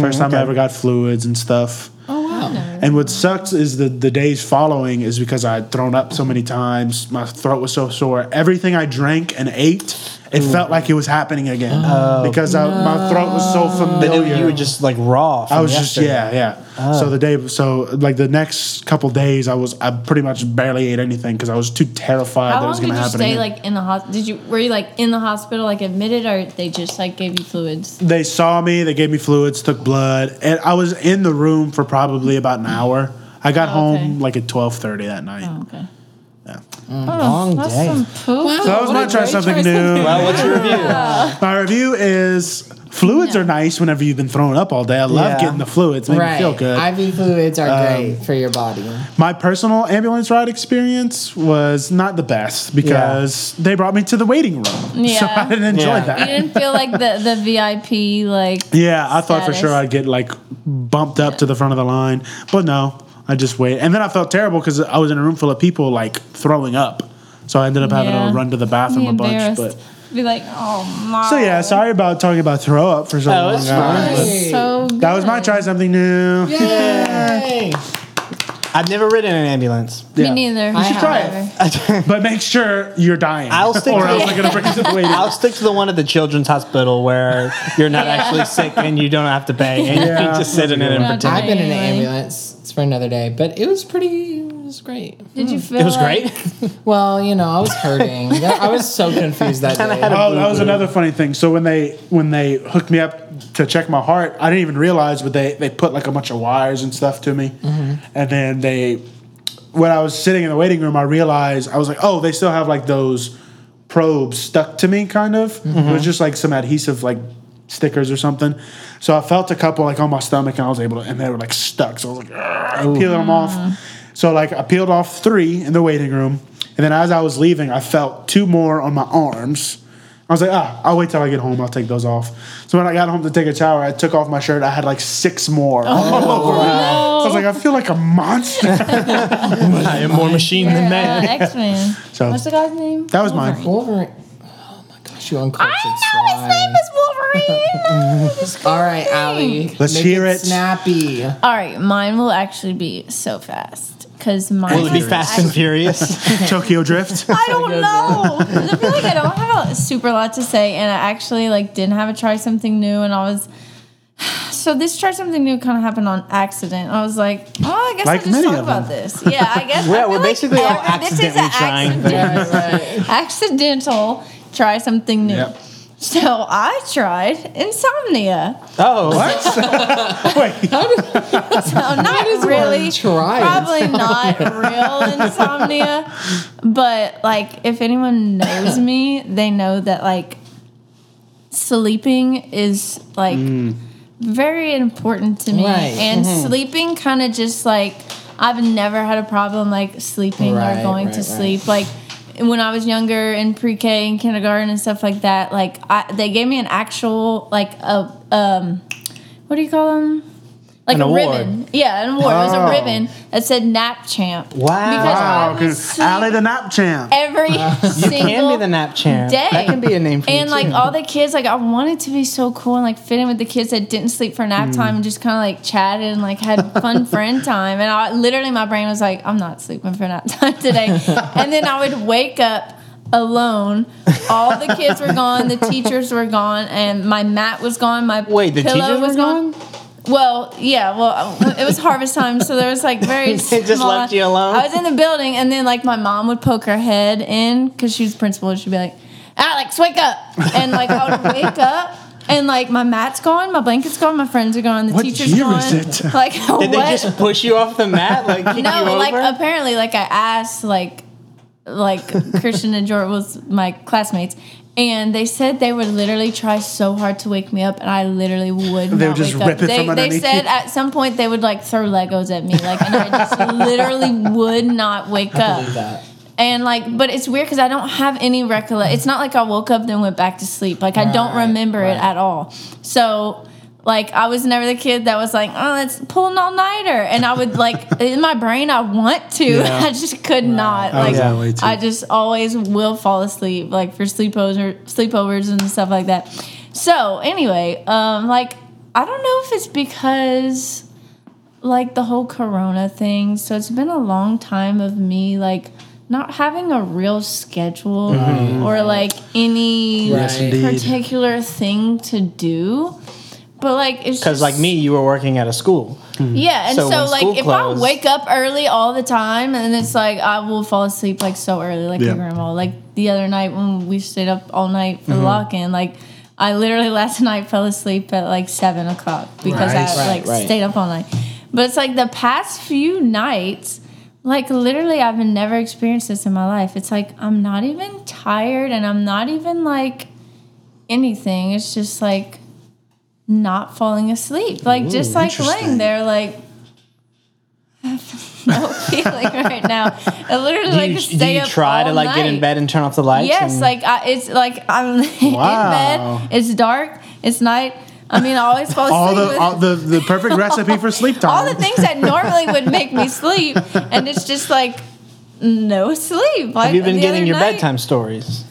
Speaker 3: First time I ever got fluids and stuff.
Speaker 4: Wow.
Speaker 3: And what sucks is the the days following is because I had thrown up so many times. My throat was so sore. Everything I drank and ate, it felt like it was happening again because I, my throat was so
Speaker 1: But
Speaker 3: familiar.
Speaker 1: it, Oh, you were just like raw. From
Speaker 3: I was
Speaker 1: yesterday.
Speaker 3: just yeah, yeah. So the day, so like the next couple days, I was I pretty much barely ate anything because I was too terrified
Speaker 2: How
Speaker 3: that it
Speaker 2: long
Speaker 3: was
Speaker 2: did
Speaker 3: going to
Speaker 2: you
Speaker 3: happen.
Speaker 2: stay
Speaker 3: again.
Speaker 2: like in the hospital? Did you were you like in the hospital like admitted or they just like gave you fluids?
Speaker 3: they saw me, they gave me fluids, took blood, and I was in the room for probably about an hour. I got
Speaker 2: Oh, okay.
Speaker 3: home like at twelve thirty that night.
Speaker 2: Oh, okay. Oh,
Speaker 3: Yeah. Mm,
Speaker 4: long
Speaker 2: that's
Speaker 4: day.
Speaker 2: some poop.
Speaker 4: Wow,
Speaker 3: So I was
Speaker 4: what a
Speaker 3: gonna try
Speaker 4: great
Speaker 3: something
Speaker 4: choice.
Speaker 3: new.
Speaker 1: Well, what's your review?
Speaker 3: My review is fluids are nice whenever you've been thrown up all day. I love
Speaker 1: Yeah.
Speaker 3: getting the fluids, make me
Speaker 4: Right.
Speaker 3: feel good. Um,
Speaker 4: IV fluids are great for your body.
Speaker 3: My personal ambulance ride experience was not the best because they brought me to the waiting room. So
Speaker 2: Yeah.
Speaker 3: I didn't enjoy
Speaker 1: Yeah.
Speaker 2: You
Speaker 3: that.
Speaker 2: didn't feel like the the VIP like
Speaker 3: Yeah, I thought for sure
Speaker 2: Status.
Speaker 3: I'd get like bumped up to the front of the line, but no, I just wait. And then I felt terrible because I was in a room full of people like throwing up. So I ended up having
Speaker 2: Yeah.
Speaker 3: to run to the bathroom
Speaker 2: be
Speaker 3: a bunch.
Speaker 2: embarrassed.
Speaker 3: But
Speaker 2: Be like, oh my.
Speaker 3: so yeah, sorry about talking about throw up for so
Speaker 1: Oh,
Speaker 3: long.
Speaker 1: it's
Speaker 3: guys.
Speaker 1: fine.
Speaker 2: So good.
Speaker 3: That was my try something new.
Speaker 4: Yay!
Speaker 1: I've never ridden an ambulance.
Speaker 2: Me
Speaker 3: Yeah.
Speaker 2: neither.
Speaker 4: You should
Speaker 3: try it. But make sure you're dying.
Speaker 1: I'll stick
Speaker 3: or
Speaker 1: to
Speaker 3: else
Speaker 1: it.
Speaker 3: they're gonna bring you to the waiting.
Speaker 1: I'll stick to the one at the children's hospital where you're not actually sick and you don't have to pay and you
Speaker 3: Yeah.
Speaker 1: can just sit in it and
Speaker 2: Not
Speaker 1: pretend.
Speaker 4: I've been in an
Speaker 2: Anyway.
Speaker 4: ambulance. It's for another day, but it was pretty. It was great.
Speaker 2: Did you feel
Speaker 1: It was
Speaker 2: like-
Speaker 1: great.
Speaker 4: Well, you know, I was hurting. I was so confused that day.
Speaker 1: had a-
Speaker 3: Oh, that was another funny thing. So when they when they hooked me up to check my heart, I didn't even realize, but they they put like a bunch of wires and stuff to me, and then they when I was sitting in the waiting room, I realized I was like, oh, they still have like those probes stuck to me, kind of. It was just like some adhesive like stickers or something. So I felt a couple like on my stomach, and I was able to, and they were like stuck. So I was like, "Argh," peeling them off. So like I peeled off three in the waiting room, and then as I was leaving, I felt two more on my arms. I was like, ah, I'll wait till I get home. I'll take those off. So when I got home to take a shower, I took off my shirt. I had like six more all over me. So I was like, I feel like a monster.
Speaker 1: I am more machine than
Speaker 2: Uh,
Speaker 1: man.
Speaker 2: X Men.
Speaker 3: So-
Speaker 2: What's the guy's name?
Speaker 3: That was mine.
Speaker 4: Wolverine. Oh my gosh, you uncultured
Speaker 2: I know his name
Speaker 4: swine.
Speaker 2: is Wolverine. Just
Speaker 4: All right, Allie.
Speaker 3: Let's
Speaker 4: make
Speaker 3: hear it.
Speaker 4: Snappy.
Speaker 2: All right, mine will actually be so fast because mine
Speaker 1: Will it be
Speaker 2: was
Speaker 1: fast and furious?
Speaker 3: Tokyo Drift.
Speaker 2: I don't know. I feel like I don't have a super lot to say, and I actually like didn't have a try something new, and I was. So this try something new kind of happened on accident. I was like, oh, I guess
Speaker 3: Like
Speaker 2: I'll just
Speaker 3: many
Speaker 2: talk
Speaker 3: of
Speaker 2: about this. Yeah, I guess. I
Speaker 1: Yeah,
Speaker 2: feel
Speaker 1: we're
Speaker 2: like
Speaker 1: basically all
Speaker 2: every- this is an
Speaker 1: accidentally trying things.
Speaker 2: accidental- accidental try something new.
Speaker 3: Yep.
Speaker 2: So I tried insomnia.
Speaker 1: Oh, what?
Speaker 2: So not really.
Speaker 4: try it?
Speaker 2: Probably not real insomnia. But like if anyone knows me, they know that like sleeping is like very important to me.
Speaker 4: Mm. Right. Mm-hmm.
Speaker 2: And sleeping kind of just like I've never had a problem like sleeping
Speaker 4: Right,
Speaker 2: or going
Speaker 4: right,
Speaker 2: to
Speaker 4: right.
Speaker 2: sleep. Like when I was younger in pre-K and kindergarten and stuff like that, like I, they gave me an actual like a um what do you call them? Like
Speaker 1: An
Speaker 2: a
Speaker 1: award.
Speaker 2: ribbon. Yeah, an award. It was
Speaker 3: Oh.
Speaker 2: a ribbon that said nap champ.
Speaker 1: Wow.
Speaker 2: Because I
Speaker 3: Wow,
Speaker 2: would
Speaker 3: because
Speaker 2: sleep
Speaker 3: Allie the Nap Champ.
Speaker 2: every single
Speaker 1: Can be the nap champ.
Speaker 2: day.
Speaker 1: That can be a name for
Speaker 2: And
Speaker 1: you
Speaker 2: like
Speaker 1: too.
Speaker 2: all the kids, like I wanted to be so cool and like fit in with the kids that didn't sleep for
Speaker 1: Mm.
Speaker 2: nap time and just kind of like chatted and like had fun friend time. And I literally my brain was like, I'm not sleeping for nap time today. and then I would wake up alone. All the kids were gone, the teachers were gone, and my mat was gone, my
Speaker 1: Wait, the
Speaker 2: pillow
Speaker 1: teachers
Speaker 2: was
Speaker 1: were
Speaker 2: gone. Well, yeah. Well, it was harvest time, so there was like very.
Speaker 1: They just
Speaker 2: small-
Speaker 1: left you alone?
Speaker 2: I was in the building, and then like my mom would poke her head in because she was principal, and she'd be like, "Alex, wake up!" And like I would wake up. And like my mat's gone, my blanket's gone, my friends are gone, the
Speaker 3: What
Speaker 2: teacher's
Speaker 3: year
Speaker 2: gone.
Speaker 3: is it?
Speaker 2: Like
Speaker 1: Did
Speaker 2: what?
Speaker 1: they just push you off the mat? Like kick you
Speaker 2: no,
Speaker 1: over?
Speaker 2: like apparently, like I asked, like like Christian and Jordan was my classmates, and they said they would literally try so hard to wake me up, and I literally would.
Speaker 3: They
Speaker 2: not
Speaker 3: would just
Speaker 2: wake
Speaker 3: rip
Speaker 2: up.
Speaker 3: it
Speaker 2: they,
Speaker 3: from
Speaker 2: They
Speaker 3: underneath
Speaker 2: said
Speaker 3: you.
Speaker 2: at some point they would like throw Legos at me, like, and I just literally would not wake up.
Speaker 4: Believe that.
Speaker 2: And like, but it's weird because I don't have any recollection. It's not like I woke up then went back to sleep. Like I don't
Speaker 4: Right,
Speaker 2: remember
Speaker 4: right.
Speaker 2: it at all. So. Like I was never the kid that was like, oh, let's pull an all nighter, and I would like in my brain I want to, I just could not.
Speaker 3: I
Speaker 2: Like
Speaker 3: was that way, too.
Speaker 2: I just always will fall asleep, like for sleepovers sleepovers and stuff like that. So anyway, um, like I don't know if it's because like the whole corona thing so it's been a long time of me like not having a real schedule
Speaker 1: Mm-hmm.
Speaker 2: or like any
Speaker 4: Yes,
Speaker 3: indeed.
Speaker 2: particular thing to do but like it's
Speaker 1: because like
Speaker 2: just-
Speaker 1: me, you were working at a school.
Speaker 2: yeah and
Speaker 1: So
Speaker 2: so,
Speaker 1: when
Speaker 2: like
Speaker 1: school
Speaker 2: if
Speaker 1: closed-
Speaker 2: i wake up early all the time and it's like i will fall asleep like so early like
Speaker 3: Yeah.
Speaker 2: your grandma like the other night when we stayed up all night for the lock-in like i literally last night fell asleep at like seven o'clock because
Speaker 4: Right.
Speaker 2: i
Speaker 4: Right,
Speaker 2: like
Speaker 4: right.
Speaker 2: stayed up all night but it's like the past few nights like literally i've never experienced this in my life it's like i'm not even tired and i'm not even like anything it's just like not falling asleep like just like laying
Speaker 3: interesting.
Speaker 2: there like I have no feeling right now. I literally
Speaker 1: Do
Speaker 2: like
Speaker 1: you,
Speaker 2: could
Speaker 1: do
Speaker 2: stay
Speaker 1: you
Speaker 2: up
Speaker 1: try
Speaker 2: all
Speaker 1: to like get in
Speaker 2: night.
Speaker 1: bed and turn off the lights?
Speaker 2: Yes,
Speaker 1: and-
Speaker 2: like I, it's like I'm
Speaker 3: Wow.
Speaker 2: in bed. It's dark. It's night. I mean, I always fall asleep.
Speaker 3: All the
Speaker 2: with-
Speaker 3: all the, the perfect recipe for sleep time.
Speaker 2: all the things that normally would make me sleep, and it's just like no sleep. Like,
Speaker 1: have you been
Speaker 2: uh, the
Speaker 1: getting
Speaker 2: other
Speaker 1: your
Speaker 2: night-
Speaker 1: bedtime stories?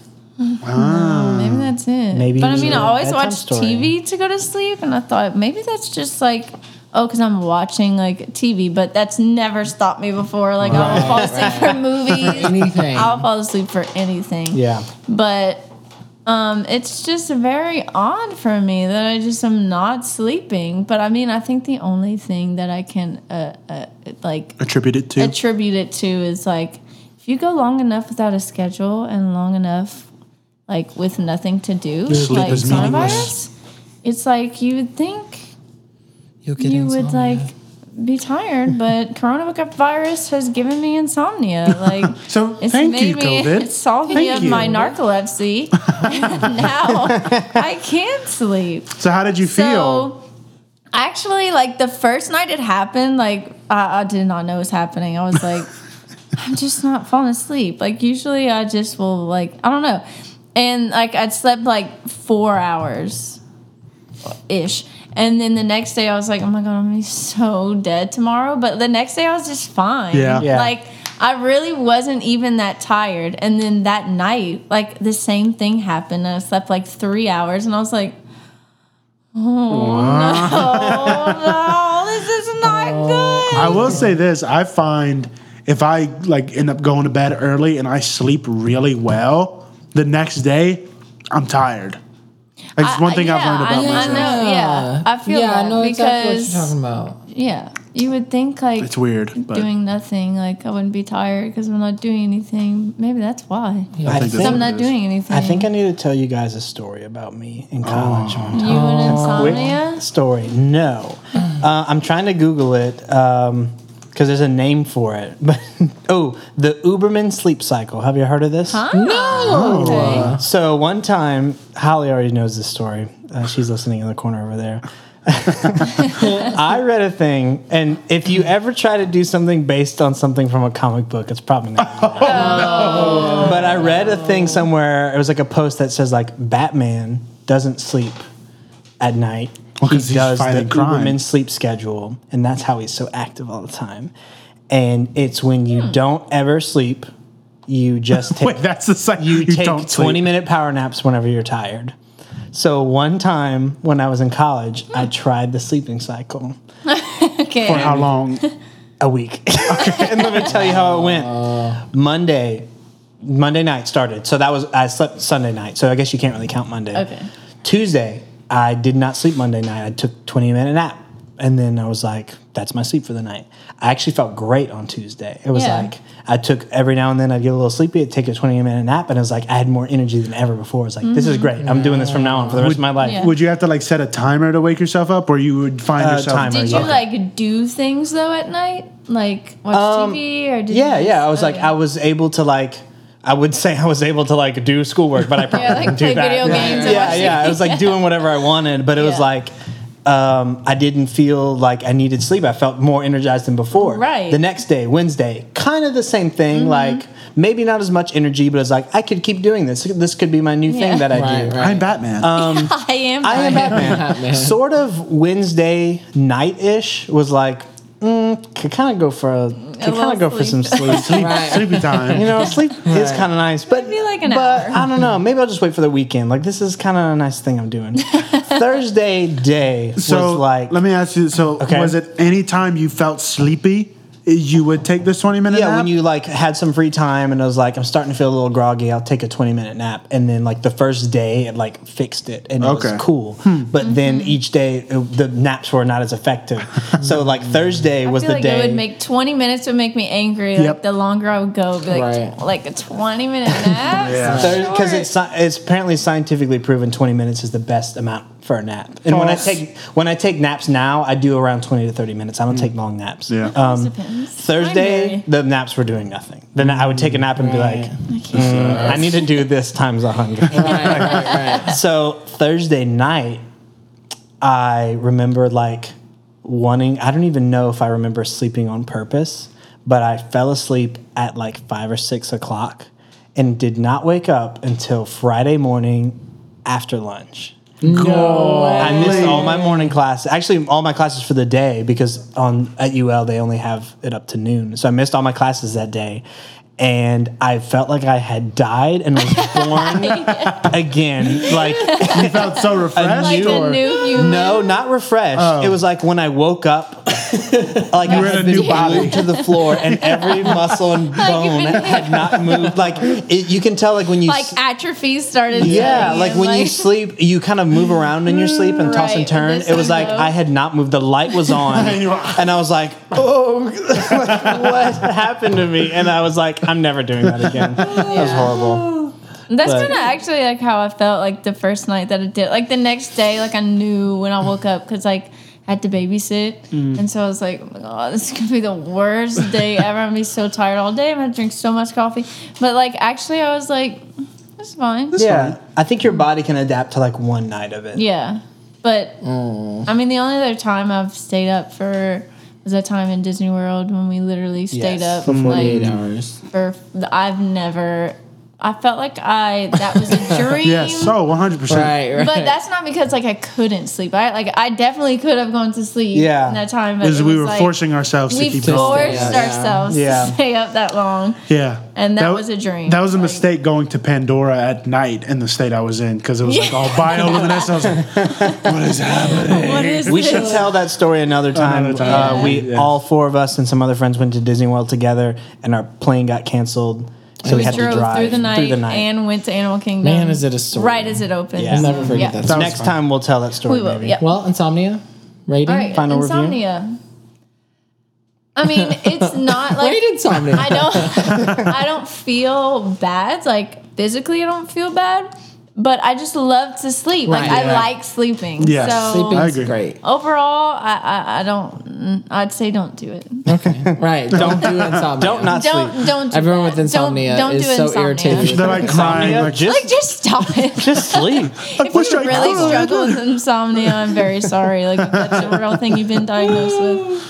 Speaker 2: Maybe that's it.
Speaker 1: Um, Maybe
Speaker 2: but I
Speaker 1: you
Speaker 2: mean,
Speaker 1: need
Speaker 2: I
Speaker 1: a
Speaker 2: always
Speaker 1: bedtime
Speaker 2: watch
Speaker 1: story.
Speaker 2: TV to go to sleep, and I thought maybe that's just like. Oh, because I'm watching like TV, but that's never stopped me before. Like I'll fall asleep for movies,
Speaker 4: anything.
Speaker 2: I'll fall asleep for anything.
Speaker 1: Yeah.
Speaker 2: but um, it's just very odd for me that I just am not sleeping. But I mean, I think the only thing that I can uh, uh, like
Speaker 3: Attribute it to.
Speaker 2: attribute it to is like if you go long enough without a schedule and long enough like with nothing to do,
Speaker 3: Sleep
Speaker 2: like
Speaker 3: is meaningless.
Speaker 2: coronavirus, it's like you would think
Speaker 4: You'll get
Speaker 2: you would
Speaker 4: insomnia.
Speaker 2: like be tired, but coronavirus has given me insomnia. Like
Speaker 3: So, thank you, COVID.
Speaker 2: It's solved me
Speaker 3: Thank
Speaker 2: of
Speaker 3: you.
Speaker 2: my narcolepsy. now I can't sleep.
Speaker 3: So how did you feel?
Speaker 2: So actually, like the first night it happened, like I, I did not know it was happening. I was like, I'm just not falling asleep. Like usually, I just will like I don't know, and like I'd slept like four hours, ish. And then the next day, I was like, oh my god, I'm gonna be so dead tomorrow. But the next day, I was just fine.
Speaker 3: Yeah.
Speaker 1: Yeah.
Speaker 2: Like I really wasn't even that tired. And then that night, like the same thing happened. And I slept like three hours, and I was like. Oh no, no, this is not good.
Speaker 3: I will say this: I find if I like end up going to bed early and I sleep really well, the next day I'm tired. Like, It's
Speaker 2: I-
Speaker 3: one thing I've
Speaker 2: yeah,
Speaker 3: learned
Speaker 2: I-
Speaker 3: about
Speaker 2: I
Speaker 3: myself.
Speaker 2: know, yeah. I feel
Speaker 4: yeah, I
Speaker 2: that
Speaker 4: know exactly what
Speaker 2: because-
Speaker 4: you're talking about.
Speaker 2: Yeah, you would think like
Speaker 3: It's weird, but
Speaker 2: doing nothing, like I wouldn't be tired because I'm not doing anything. Maybe that's why.
Speaker 3: I think
Speaker 1: I
Speaker 3: that's
Speaker 2: I'm
Speaker 1: think-
Speaker 3: what
Speaker 2: not
Speaker 3: it is.
Speaker 2: doing anything.
Speaker 1: I think I need to tell you guys a story about me in college. one
Speaker 2: you
Speaker 1: time.
Speaker 2: and
Speaker 1: Quick
Speaker 2: insomnia.
Speaker 1: story. No, uh, I'm trying to Google it. Um, because there's a name for it. But oh, the Uberman sleep cycle. Have you heard of this?
Speaker 2: Huh? No. Okay.
Speaker 6: Uh-huh.
Speaker 1: So one time, Holly already knows this story. Uh, she's listening in the corner over there. I read a thing, and if you ever try to do something based on something from a comic book, it's probably not.
Speaker 6: Oh,
Speaker 1: But I read a thing somewhere. It was like a post that says like Batman doesn't sleep at night.
Speaker 6: Well,
Speaker 1: he
Speaker 6: 'cause he's
Speaker 1: does the
Speaker 6: fighting crime.
Speaker 1: Uberman sleep schedule, and that's how he's so active all the time. And it's when you don't ever sleep, you just take
Speaker 6: Wait, that's the same. You,
Speaker 1: you take
Speaker 6: don't
Speaker 1: 20
Speaker 6: sleep.
Speaker 1: minute power naps whenever you're tired. So one time when I was in college, I tried the sleeping cycle
Speaker 2: Okay.
Speaker 6: For how long?
Speaker 1: a week. and let me tell you how it went. Monday, Monday night started. So that was I slept Sunday night. So I guess you can't really count Monday.
Speaker 2: Okay.
Speaker 1: Tuesday, I did not sleep Monday night. I took 20 minute nap. And then I was like, that's my sleep for the night. I actually felt great on Tuesday. It was
Speaker 2: Yeah.
Speaker 1: like I took every now and then I'd get a little sleepy, I'd take a 20 minute nap, and it was like I had more energy than ever before. It was like, this is great. I'm doing this from now on for the rest of my life.
Speaker 2: Yeah.
Speaker 6: Would you have to like set a timer to wake yourself up, or you would find
Speaker 1: Uh,
Speaker 6: yourself?
Speaker 1: timer.
Speaker 2: Did you like do things though at night? Like watch TV or did
Speaker 1: Yeah,
Speaker 2: you
Speaker 1: yeah. I was
Speaker 2: oh,
Speaker 1: like, I was able to like, I would say I was able to like do schoolwork, but I probably
Speaker 2: Yeah, like,
Speaker 1: didn't do
Speaker 2: play
Speaker 1: that.
Speaker 2: video games
Speaker 1: yeah,
Speaker 2: and
Speaker 1: yeah,
Speaker 2: watch
Speaker 1: yeah. I was like doing whatever I wanted, but it was
Speaker 2: Yeah.
Speaker 1: like. Um, I didn't feel like I needed sleep. I felt more energized than before.
Speaker 2: Right. Mm-hmm.
Speaker 1: The next day, Wednesday, kind of the same thing. Like maybe not as much energy, but it's like I could keep doing this. This could be my new
Speaker 2: Yeah.
Speaker 1: thing that I do.
Speaker 4: Right, right.
Speaker 6: I'm Batman.
Speaker 2: Uh, I am.
Speaker 1: I am Batman.
Speaker 4: Batman.
Speaker 1: Sort of Wednesday night ish was like, mm, could kind of go for a, could kind
Speaker 2: little
Speaker 1: of go for some sleep.
Speaker 6: sleep,
Speaker 4: Right.
Speaker 6: Sleepy time.
Speaker 1: You know, sleep is kind of nice, but
Speaker 2: be like an
Speaker 1: but
Speaker 2: hour.
Speaker 1: I don't know. Maybe I'll just wait for the weekend. Like this is kind of a nice thing I'm doing. Thursday day
Speaker 6: so
Speaker 1: was like
Speaker 6: let me ask you. So
Speaker 1: Okay.
Speaker 6: was it any time you felt sleepy, you would take this twenty minute?
Speaker 1: yeah,
Speaker 6: nap?
Speaker 1: when you like had some free time and I was like, I'm starting to feel a little groggy. I'll take a 20 minute nap, and then like the first day, it like fixed it and it
Speaker 6: Okay. Hmm.
Speaker 1: was cool. But then
Speaker 2: Mm-hmm.
Speaker 1: each day, it- the naps were not as effective. so like Thursday
Speaker 2: I
Speaker 1: was
Speaker 2: feel
Speaker 1: the
Speaker 2: like
Speaker 1: day.
Speaker 2: it would make 20 minutes would make me angry. Like
Speaker 6: Yep.
Speaker 2: the longer I would go, it'd be like
Speaker 4: Right.
Speaker 2: like a 20 minute nap.
Speaker 6: Yeah.
Speaker 1: because
Speaker 2: Short.
Speaker 1: it's sci- it's apparently scientifically proven 20 minutes is the best amount for a nap. And when I
Speaker 6: False.
Speaker 1: take when I take naps now, I do around 20 to 30 minutes. I don't take long naps.
Speaker 6: Yeah.
Speaker 1: Um,
Speaker 2: Depends.
Speaker 1: Thursday, the naps were doing nothing. Then I would take a nap and be like, "Mm, I need to do this times a 100.
Speaker 4: right, right, right.
Speaker 1: so Thursday night, I remember like wanting, I don't even know if I remember sleeping on purpose, but I fell asleep at like five or six o'clock and did not wake up until Friday morning after lunch.
Speaker 4: No.
Speaker 1: I missed all my morning class. Actually, all my classes for the day because on at UL they only have it up to noon. So I missed all my classes that day, and I felt like I had died and was born again. Like
Speaker 6: you felt so refreshed,
Speaker 2: like
Speaker 6: or
Speaker 2: a new human.
Speaker 1: no, not refreshed. It was like when I woke up, like I
Speaker 6: Oh. were in
Speaker 1: had
Speaker 6: a
Speaker 1: been
Speaker 6: new body.
Speaker 1: glued to the floor, and every muscle and bone
Speaker 2: been there.
Speaker 1: had not moved. Like it, you can tell, like when you
Speaker 2: Like
Speaker 1: s-
Speaker 2: atrophy started.
Speaker 1: yeah,
Speaker 2: setting
Speaker 1: like
Speaker 2: in,
Speaker 1: when you sleep, you kind of move around in your sleep and toss
Speaker 2: Right,
Speaker 1: and turn.
Speaker 2: this
Speaker 1: It was
Speaker 2: I
Speaker 1: like
Speaker 2: know.
Speaker 1: I had not moved. The light was on,
Speaker 6: And you were-
Speaker 1: and I was like, "Oh, like, what happened to me?" And I was like, "I'm never doing that again." That was horrible.
Speaker 2: That's
Speaker 1: But-
Speaker 2: kind of actually like how I felt like the first night that I did. Like the next day, like I knew when I woke up because like I had to babysit,
Speaker 1: Mm.
Speaker 2: and so I was like, oh, my God, this is gonna be the worst day ever. I'm gonna be so tired all day. I'm gonna drink so much coffee. But like actually, I was like, it's fine.
Speaker 1: Yeah, I think your body can adapt to like one night of it.
Speaker 2: Yeah, but I mean, the only other time I've stayed up for was that time in Disney World when we literally stayed
Speaker 1: Yes, for
Speaker 2: up like
Speaker 4: Eight hours.
Speaker 2: for I've never. I felt like I that was a dream.
Speaker 6: yes, so one hundred percent.
Speaker 4: Right, right.
Speaker 2: But that's not because like I couldn't sleep. I like I definitely could have gone to sleep.
Speaker 1: Yeah.
Speaker 2: in that time, but
Speaker 6: Is
Speaker 2: it
Speaker 6: we
Speaker 2: was,
Speaker 6: were
Speaker 2: like,
Speaker 6: forcing ourselves to
Speaker 2: We
Speaker 6: keep
Speaker 2: forced
Speaker 6: going.
Speaker 4: Yeah, yeah.
Speaker 2: ourselves
Speaker 1: Yeah.
Speaker 2: to stay up that long.
Speaker 6: Yeah,
Speaker 2: And that
Speaker 6: wa-
Speaker 2: was a dream.
Speaker 6: That was a
Speaker 2: Like-
Speaker 6: mistake going to Pandora at night in the state I was in because it was like all bioluminescent. I was like, what is happening?
Speaker 2: What is
Speaker 1: We
Speaker 2: this?
Speaker 1: should tell that story another time.
Speaker 6: Another time.
Speaker 1: Uh, we
Speaker 6: Yeah.
Speaker 1: all four of us and some other friends went to Disney World together, and our plane got canceled, so we,
Speaker 2: We
Speaker 1: had to
Speaker 2: drove
Speaker 1: drive
Speaker 2: through the night and went to Animal Kingdom.
Speaker 4: Man, is it a story.
Speaker 2: Right as it opened.
Speaker 1: Yeah. I'll
Speaker 4: never forget that
Speaker 6: That was
Speaker 1: Next
Speaker 6: fun.
Speaker 1: time we'll tell that story.
Speaker 2: We will.
Speaker 1: maybe.
Speaker 2: Yeah.
Speaker 4: Well, insomnia rating.
Speaker 2: All right.
Speaker 1: Final review?
Speaker 2: insomnia. I mean, it's not like
Speaker 4: Rate insomnia.
Speaker 2: I don't I don't feel bad. Like physically I don't feel bad. but I just love to sleep. Like
Speaker 4: Right.
Speaker 2: I
Speaker 4: Yeah.
Speaker 2: like sleeping.
Speaker 6: Yes.
Speaker 2: So
Speaker 4: Sleeping's
Speaker 6: I agree.
Speaker 4: great.
Speaker 2: overall, I, I I don't. mm, I'd say don't do it.
Speaker 4: Right. Don't do insomnia.
Speaker 1: Don't not sleep.
Speaker 2: Don't don't. Do
Speaker 4: Everyone
Speaker 2: that.
Speaker 4: with insomnia
Speaker 2: don't, don't
Speaker 4: is
Speaker 2: do
Speaker 4: so
Speaker 2: insomnia.
Speaker 4: irritated.
Speaker 6: They're like crying.
Speaker 1: Insomnia,
Speaker 6: Like,
Speaker 1: just,
Speaker 2: Like just stop it.
Speaker 1: just sleep.
Speaker 2: If
Speaker 6: wish
Speaker 2: you
Speaker 6: I
Speaker 2: really
Speaker 6: could.
Speaker 2: struggle with insomnia, I'm very sorry. Like if that's a real thing you've been diagnosed with.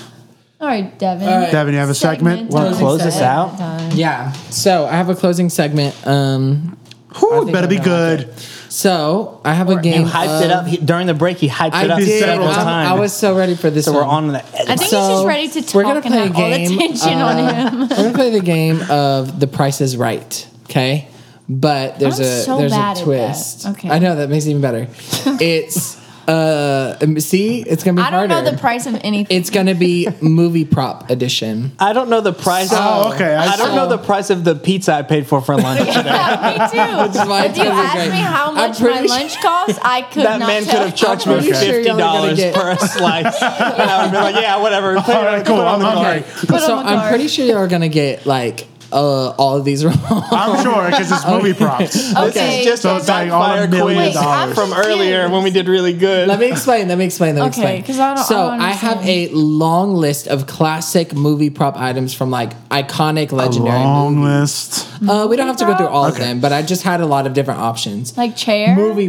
Speaker 2: All right, Devin.
Speaker 4: All right.
Speaker 6: Devin, you have a segment?
Speaker 2: Segment.
Speaker 1: Want to close this out?
Speaker 2: Done.
Speaker 4: Yeah. So I have a closing segment. Um,
Speaker 6: Whew,
Speaker 4: think
Speaker 6: better
Speaker 4: I
Speaker 6: be
Speaker 4: know.
Speaker 6: good.
Speaker 4: so I have a game.
Speaker 1: You hyped it
Speaker 4: of-
Speaker 1: up he, during the break. He hyped
Speaker 4: I
Speaker 1: it up
Speaker 4: did.
Speaker 1: several
Speaker 4: I'm-
Speaker 1: times.
Speaker 4: I was so ready for this.
Speaker 1: so we're
Speaker 4: one.
Speaker 1: on the
Speaker 2: I
Speaker 1: edge.
Speaker 2: think he's just ready to talk
Speaker 4: we're gonna
Speaker 2: and
Speaker 4: play a
Speaker 2: have all the
Speaker 4: game,
Speaker 2: tension
Speaker 4: uh,
Speaker 2: on him.
Speaker 4: we're gonna play the game of the Price is Right. Okay, but there's
Speaker 2: I'm
Speaker 4: a
Speaker 2: so
Speaker 4: there's
Speaker 2: bad at
Speaker 4: a
Speaker 2: that.
Speaker 4: twist.
Speaker 2: Okay.
Speaker 4: I know that makes it even better. it's uh, see, it's gonna be
Speaker 2: I don't
Speaker 4: harder.
Speaker 2: know the price of anything.
Speaker 4: It's gonna be movie prop edition.
Speaker 1: I don't know the price.
Speaker 6: Oh, okay. I,
Speaker 1: I don't know the price of the pizza I paid for for lunch.
Speaker 2: yeah, me too.
Speaker 4: why
Speaker 2: If you
Speaker 4: it's gonna be
Speaker 2: asked
Speaker 4: great.
Speaker 2: me how
Speaker 4: I'm
Speaker 2: much my
Speaker 4: pretty sure-
Speaker 2: lunch cost, I could
Speaker 1: that
Speaker 2: not
Speaker 1: man could
Speaker 2: tell.
Speaker 1: have charged
Speaker 4: I'm
Speaker 1: me
Speaker 4: pretty sure
Speaker 1: fifty
Speaker 4: y'all are gonna
Speaker 1: dollars
Speaker 4: get-
Speaker 1: per slice, and I would be like, "Yeah, whatever." Put it
Speaker 6: All
Speaker 1: on-
Speaker 6: right,
Speaker 1: put
Speaker 6: cool.
Speaker 1: it on
Speaker 6: I'm
Speaker 1: the card.
Speaker 6: hungry.
Speaker 2: Put
Speaker 4: so
Speaker 2: on the
Speaker 4: I'm
Speaker 2: card.
Speaker 4: pretty sure y'all are gonna get like uh, all of these wrong. Oh.
Speaker 6: I'm sure because it's movie props.
Speaker 2: Okay.
Speaker 1: This is just
Speaker 6: So
Speaker 1: a
Speaker 6: it's like
Speaker 1: backfire
Speaker 6: all the million
Speaker 1: quiz
Speaker 6: dollars.
Speaker 1: from earlier when we did really good.
Speaker 4: Let me explain. Let me explain. Let me
Speaker 2: Okay,
Speaker 4: explain.
Speaker 2: 'cause I don't- I
Speaker 4: so
Speaker 2: don't
Speaker 4: have a
Speaker 2: understand.
Speaker 4: long list of classic movie prop items from like iconic, legendary.
Speaker 6: Long list.
Speaker 4: Uh, we don't have to go through all of
Speaker 6: Okay.
Speaker 4: them, but I just had a lot of different options.
Speaker 2: like chair.
Speaker 4: Movie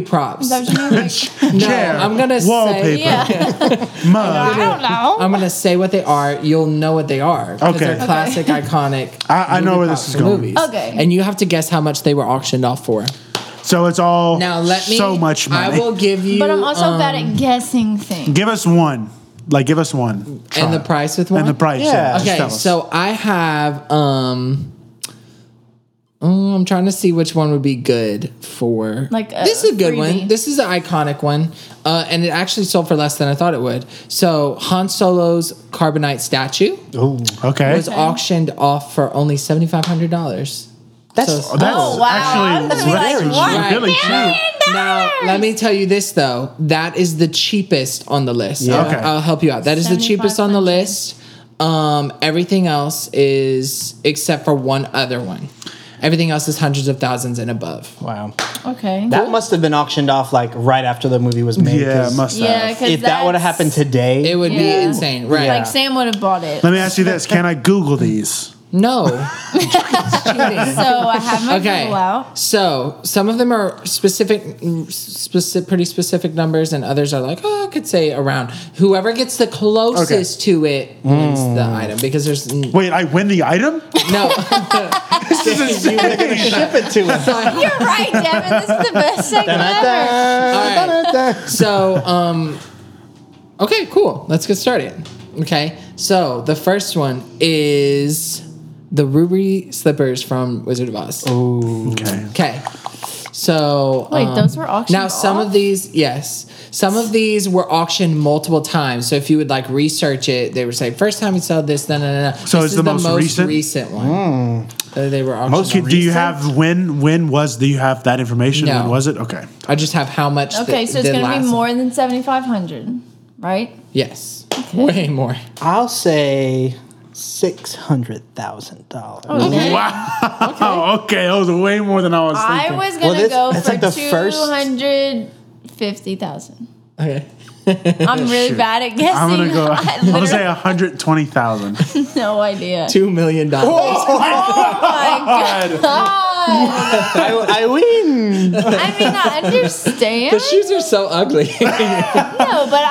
Speaker 2: Is
Speaker 4: props.
Speaker 2: that what you mean? Like,
Speaker 4: No,
Speaker 6: Chair.
Speaker 4: I'm gonna
Speaker 6: Wallpaper.
Speaker 4: say.
Speaker 2: yeah,
Speaker 6: Mug.
Speaker 2: I don't know.
Speaker 4: I'm gonna say what they are. You'll know what they are. 'cause
Speaker 6: Okay.
Speaker 4: They're
Speaker 6: Okay.
Speaker 4: classic, iconic.
Speaker 6: I- I know
Speaker 4: movie
Speaker 6: where this
Speaker 4: props
Speaker 6: is
Speaker 4: from
Speaker 6: going.
Speaker 4: Movies.
Speaker 2: Okay.
Speaker 4: And you have to guess how much they were auctioned off for.
Speaker 6: So it's all
Speaker 4: Now let me.
Speaker 6: so much money.
Speaker 4: I will give you.
Speaker 2: but I'm also
Speaker 4: um,
Speaker 2: bad at guessing things.
Speaker 6: Give us one. Like, give us one. Try.
Speaker 4: And the price with one.
Speaker 6: And the price.
Speaker 1: Yeah.
Speaker 6: Yeah. just
Speaker 4: Okay,
Speaker 6: tell us.
Speaker 4: so I have um mm, I'm trying to see which one would be good for
Speaker 2: Like a
Speaker 4: this is a good one.
Speaker 2: freebie.
Speaker 4: This is an iconic one, uh, and it actually sold for less than I thought it would. So Han Solo's carbonite statue
Speaker 6: Okay.
Speaker 4: was auctioned off for only seventy five hundred dollars.
Speaker 1: That's-
Speaker 6: Oh, that's
Speaker 2: Oh, wow. I
Speaker 6: actually
Speaker 2: was gonna be like,
Speaker 6: really-
Speaker 2: what?
Speaker 6: really
Speaker 2: Million
Speaker 6: cheap.
Speaker 4: Now let me tell you this though. That is the cheapest on the list. I'll,
Speaker 6: Okay.
Speaker 4: I'll help you out. That is the cheapest on the
Speaker 2: 7,500.
Speaker 4: list. Um, everything else is except for one other one. Everything else is hundreds of thousands and above.
Speaker 1: Wow,
Speaker 2: Okay.
Speaker 1: that must have been auctioned off like right after the movie was made.
Speaker 6: Yeah,
Speaker 1: 'cause
Speaker 6: must
Speaker 2: yeah,
Speaker 6: have.
Speaker 2: because
Speaker 1: If that would have happened today,
Speaker 4: It would
Speaker 2: Yeah.
Speaker 4: be insane, right?
Speaker 2: like Sam would have bought it.
Speaker 6: Let me ask you this: Can I Google these?
Speaker 4: No. It's cheating.
Speaker 2: So I have my
Speaker 4: Okay.
Speaker 2: Google out.
Speaker 4: So some of them are specific, specific, pretty specific numbers, and others are like, oh, I could say around. Whoever gets the closest to it wins the item because there's n-
Speaker 6: Wait, I win the item?
Speaker 4: no.
Speaker 1: you were gonna ship it to us.
Speaker 2: You're right, Devin. This is the best segment ever.
Speaker 1: uh,
Speaker 4: All right. So, um, okay, cool. Let's get started. Okay. So the first one is the ruby slippers from Wizard of Oz.
Speaker 6: Okay.
Speaker 4: Okay. So
Speaker 2: Wait,
Speaker 4: um,
Speaker 2: those were auctioned
Speaker 4: Now some
Speaker 2: off?
Speaker 4: of these, yes, some of these were auctioned multiple times. So if you would like research it, they would say first time we saw this, no, no, no.
Speaker 6: So
Speaker 4: this
Speaker 6: it's the most recent? Hmm.
Speaker 4: one. that they were auctioned.
Speaker 1: Most
Speaker 4: off.
Speaker 1: people-
Speaker 6: Do you have when? When was? Do you have that information?
Speaker 4: No.
Speaker 6: When was it? Okay.
Speaker 4: I just have how much. the-
Speaker 2: Okay, so it's
Speaker 4: the
Speaker 2: gonna
Speaker 4: last
Speaker 2: be
Speaker 4: one-
Speaker 2: more than seventy five hundred, right?
Speaker 4: Yes, way more.
Speaker 1: I'll say six hundred thousand dollars.
Speaker 4: Oh,
Speaker 2: Okay.
Speaker 6: Wow. Oh, Okay. That was way more than I was
Speaker 2: I
Speaker 6: thinking.
Speaker 2: was gonna
Speaker 1: Well, this-
Speaker 2: go
Speaker 1: that's
Speaker 2: for
Speaker 1: like the
Speaker 2: two
Speaker 1: first-
Speaker 2: hundred fifty thousand.
Speaker 4: Okay.
Speaker 2: I'm really bad at guessing.
Speaker 6: I'm gonna go.
Speaker 2: I
Speaker 6: I'm gonna
Speaker 2: literally
Speaker 6: say
Speaker 1: uh,
Speaker 6: 120,000.
Speaker 2: have no idea. Oh
Speaker 4: two million
Speaker 6: Oh.
Speaker 4: dollars.
Speaker 2: my god!
Speaker 1: I, I win.
Speaker 2: I mean, I understand.
Speaker 4: The shoes are so ugly.
Speaker 2: no, but I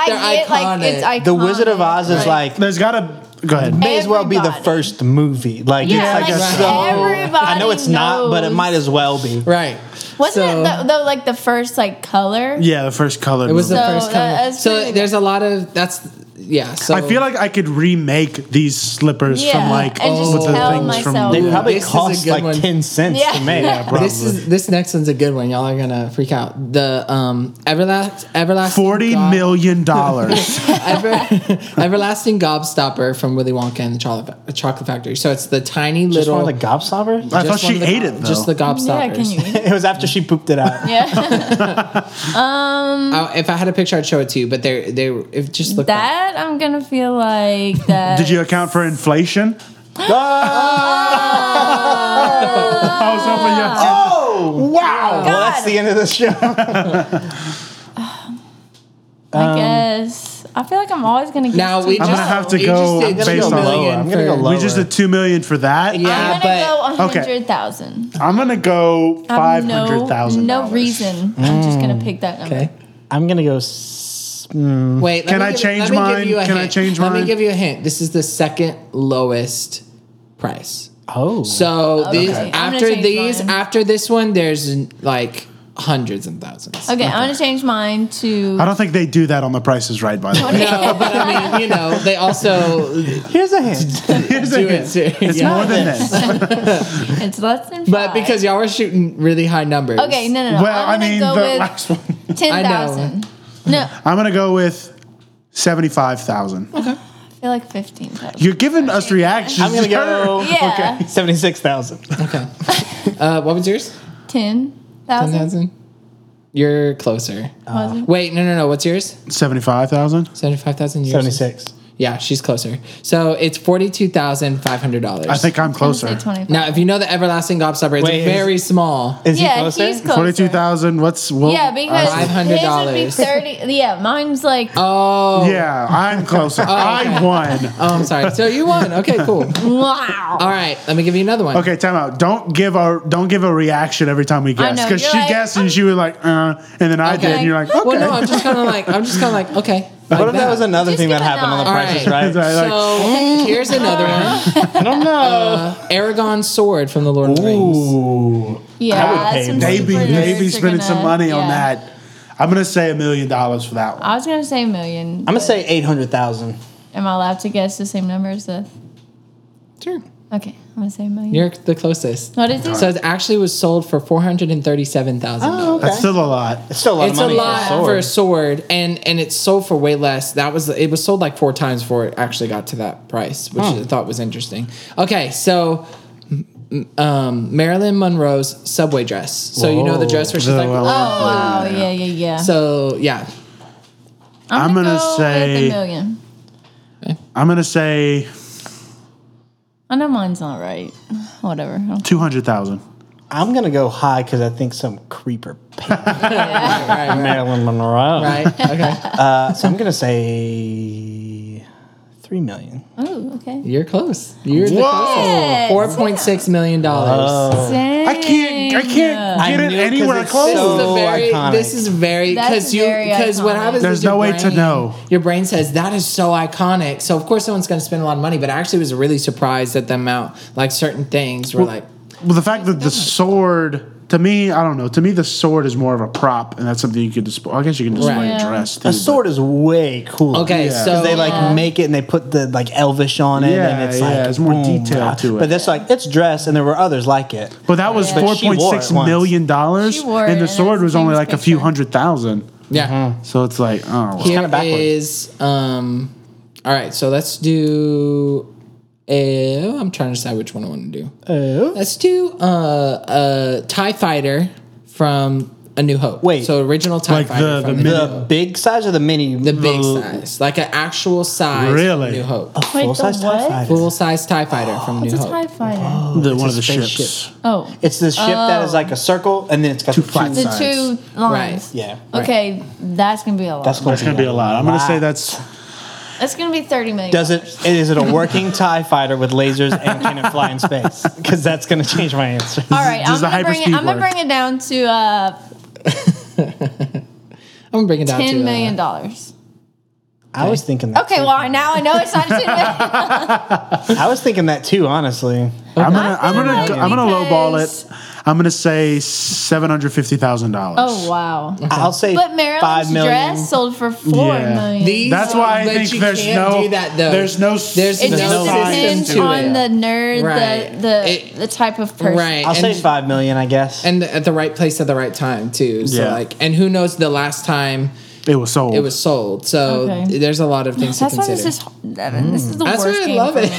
Speaker 4: They're
Speaker 2: get like it's
Speaker 4: iconic.
Speaker 2: iconic.
Speaker 1: The Wizard of Oz is like
Speaker 6: There's gotta. Go ahead.
Speaker 1: may as well be the
Speaker 2: Everybody.
Speaker 1: first movie. Like
Speaker 2: Yeah,
Speaker 1: it's like,
Speaker 6: like
Speaker 1: so.
Speaker 2: everybody
Speaker 1: I know it's not, but it
Speaker 2: knows.
Speaker 1: might as well be.
Speaker 4: right.
Speaker 2: wasn't
Speaker 4: So-
Speaker 2: it though, though like the first like color?
Speaker 6: Yeah, the first color.
Speaker 4: It was the
Speaker 2: So
Speaker 4: first
Speaker 2: that-
Speaker 4: time.
Speaker 2: that's
Speaker 4: So
Speaker 2: pretty-
Speaker 4: there's a lot of that's yeah. So
Speaker 6: I feel like I could remake these slippers from
Speaker 2: Yeah,
Speaker 6: like
Speaker 2: and just
Speaker 6: with the
Speaker 2: tell
Speaker 6: things
Speaker 2: myself.
Speaker 1: They
Speaker 6: from.
Speaker 2: Ooh,
Speaker 1: probably
Speaker 4: this is a
Speaker 1: cost
Speaker 4: good
Speaker 1: like
Speaker 4: one.
Speaker 1: ten cents
Speaker 2: Yeah.
Speaker 1: to make.
Speaker 2: Yeah,
Speaker 4: this is this next one's a good one. Y'all are gonna freak out. The um everlast everlasting
Speaker 6: Forty
Speaker 4: Gob-
Speaker 6: million dollars.
Speaker 4: Ever- everlasting gobstopper from Willy Wonka and the Chocolate, Chocolate Factory. So it's the tiny
Speaker 1: Just
Speaker 4: little.
Speaker 1: one of the gobstoppers.
Speaker 6: I thought
Speaker 4: just one
Speaker 6: she
Speaker 4: of the
Speaker 6: ate
Speaker 4: gob-
Speaker 6: it though.
Speaker 4: Just the
Speaker 2: yeah.
Speaker 4: gobstoppers.
Speaker 2: Can you? eat it?
Speaker 1: It was after she pooped it out.
Speaker 2: Yeah,
Speaker 4: I- Uh, if I had a picture, I'd show it to you. But they're they if just look. That-
Speaker 2: that I'm gonna feel like that.
Speaker 6: Did you account for inflation?
Speaker 1: Ah!
Speaker 4: Oh!
Speaker 6: I was hoping you.
Speaker 1: Wow. Well, that's
Speaker 2: God.
Speaker 1: the end of the show.
Speaker 2: I guess. I feel like I'm always gonna get.
Speaker 4: Now we
Speaker 2: I'm
Speaker 4: just
Speaker 3: um, gonna have to
Speaker 4: we
Speaker 3: go
Speaker 4: just did
Speaker 3: based
Speaker 4: two
Speaker 3: on-
Speaker 4: million
Speaker 1: I'm gonna go
Speaker 4: for-
Speaker 1: low.
Speaker 3: Oh. We just did two million for that.
Speaker 4: Yeah.
Speaker 2: gonna
Speaker 4: but-
Speaker 2: go a
Speaker 3: okay.
Speaker 2: hundred thousand.
Speaker 3: I'm gonna go
Speaker 2: I have
Speaker 3: five
Speaker 2: Um, no-
Speaker 3: hundred thousand.
Speaker 2: No reason. I'm just gonna pick that number.
Speaker 4: Okay.
Speaker 1: I'm gonna go. S- mm,
Speaker 4: Wait. let
Speaker 3: Can
Speaker 4: me
Speaker 3: I
Speaker 4: give-
Speaker 3: change
Speaker 4: let me give
Speaker 3: mine?
Speaker 4: you a
Speaker 3: Can I
Speaker 4: hint.
Speaker 3: change
Speaker 4: Let
Speaker 3: mine?
Speaker 4: me give you a hint. This is the second lowest price.
Speaker 1: oh.
Speaker 4: So
Speaker 2: Okay.
Speaker 4: these
Speaker 2: I'm gonna
Speaker 4: after
Speaker 2: change
Speaker 4: these
Speaker 2: mine.
Speaker 4: after this one, there's like hundreds and thousands.
Speaker 2: Okay, I'm gonna change mine to.
Speaker 3: I don't think they do that on The Price is Right, by the way.
Speaker 4: No, but I mean, you know, they also do
Speaker 1: Here's a hint.
Speaker 3: Here's the
Speaker 4: it.
Speaker 3: hint.
Speaker 4: serious.
Speaker 3: It's
Speaker 4: Yeah.
Speaker 3: more than this.
Speaker 2: It's less than.
Speaker 4: But
Speaker 2: five.
Speaker 4: because y'all were shooting really high numbers.
Speaker 2: Okay, no, no, no.
Speaker 3: Well, I
Speaker 2: I'm gonna
Speaker 3: mean, the
Speaker 2: go with
Speaker 3: last one.
Speaker 2: ten
Speaker 4: know.
Speaker 2: thousand. No,
Speaker 3: I'm gonna go with seventy-five thousand.
Speaker 2: I feel like fifteen thousand.
Speaker 3: You're giving us reactions.
Speaker 1: I'm gonna go
Speaker 2: Yeah,
Speaker 1: seventy-six thousand.
Speaker 4: Okay. Uh, what was yours?
Speaker 2: ten
Speaker 4: Ten
Speaker 2: thousand.
Speaker 4: thousand. You're closer. Wait, no, no, no. What's yours?
Speaker 3: Seventy-five thousand.
Speaker 4: Seventy-five thousand.
Speaker 1: Seventy-six.
Speaker 4: Yeah, she's closer. So it's forty-two thousand five hundred dollars.
Speaker 3: I think I'm closer.
Speaker 4: Now, if you know the everlasting gobstopper, it's
Speaker 1: Wait, is-
Speaker 4: very small.
Speaker 1: Is
Speaker 2: yeah,
Speaker 1: he closer?
Speaker 2: he's closer.
Speaker 3: Forty-two thousand. What's well,
Speaker 2: Yeah, because
Speaker 4: Five
Speaker 2: his
Speaker 4: hundred
Speaker 2: would be
Speaker 4: dollars.
Speaker 2: thirty. Yeah, mine's like
Speaker 4: Oh.
Speaker 3: Yeah, I'm closer. I won.
Speaker 4: Oh, I'm sorry. So you won. Okay, cool.
Speaker 2: wow.
Speaker 4: All right, let me give you another one.
Speaker 3: Okay, time out. Don't give a don't give a reaction every time we guess
Speaker 2: know,
Speaker 3: because
Speaker 2: you're
Speaker 3: she
Speaker 2: like,
Speaker 3: guessed
Speaker 2: "Oh."
Speaker 3: and she was like, uh, and then I
Speaker 4: Okay.
Speaker 3: did, and you're like, okay.
Speaker 4: Well, no, I'm just kind of like, I'm just kind of like, okay. like
Speaker 1: What if that was another
Speaker 2: Just
Speaker 1: thing that
Speaker 2: give it
Speaker 1: happened on The
Speaker 2: nine.
Speaker 1: Price is
Speaker 4: All
Speaker 1: Right?
Speaker 3: Right, like,
Speaker 4: So here's another one.
Speaker 1: I
Speaker 3: Oh,
Speaker 1: don't know.
Speaker 4: Aragon sword from the Lord of the Rings.
Speaker 1: Ooh.
Speaker 2: Yeah,
Speaker 1: would pay
Speaker 2: some
Speaker 1: more.
Speaker 3: they be
Speaker 2: super
Speaker 3: they be
Speaker 2: nerds are
Speaker 3: spending
Speaker 2: gonna-
Speaker 3: some money on
Speaker 2: yeah.
Speaker 3: that. I'm gonna say a million dollars for that one.
Speaker 2: I was gonna say a million.
Speaker 1: I'm gonna say eight hundred thousand.
Speaker 2: Am I allowed to guess the same number as the?
Speaker 4: Sure.
Speaker 2: Okay, I'm gonna say a million.
Speaker 4: You're the closest.
Speaker 2: what is it?
Speaker 4: So it actually was sold for four hundred and thirty-seven thousand.
Speaker 1: Oh, okay.
Speaker 3: That's still a lot.
Speaker 1: It's still a lot
Speaker 4: It's
Speaker 1: of
Speaker 4: a
Speaker 1: money for
Speaker 4: lot
Speaker 1: a sword.
Speaker 4: for a sword, and and it's sold for way less. That was it was sold like four times before it actually got to that price, which I thought was interesting. Okay, so m- um, Marilyn Monroe's subway dress. So you know the
Speaker 1: Whoa.
Speaker 4: dress where she's
Speaker 3: The-
Speaker 4: like,
Speaker 3: well,
Speaker 2: oh wow, yeah, yeah, yeah.
Speaker 4: so yeah,
Speaker 3: I'm gonna
Speaker 2: go
Speaker 3: say-
Speaker 2: with a million.
Speaker 3: I'm gonna say
Speaker 2: I know mine's not right. Whatever.
Speaker 3: two hundred thousand.
Speaker 1: I'm gonna go high because I think some creeper paid Marilyn Monroe.
Speaker 4: right? Okay,
Speaker 1: Uh, so I'm gonna say three million.
Speaker 2: Oh, okay.
Speaker 4: you're close. You're the
Speaker 3: Whoa! Oh.
Speaker 2: Yes.
Speaker 4: Four point six million dollars.
Speaker 2: Dang.
Speaker 3: I can't I
Speaker 1: I
Speaker 3: can't get
Speaker 1: knew
Speaker 3: it
Speaker 1: 'cause
Speaker 3: anywhere
Speaker 1: it's
Speaker 3: close.
Speaker 4: This is
Speaker 1: So
Speaker 4: the very.
Speaker 1: iconic.
Speaker 4: This is very
Speaker 2: That's
Speaker 4: because you
Speaker 2: very
Speaker 4: because what
Speaker 2: iconic.
Speaker 4: happens
Speaker 3: There's
Speaker 4: is your
Speaker 3: no way to
Speaker 4: brain,
Speaker 3: know.
Speaker 4: Your brain says that is so iconic. So of course someone's going to spend a lot of money. But I actually was really surprised at the amount. Like certain things were like
Speaker 3: Well, the fact that the sword, to me, I don't know. To me, the sword is more of a prop, and that's something you could display. I guess you can display
Speaker 4: Right.
Speaker 3: a
Speaker 2: Yeah.
Speaker 3: dress. Too,
Speaker 1: A sword is way cool.
Speaker 4: okay.
Speaker 3: Yeah.
Speaker 4: So
Speaker 1: They like
Speaker 2: Yeah.
Speaker 1: make it and they put the like Elvish on it,
Speaker 3: Yeah,
Speaker 1: and it's
Speaker 3: yeah,
Speaker 1: like
Speaker 3: it's more
Speaker 1: boom. ah.
Speaker 3: detail to it.
Speaker 1: But that's like it's dress, and there were others like it.
Speaker 3: But, but that was
Speaker 1: Yeah. But she
Speaker 3: four point
Speaker 1: wore
Speaker 3: six
Speaker 1: it once.
Speaker 3: million dollars,
Speaker 2: She wore it,
Speaker 3: and the
Speaker 2: and
Speaker 3: sword
Speaker 2: it's
Speaker 3: was only
Speaker 2: famous
Speaker 3: like a few
Speaker 2: picture.
Speaker 3: hundred thousand.
Speaker 4: yeah.
Speaker 3: So it's like, oh, well.
Speaker 4: Here
Speaker 1: kinda backwards.
Speaker 4: is um. All right, so let's do. A, I'm trying to decide which one I want to do. Let's do uh, a Tie Fighter from A New Hope.
Speaker 1: Wait.
Speaker 4: so original Tie
Speaker 3: Like
Speaker 4: Fighter
Speaker 3: the-
Speaker 4: from
Speaker 3: the
Speaker 4: the,
Speaker 3: mid-
Speaker 4: New
Speaker 1: The
Speaker 4: Hope.
Speaker 1: big size or the mini?
Speaker 4: the big size, like an actual size. from
Speaker 3: Really?
Speaker 4: New Hope.
Speaker 2: Wait,
Speaker 1: full size
Speaker 2: the what?
Speaker 4: Full size Tie Fighter from
Speaker 2: It's
Speaker 4: New
Speaker 2: a
Speaker 4: Hope.
Speaker 2: TIE fighter.
Speaker 3: the,
Speaker 1: it's
Speaker 3: one
Speaker 1: a
Speaker 3: of the ships.
Speaker 1: spaceship.
Speaker 2: Oh.
Speaker 1: It's this ship that is like a circle, and then it's got two
Speaker 3: flat
Speaker 2: the
Speaker 3: sides.
Speaker 2: two lines.
Speaker 1: Yeah.
Speaker 2: Okay, that's gonna be a lot.
Speaker 1: That's going
Speaker 3: That's gonna be a lot. I'm gonna say that's
Speaker 2: That's gonna be thirty million.
Speaker 1: Does it? Is it a working Tie fighter with lasers and can it fly in space? Because that's going to change my answer.
Speaker 2: All right,
Speaker 3: does
Speaker 2: I'm
Speaker 3: the
Speaker 2: gonna bring it.
Speaker 3: hyperspeed
Speaker 2: I'm gonna
Speaker 3: work?
Speaker 2: bring it down to uh,
Speaker 4: I'm gonna bring it down to
Speaker 2: ten
Speaker 4: uh,
Speaker 2: million dollars.
Speaker 1: I was thinking that.
Speaker 2: Okay, well I- now I know it's not ten million.
Speaker 1: I was thinking that too, honestly.
Speaker 3: I'm gonna I'm gonna
Speaker 2: like
Speaker 3: I'm gonna lowball
Speaker 2: because-
Speaker 3: it. I'm gonna say seven hundred fifty thousand dollars.
Speaker 2: Oh wow!
Speaker 1: I'll say
Speaker 2: But
Speaker 1: five
Speaker 2: Marilyn's
Speaker 1: million.
Speaker 2: dress sold for four million.
Speaker 3: Yeah.
Speaker 4: These,
Speaker 3: That's why I
Speaker 4: but
Speaker 3: think
Speaker 4: you
Speaker 3: there's
Speaker 4: can't
Speaker 3: no-
Speaker 4: do that, though.
Speaker 3: there's no-
Speaker 4: There's
Speaker 2: It
Speaker 3: There's
Speaker 4: no
Speaker 2: just
Speaker 3: no science
Speaker 2: depends
Speaker 3: to
Speaker 2: on the
Speaker 3: it.
Speaker 2: nerd,
Speaker 4: Right.
Speaker 2: the the,
Speaker 4: It-
Speaker 2: the type of person.
Speaker 4: right.
Speaker 1: I'll say
Speaker 4: and-
Speaker 1: five million, I guess.
Speaker 4: and at the right place at the right time too. So
Speaker 3: Yeah.
Speaker 4: like, and who knows the last time
Speaker 3: It was sold.
Speaker 4: it was sold? So
Speaker 2: Okay.
Speaker 4: there's a lot of things
Speaker 2: That's
Speaker 4: to
Speaker 2: why
Speaker 4: consider.
Speaker 2: this is Devin. This is the
Speaker 4: That's
Speaker 2: worst
Speaker 4: why I
Speaker 2: game
Speaker 4: love
Speaker 2: for
Speaker 4: it.
Speaker 2: me.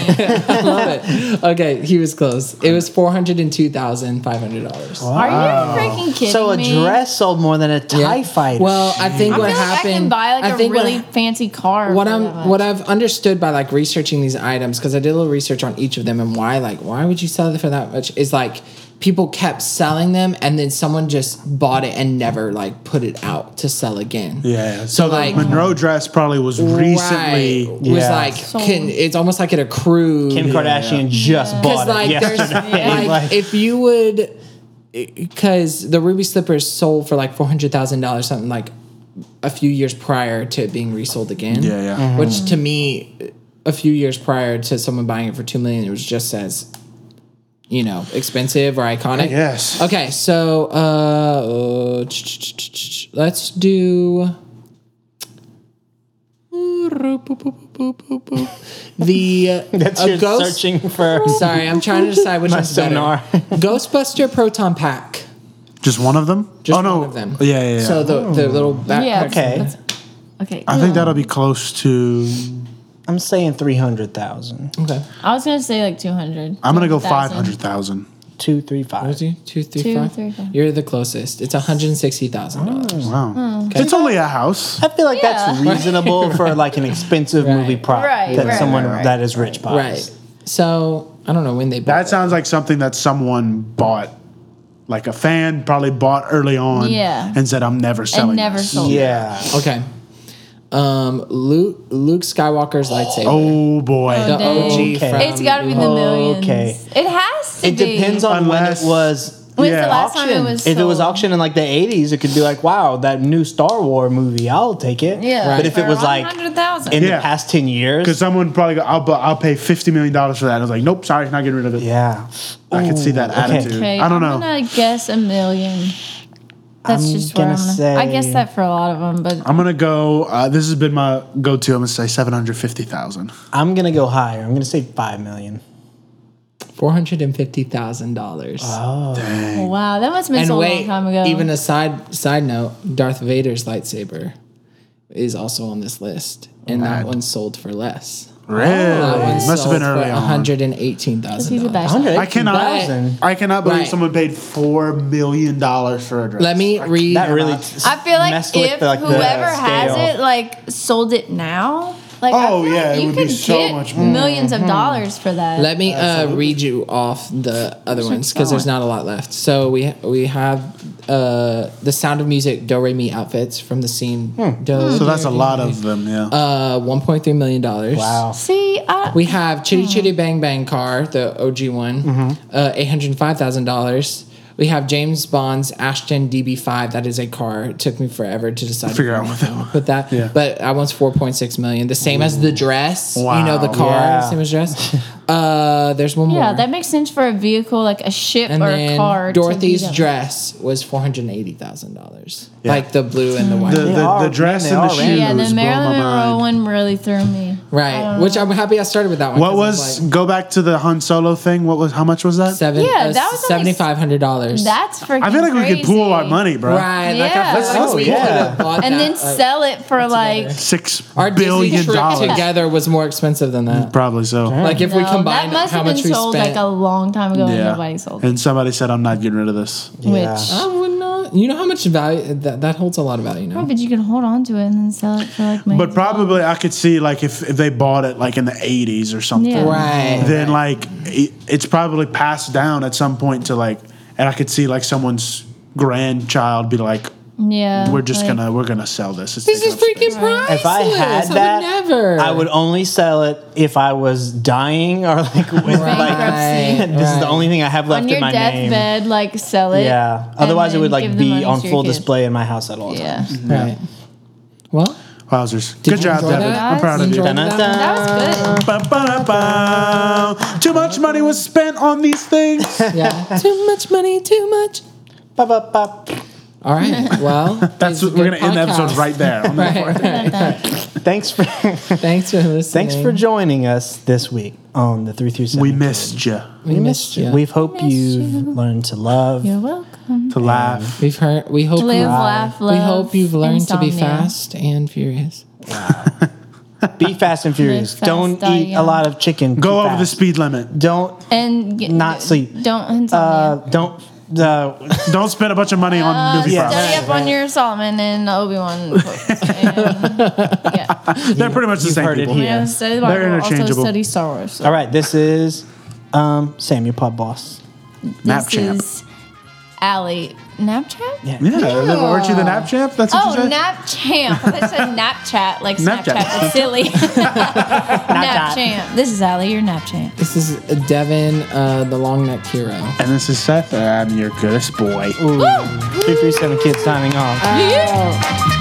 Speaker 4: I love it. Okay, he was close. It was four hundred and two thousand five hundred dollars.
Speaker 2: Are you freaking kidding
Speaker 1: so a
Speaker 2: me?
Speaker 1: dress sold more than a Tie fighter.
Speaker 4: Well, I think
Speaker 2: I
Speaker 4: what
Speaker 2: feel like I
Speaker 4: happened.
Speaker 2: can buy like
Speaker 4: I
Speaker 2: a
Speaker 4: think what
Speaker 2: really fancy car.
Speaker 4: what
Speaker 2: for that
Speaker 4: I'm
Speaker 2: much.
Speaker 4: what I've understood by like researching these items because I did a little research on each of them and why like why would you sell it for that much is like people kept selling them, and then someone just bought it and never like put it out to sell again.
Speaker 3: Yeah. So,
Speaker 4: like-
Speaker 3: the Monroe dress probably was recently.
Speaker 4: right, was
Speaker 1: Yeah.
Speaker 4: like can, it's almost like it accrued
Speaker 1: Kim Kardashian just
Speaker 4: because
Speaker 1: bought
Speaker 4: like
Speaker 1: it
Speaker 4: there's
Speaker 1: yesterday.
Speaker 4: like,
Speaker 1: Like,
Speaker 4: if you would because the ruby slippers sold for like four hundred thousand dollars something like a few years prior to it being resold again
Speaker 3: Yeah, yeah. Mhm.
Speaker 4: which
Speaker 1: Mm.
Speaker 4: to me a few years prior to someone buying it for two million it was just as you know expensive or iconic
Speaker 3: Yes.
Speaker 4: okay so uh let's do the
Speaker 1: that's
Speaker 4: a
Speaker 1: your
Speaker 4: ghost
Speaker 1: searching for
Speaker 4: Sorry, I'm trying to decide which
Speaker 1: My
Speaker 4: one's better.
Speaker 1: sonar.
Speaker 4: Ghostbuster proton pack.
Speaker 3: Just one of them?
Speaker 4: Just
Speaker 3: oh, no.
Speaker 4: one of them.
Speaker 3: Yeah, yeah, yeah.
Speaker 4: So the, the little back.
Speaker 2: Yeah.
Speaker 1: Oh. Okay.
Speaker 2: That's- okay.
Speaker 3: I think that'll be close to.
Speaker 1: I'm saying 300,000.
Speaker 4: Okay.
Speaker 2: I was gonna say like two hundred.
Speaker 3: I'm going to go 500,000.
Speaker 1: Two, three, five.
Speaker 4: Two, two, three,
Speaker 2: Two,
Speaker 4: five.
Speaker 2: three, five.
Speaker 4: You're the closest. It's $160,000.
Speaker 3: Oh, Wow. It's only a house.
Speaker 1: I feel like that's
Speaker 2: Yeah.
Speaker 1: reasonable for like an expensive
Speaker 4: Right.
Speaker 1: movie prop
Speaker 2: Right,
Speaker 1: that
Speaker 2: right,
Speaker 1: someone
Speaker 2: right, right,
Speaker 1: that is rich buys.
Speaker 4: Right. So I don't know when they bought
Speaker 3: That sounds like something that someone bought, like a fan probably bought early on
Speaker 2: Yeah.
Speaker 3: and said, I'm never selling.
Speaker 2: And never
Speaker 3: this."
Speaker 2: sold.
Speaker 1: Yeah.
Speaker 4: it. Okay. Um, Luke, Luke Skywalker's lightsaber.
Speaker 3: Oh, boy.
Speaker 4: the
Speaker 2: dang.
Speaker 4: OG
Speaker 1: Okay.
Speaker 4: from
Speaker 2: It's got to be the millions.
Speaker 1: Okay.
Speaker 2: It has to
Speaker 1: It
Speaker 2: be.
Speaker 1: depends on
Speaker 3: Unless-
Speaker 1: when it was
Speaker 2: When's
Speaker 3: Yeah.
Speaker 2: the last time
Speaker 1: auction.
Speaker 2: it was
Speaker 1: if it was
Speaker 2: sold?
Speaker 1: auction in like the 80s, it could be like, wow, that new Star Wars movie, I'll take it.
Speaker 2: Yeah.
Speaker 1: But if it was like
Speaker 2: hundred thousand.
Speaker 1: in
Speaker 3: Yeah.
Speaker 1: the past 10
Speaker 3: Because
Speaker 1: years,
Speaker 3: someone probably go, I'll, bu- I'll pay $50 million for that. I was like, nope, sorry, not getting rid of it.
Speaker 1: yeah.
Speaker 3: I could see that
Speaker 1: Ooh, okay.
Speaker 3: attitude.
Speaker 2: Okay,
Speaker 3: I don't
Speaker 2: I'm
Speaker 3: know.
Speaker 2: gonna guess a million. That's
Speaker 1: I'm
Speaker 2: just where
Speaker 1: gonna
Speaker 2: I'm gonna. I
Speaker 1: say-
Speaker 2: guess that for a lot of them, but
Speaker 3: I'm going to go. Uh, this has been my go to. I'm going to say 750000
Speaker 1: I'm going to go higher. I'm going to say 5 million.
Speaker 4: $450,000.
Speaker 2: wow, that must have been
Speaker 4: and
Speaker 2: so
Speaker 4: wait,
Speaker 2: a long time ago.
Speaker 4: even a side side note, Darth Vader's lightsaber is also on this list, and that one sold for less.
Speaker 3: Really? Must have been early
Speaker 4: One
Speaker 3: on.
Speaker 4: hundred and eighteen thousand.
Speaker 2: he's a bad
Speaker 1: Hundred.
Speaker 3: I cannot.
Speaker 1: Thousand.
Speaker 3: I cannot believe
Speaker 4: Right.
Speaker 3: someone paid four million dollars for a dress.
Speaker 4: Let me read.
Speaker 1: That really.
Speaker 2: I feel like
Speaker 1: messed with,
Speaker 2: if
Speaker 1: like, the
Speaker 2: whoever has
Speaker 1: scale.
Speaker 2: it like sold it now, like I
Speaker 3: Oh,
Speaker 2: feel like
Speaker 3: yeah, it
Speaker 2: you
Speaker 3: would be
Speaker 2: could
Speaker 3: so
Speaker 2: get
Speaker 3: much more.
Speaker 2: millions
Speaker 1: Hmm.
Speaker 2: of dollars for that.
Speaker 4: Let me uh, read you off the other ones because there's not a lot left. So we we have uh, the Sound of Music Do Re Mi outfits from the scene. Do,
Speaker 3: Hmm. So that's a lot of them. Yeah.
Speaker 4: uh, one point three million dollars.
Speaker 1: Wow.
Speaker 2: See, I,
Speaker 4: We have Chitty Chitty Bang Bang Car, the OG one,
Speaker 3: Mm-hmm.
Speaker 4: uh, $805,000. We have James Bond's Ashton DB5. That is a car. It took me forever to decide.
Speaker 3: Figure out what
Speaker 4: with
Speaker 3: that was.
Speaker 4: But that,
Speaker 3: Yeah.
Speaker 4: but I one's 4.6 million. The same as the dress. You know, the
Speaker 3: Wow.
Speaker 4: car,
Speaker 1: Yeah.
Speaker 4: same as dress. Uh, there's one more.
Speaker 2: yeah, that makes sense for a vehicle like a ship
Speaker 4: and
Speaker 2: or a
Speaker 4: then
Speaker 2: car. to be
Speaker 4: Dorothy's
Speaker 2: them.
Speaker 4: dress was $480,000. Like the blue
Speaker 2: Hmm.
Speaker 4: and the white.
Speaker 3: the, the, the
Speaker 1: are-
Speaker 3: dress
Speaker 1: man, they
Speaker 3: and the
Speaker 1: are random.
Speaker 3: shoes
Speaker 2: Yeah, the
Speaker 3: blow my
Speaker 2: Marilyn Monroe
Speaker 3: mind.
Speaker 2: one really threw me. I
Speaker 4: right.
Speaker 2: don't
Speaker 4: Which
Speaker 2: know.
Speaker 4: I'm happy I started with that one.
Speaker 3: What
Speaker 4: 'cause it's
Speaker 3: was?
Speaker 4: like
Speaker 3: Go back to the Han Solo thing. What was? How much was that?
Speaker 4: seven,
Speaker 2: Yeah,
Speaker 4: uh,
Speaker 2: that was only-
Speaker 4: $7,500.
Speaker 2: that's freaking.
Speaker 3: I feel like we could pool our
Speaker 2: crazy.
Speaker 3: money, bro.
Speaker 4: Right. Like
Speaker 2: Yeah.
Speaker 4: I feel like
Speaker 1: Oh,
Speaker 4: we
Speaker 1: yeah.
Speaker 4: could have bought
Speaker 2: and
Speaker 4: that,
Speaker 2: then
Speaker 4: like,
Speaker 2: sell it for like.
Speaker 3: Six
Speaker 4: our Disney
Speaker 3: billion
Speaker 4: trip
Speaker 3: dollars.
Speaker 4: together was more expensive than that.
Speaker 3: Probably so.
Speaker 4: Like if we
Speaker 2: No,
Speaker 4: combined
Speaker 2: that must
Speaker 4: how
Speaker 2: have been
Speaker 4: much we
Speaker 2: sold
Speaker 4: spent,
Speaker 2: like a long time ago and nobody sold it.
Speaker 3: And somebody said, "I'm not getting rid of this."
Speaker 1: Yeah.
Speaker 2: Which,
Speaker 4: I would not. You know how much value that, that holds a lot of value
Speaker 2: oh,
Speaker 4: now.
Speaker 2: but you can hold on to it and then sell it for like.
Speaker 3: But
Speaker 2: millions.
Speaker 3: probably I could see like if, if they bought it like in the 80s or something.
Speaker 2: Yeah.
Speaker 4: Right.
Speaker 3: then like it, it's probably passed down at some point to like and i could see like someone's grandchild be like
Speaker 2: Yeah.
Speaker 3: we're just
Speaker 2: like-
Speaker 3: gonna we're gonna sell this it's
Speaker 4: this
Speaker 3: taking
Speaker 4: is
Speaker 3: up space."
Speaker 4: freaking priceless.
Speaker 1: If I had that,
Speaker 4: I would never.
Speaker 1: I would only sell it if I was dying or like, with, like
Speaker 4: Right,
Speaker 1: this is the
Speaker 4: right.
Speaker 1: only thing I have left
Speaker 2: on
Speaker 1: in
Speaker 2: your
Speaker 1: my name.
Speaker 2: deathbed, like sell it.
Speaker 1: Yeah.
Speaker 2: and
Speaker 1: Otherwise, it
Speaker 2: then
Speaker 1: would like
Speaker 2: give the
Speaker 1: be
Speaker 2: money
Speaker 1: on
Speaker 2: to your
Speaker 1: full
Speaker 2: kid.
Speaker 1: display in my house at all times.
Speaker 2: Yeah,
Speaker 4: Right. Well,
Speaker 3: Wowzers.
Speaker 4: did
Speaker 3: good
Speaker 4: you
Speaker 3: job
Speaker 4: enjoy
Speaker 3: devin
Speaker 4: that?
Speaker 3: i'm proud of you
Speaker 4: Enjoy
Speaker 1: Dun-dun-dun.
Speaker 4: that?
Speaker 2: that was good.
Speaker 3: Ba-ba-da-ba. too much money was spent on these things
Speaker 4: Yeah. too much money. Too much.
Speaker 1: Ba-ba-ba.
Speaker 4: All right. Well,
Speaker 3: that's
Speaker 4: this is
Speaker 3: what
Speaker 4: a
Speaker 3: we're
Speaker 4: good
Speaker 3: gonna end the episode
Speaker 4: podcast.
Speaker 3: right there on that
Speaker 4: Right, right.
Speaker 1: Thanks for
Speaker 4: Thanks for listening.
Speaker 1: thanks for joining us this week on the three three seven.
Speaker 3: we missed you
Speaker 4: We missed you.
Speaker 1: We hope you've learned to love.
Speaker 2: You're welcome.
Speaker 3: to laugh
Speaker 4: We've heard. We hope.
Speaker 2: Live,
Speaker 4: you-
Speaker 2: laugh, love.
Speaker 4: we hope you've learned to be
Speaker 2: insomnia.
Speaker 4: fast and furious.
Speaker 1: Be fast and furious.
Speaker 2: fast,
Speaker 1: Don't
Speaker 2: die
Speaker 1: eat a
Speaker 2: young.
Speaker 1: lot of chicken.
Speaker 3: go
Speaker 1: too
Speaker 3: over the
Speaker 1: fast.
Speaker 3: speed limit
Speaker 1: Don't
Speaker 2: And get,
Speaker 1: Not sleep.
Speaker 2: Don't
Speaker 1: uh
Speaker 2: insomnia.
Speaker 1: don't uh
Speaker 3: don't spend a bunch of money
Speaker 4: Uh,
Speaker 3: on movie
Speaker 1: yeah.
Speaker 3: props
Speaker 2: Study up on your Solomon and Obi Wan. yeah,
Speaker 3: they're pretty much the same
Speaker 1: heard it
Speaker 3: people
Speaker 1: here.
Speaker 2: yeah. Study the Bible. Also
Speaker 3: interchangeable.
Speaker 2: study Star Wars. So.
Speaker 1: all right. This is um Samuel Pub Boss.
Speaker 3: Nap
Speaker 2: this
Speaker 3: champ.
Speaker 2: is Allie. Nap champ?
Speaker 1: Yeah.
Speaker 3: Yeah, aren't you the nap champ? That's what you
Speaker 2: Oh,
Speaker 3: said.
Speaker 2: Nap Champ. I thought you said Nap Chat, like
Speaker 3: Nap
Speaker 2: Snapchat.
Speaker 3: chat.
Speaker 2: That's silly. Nap Champ. This is Allie, your Nap Champ.
Speaker 4: This is Devin, uh, the long necked hero.
Speaker 3: and this is Seth. I'm your goodest boy.
Speaker 2: Woo!
Speaker 1: Three three seven kids signing off.
Speaker 2: Yeah.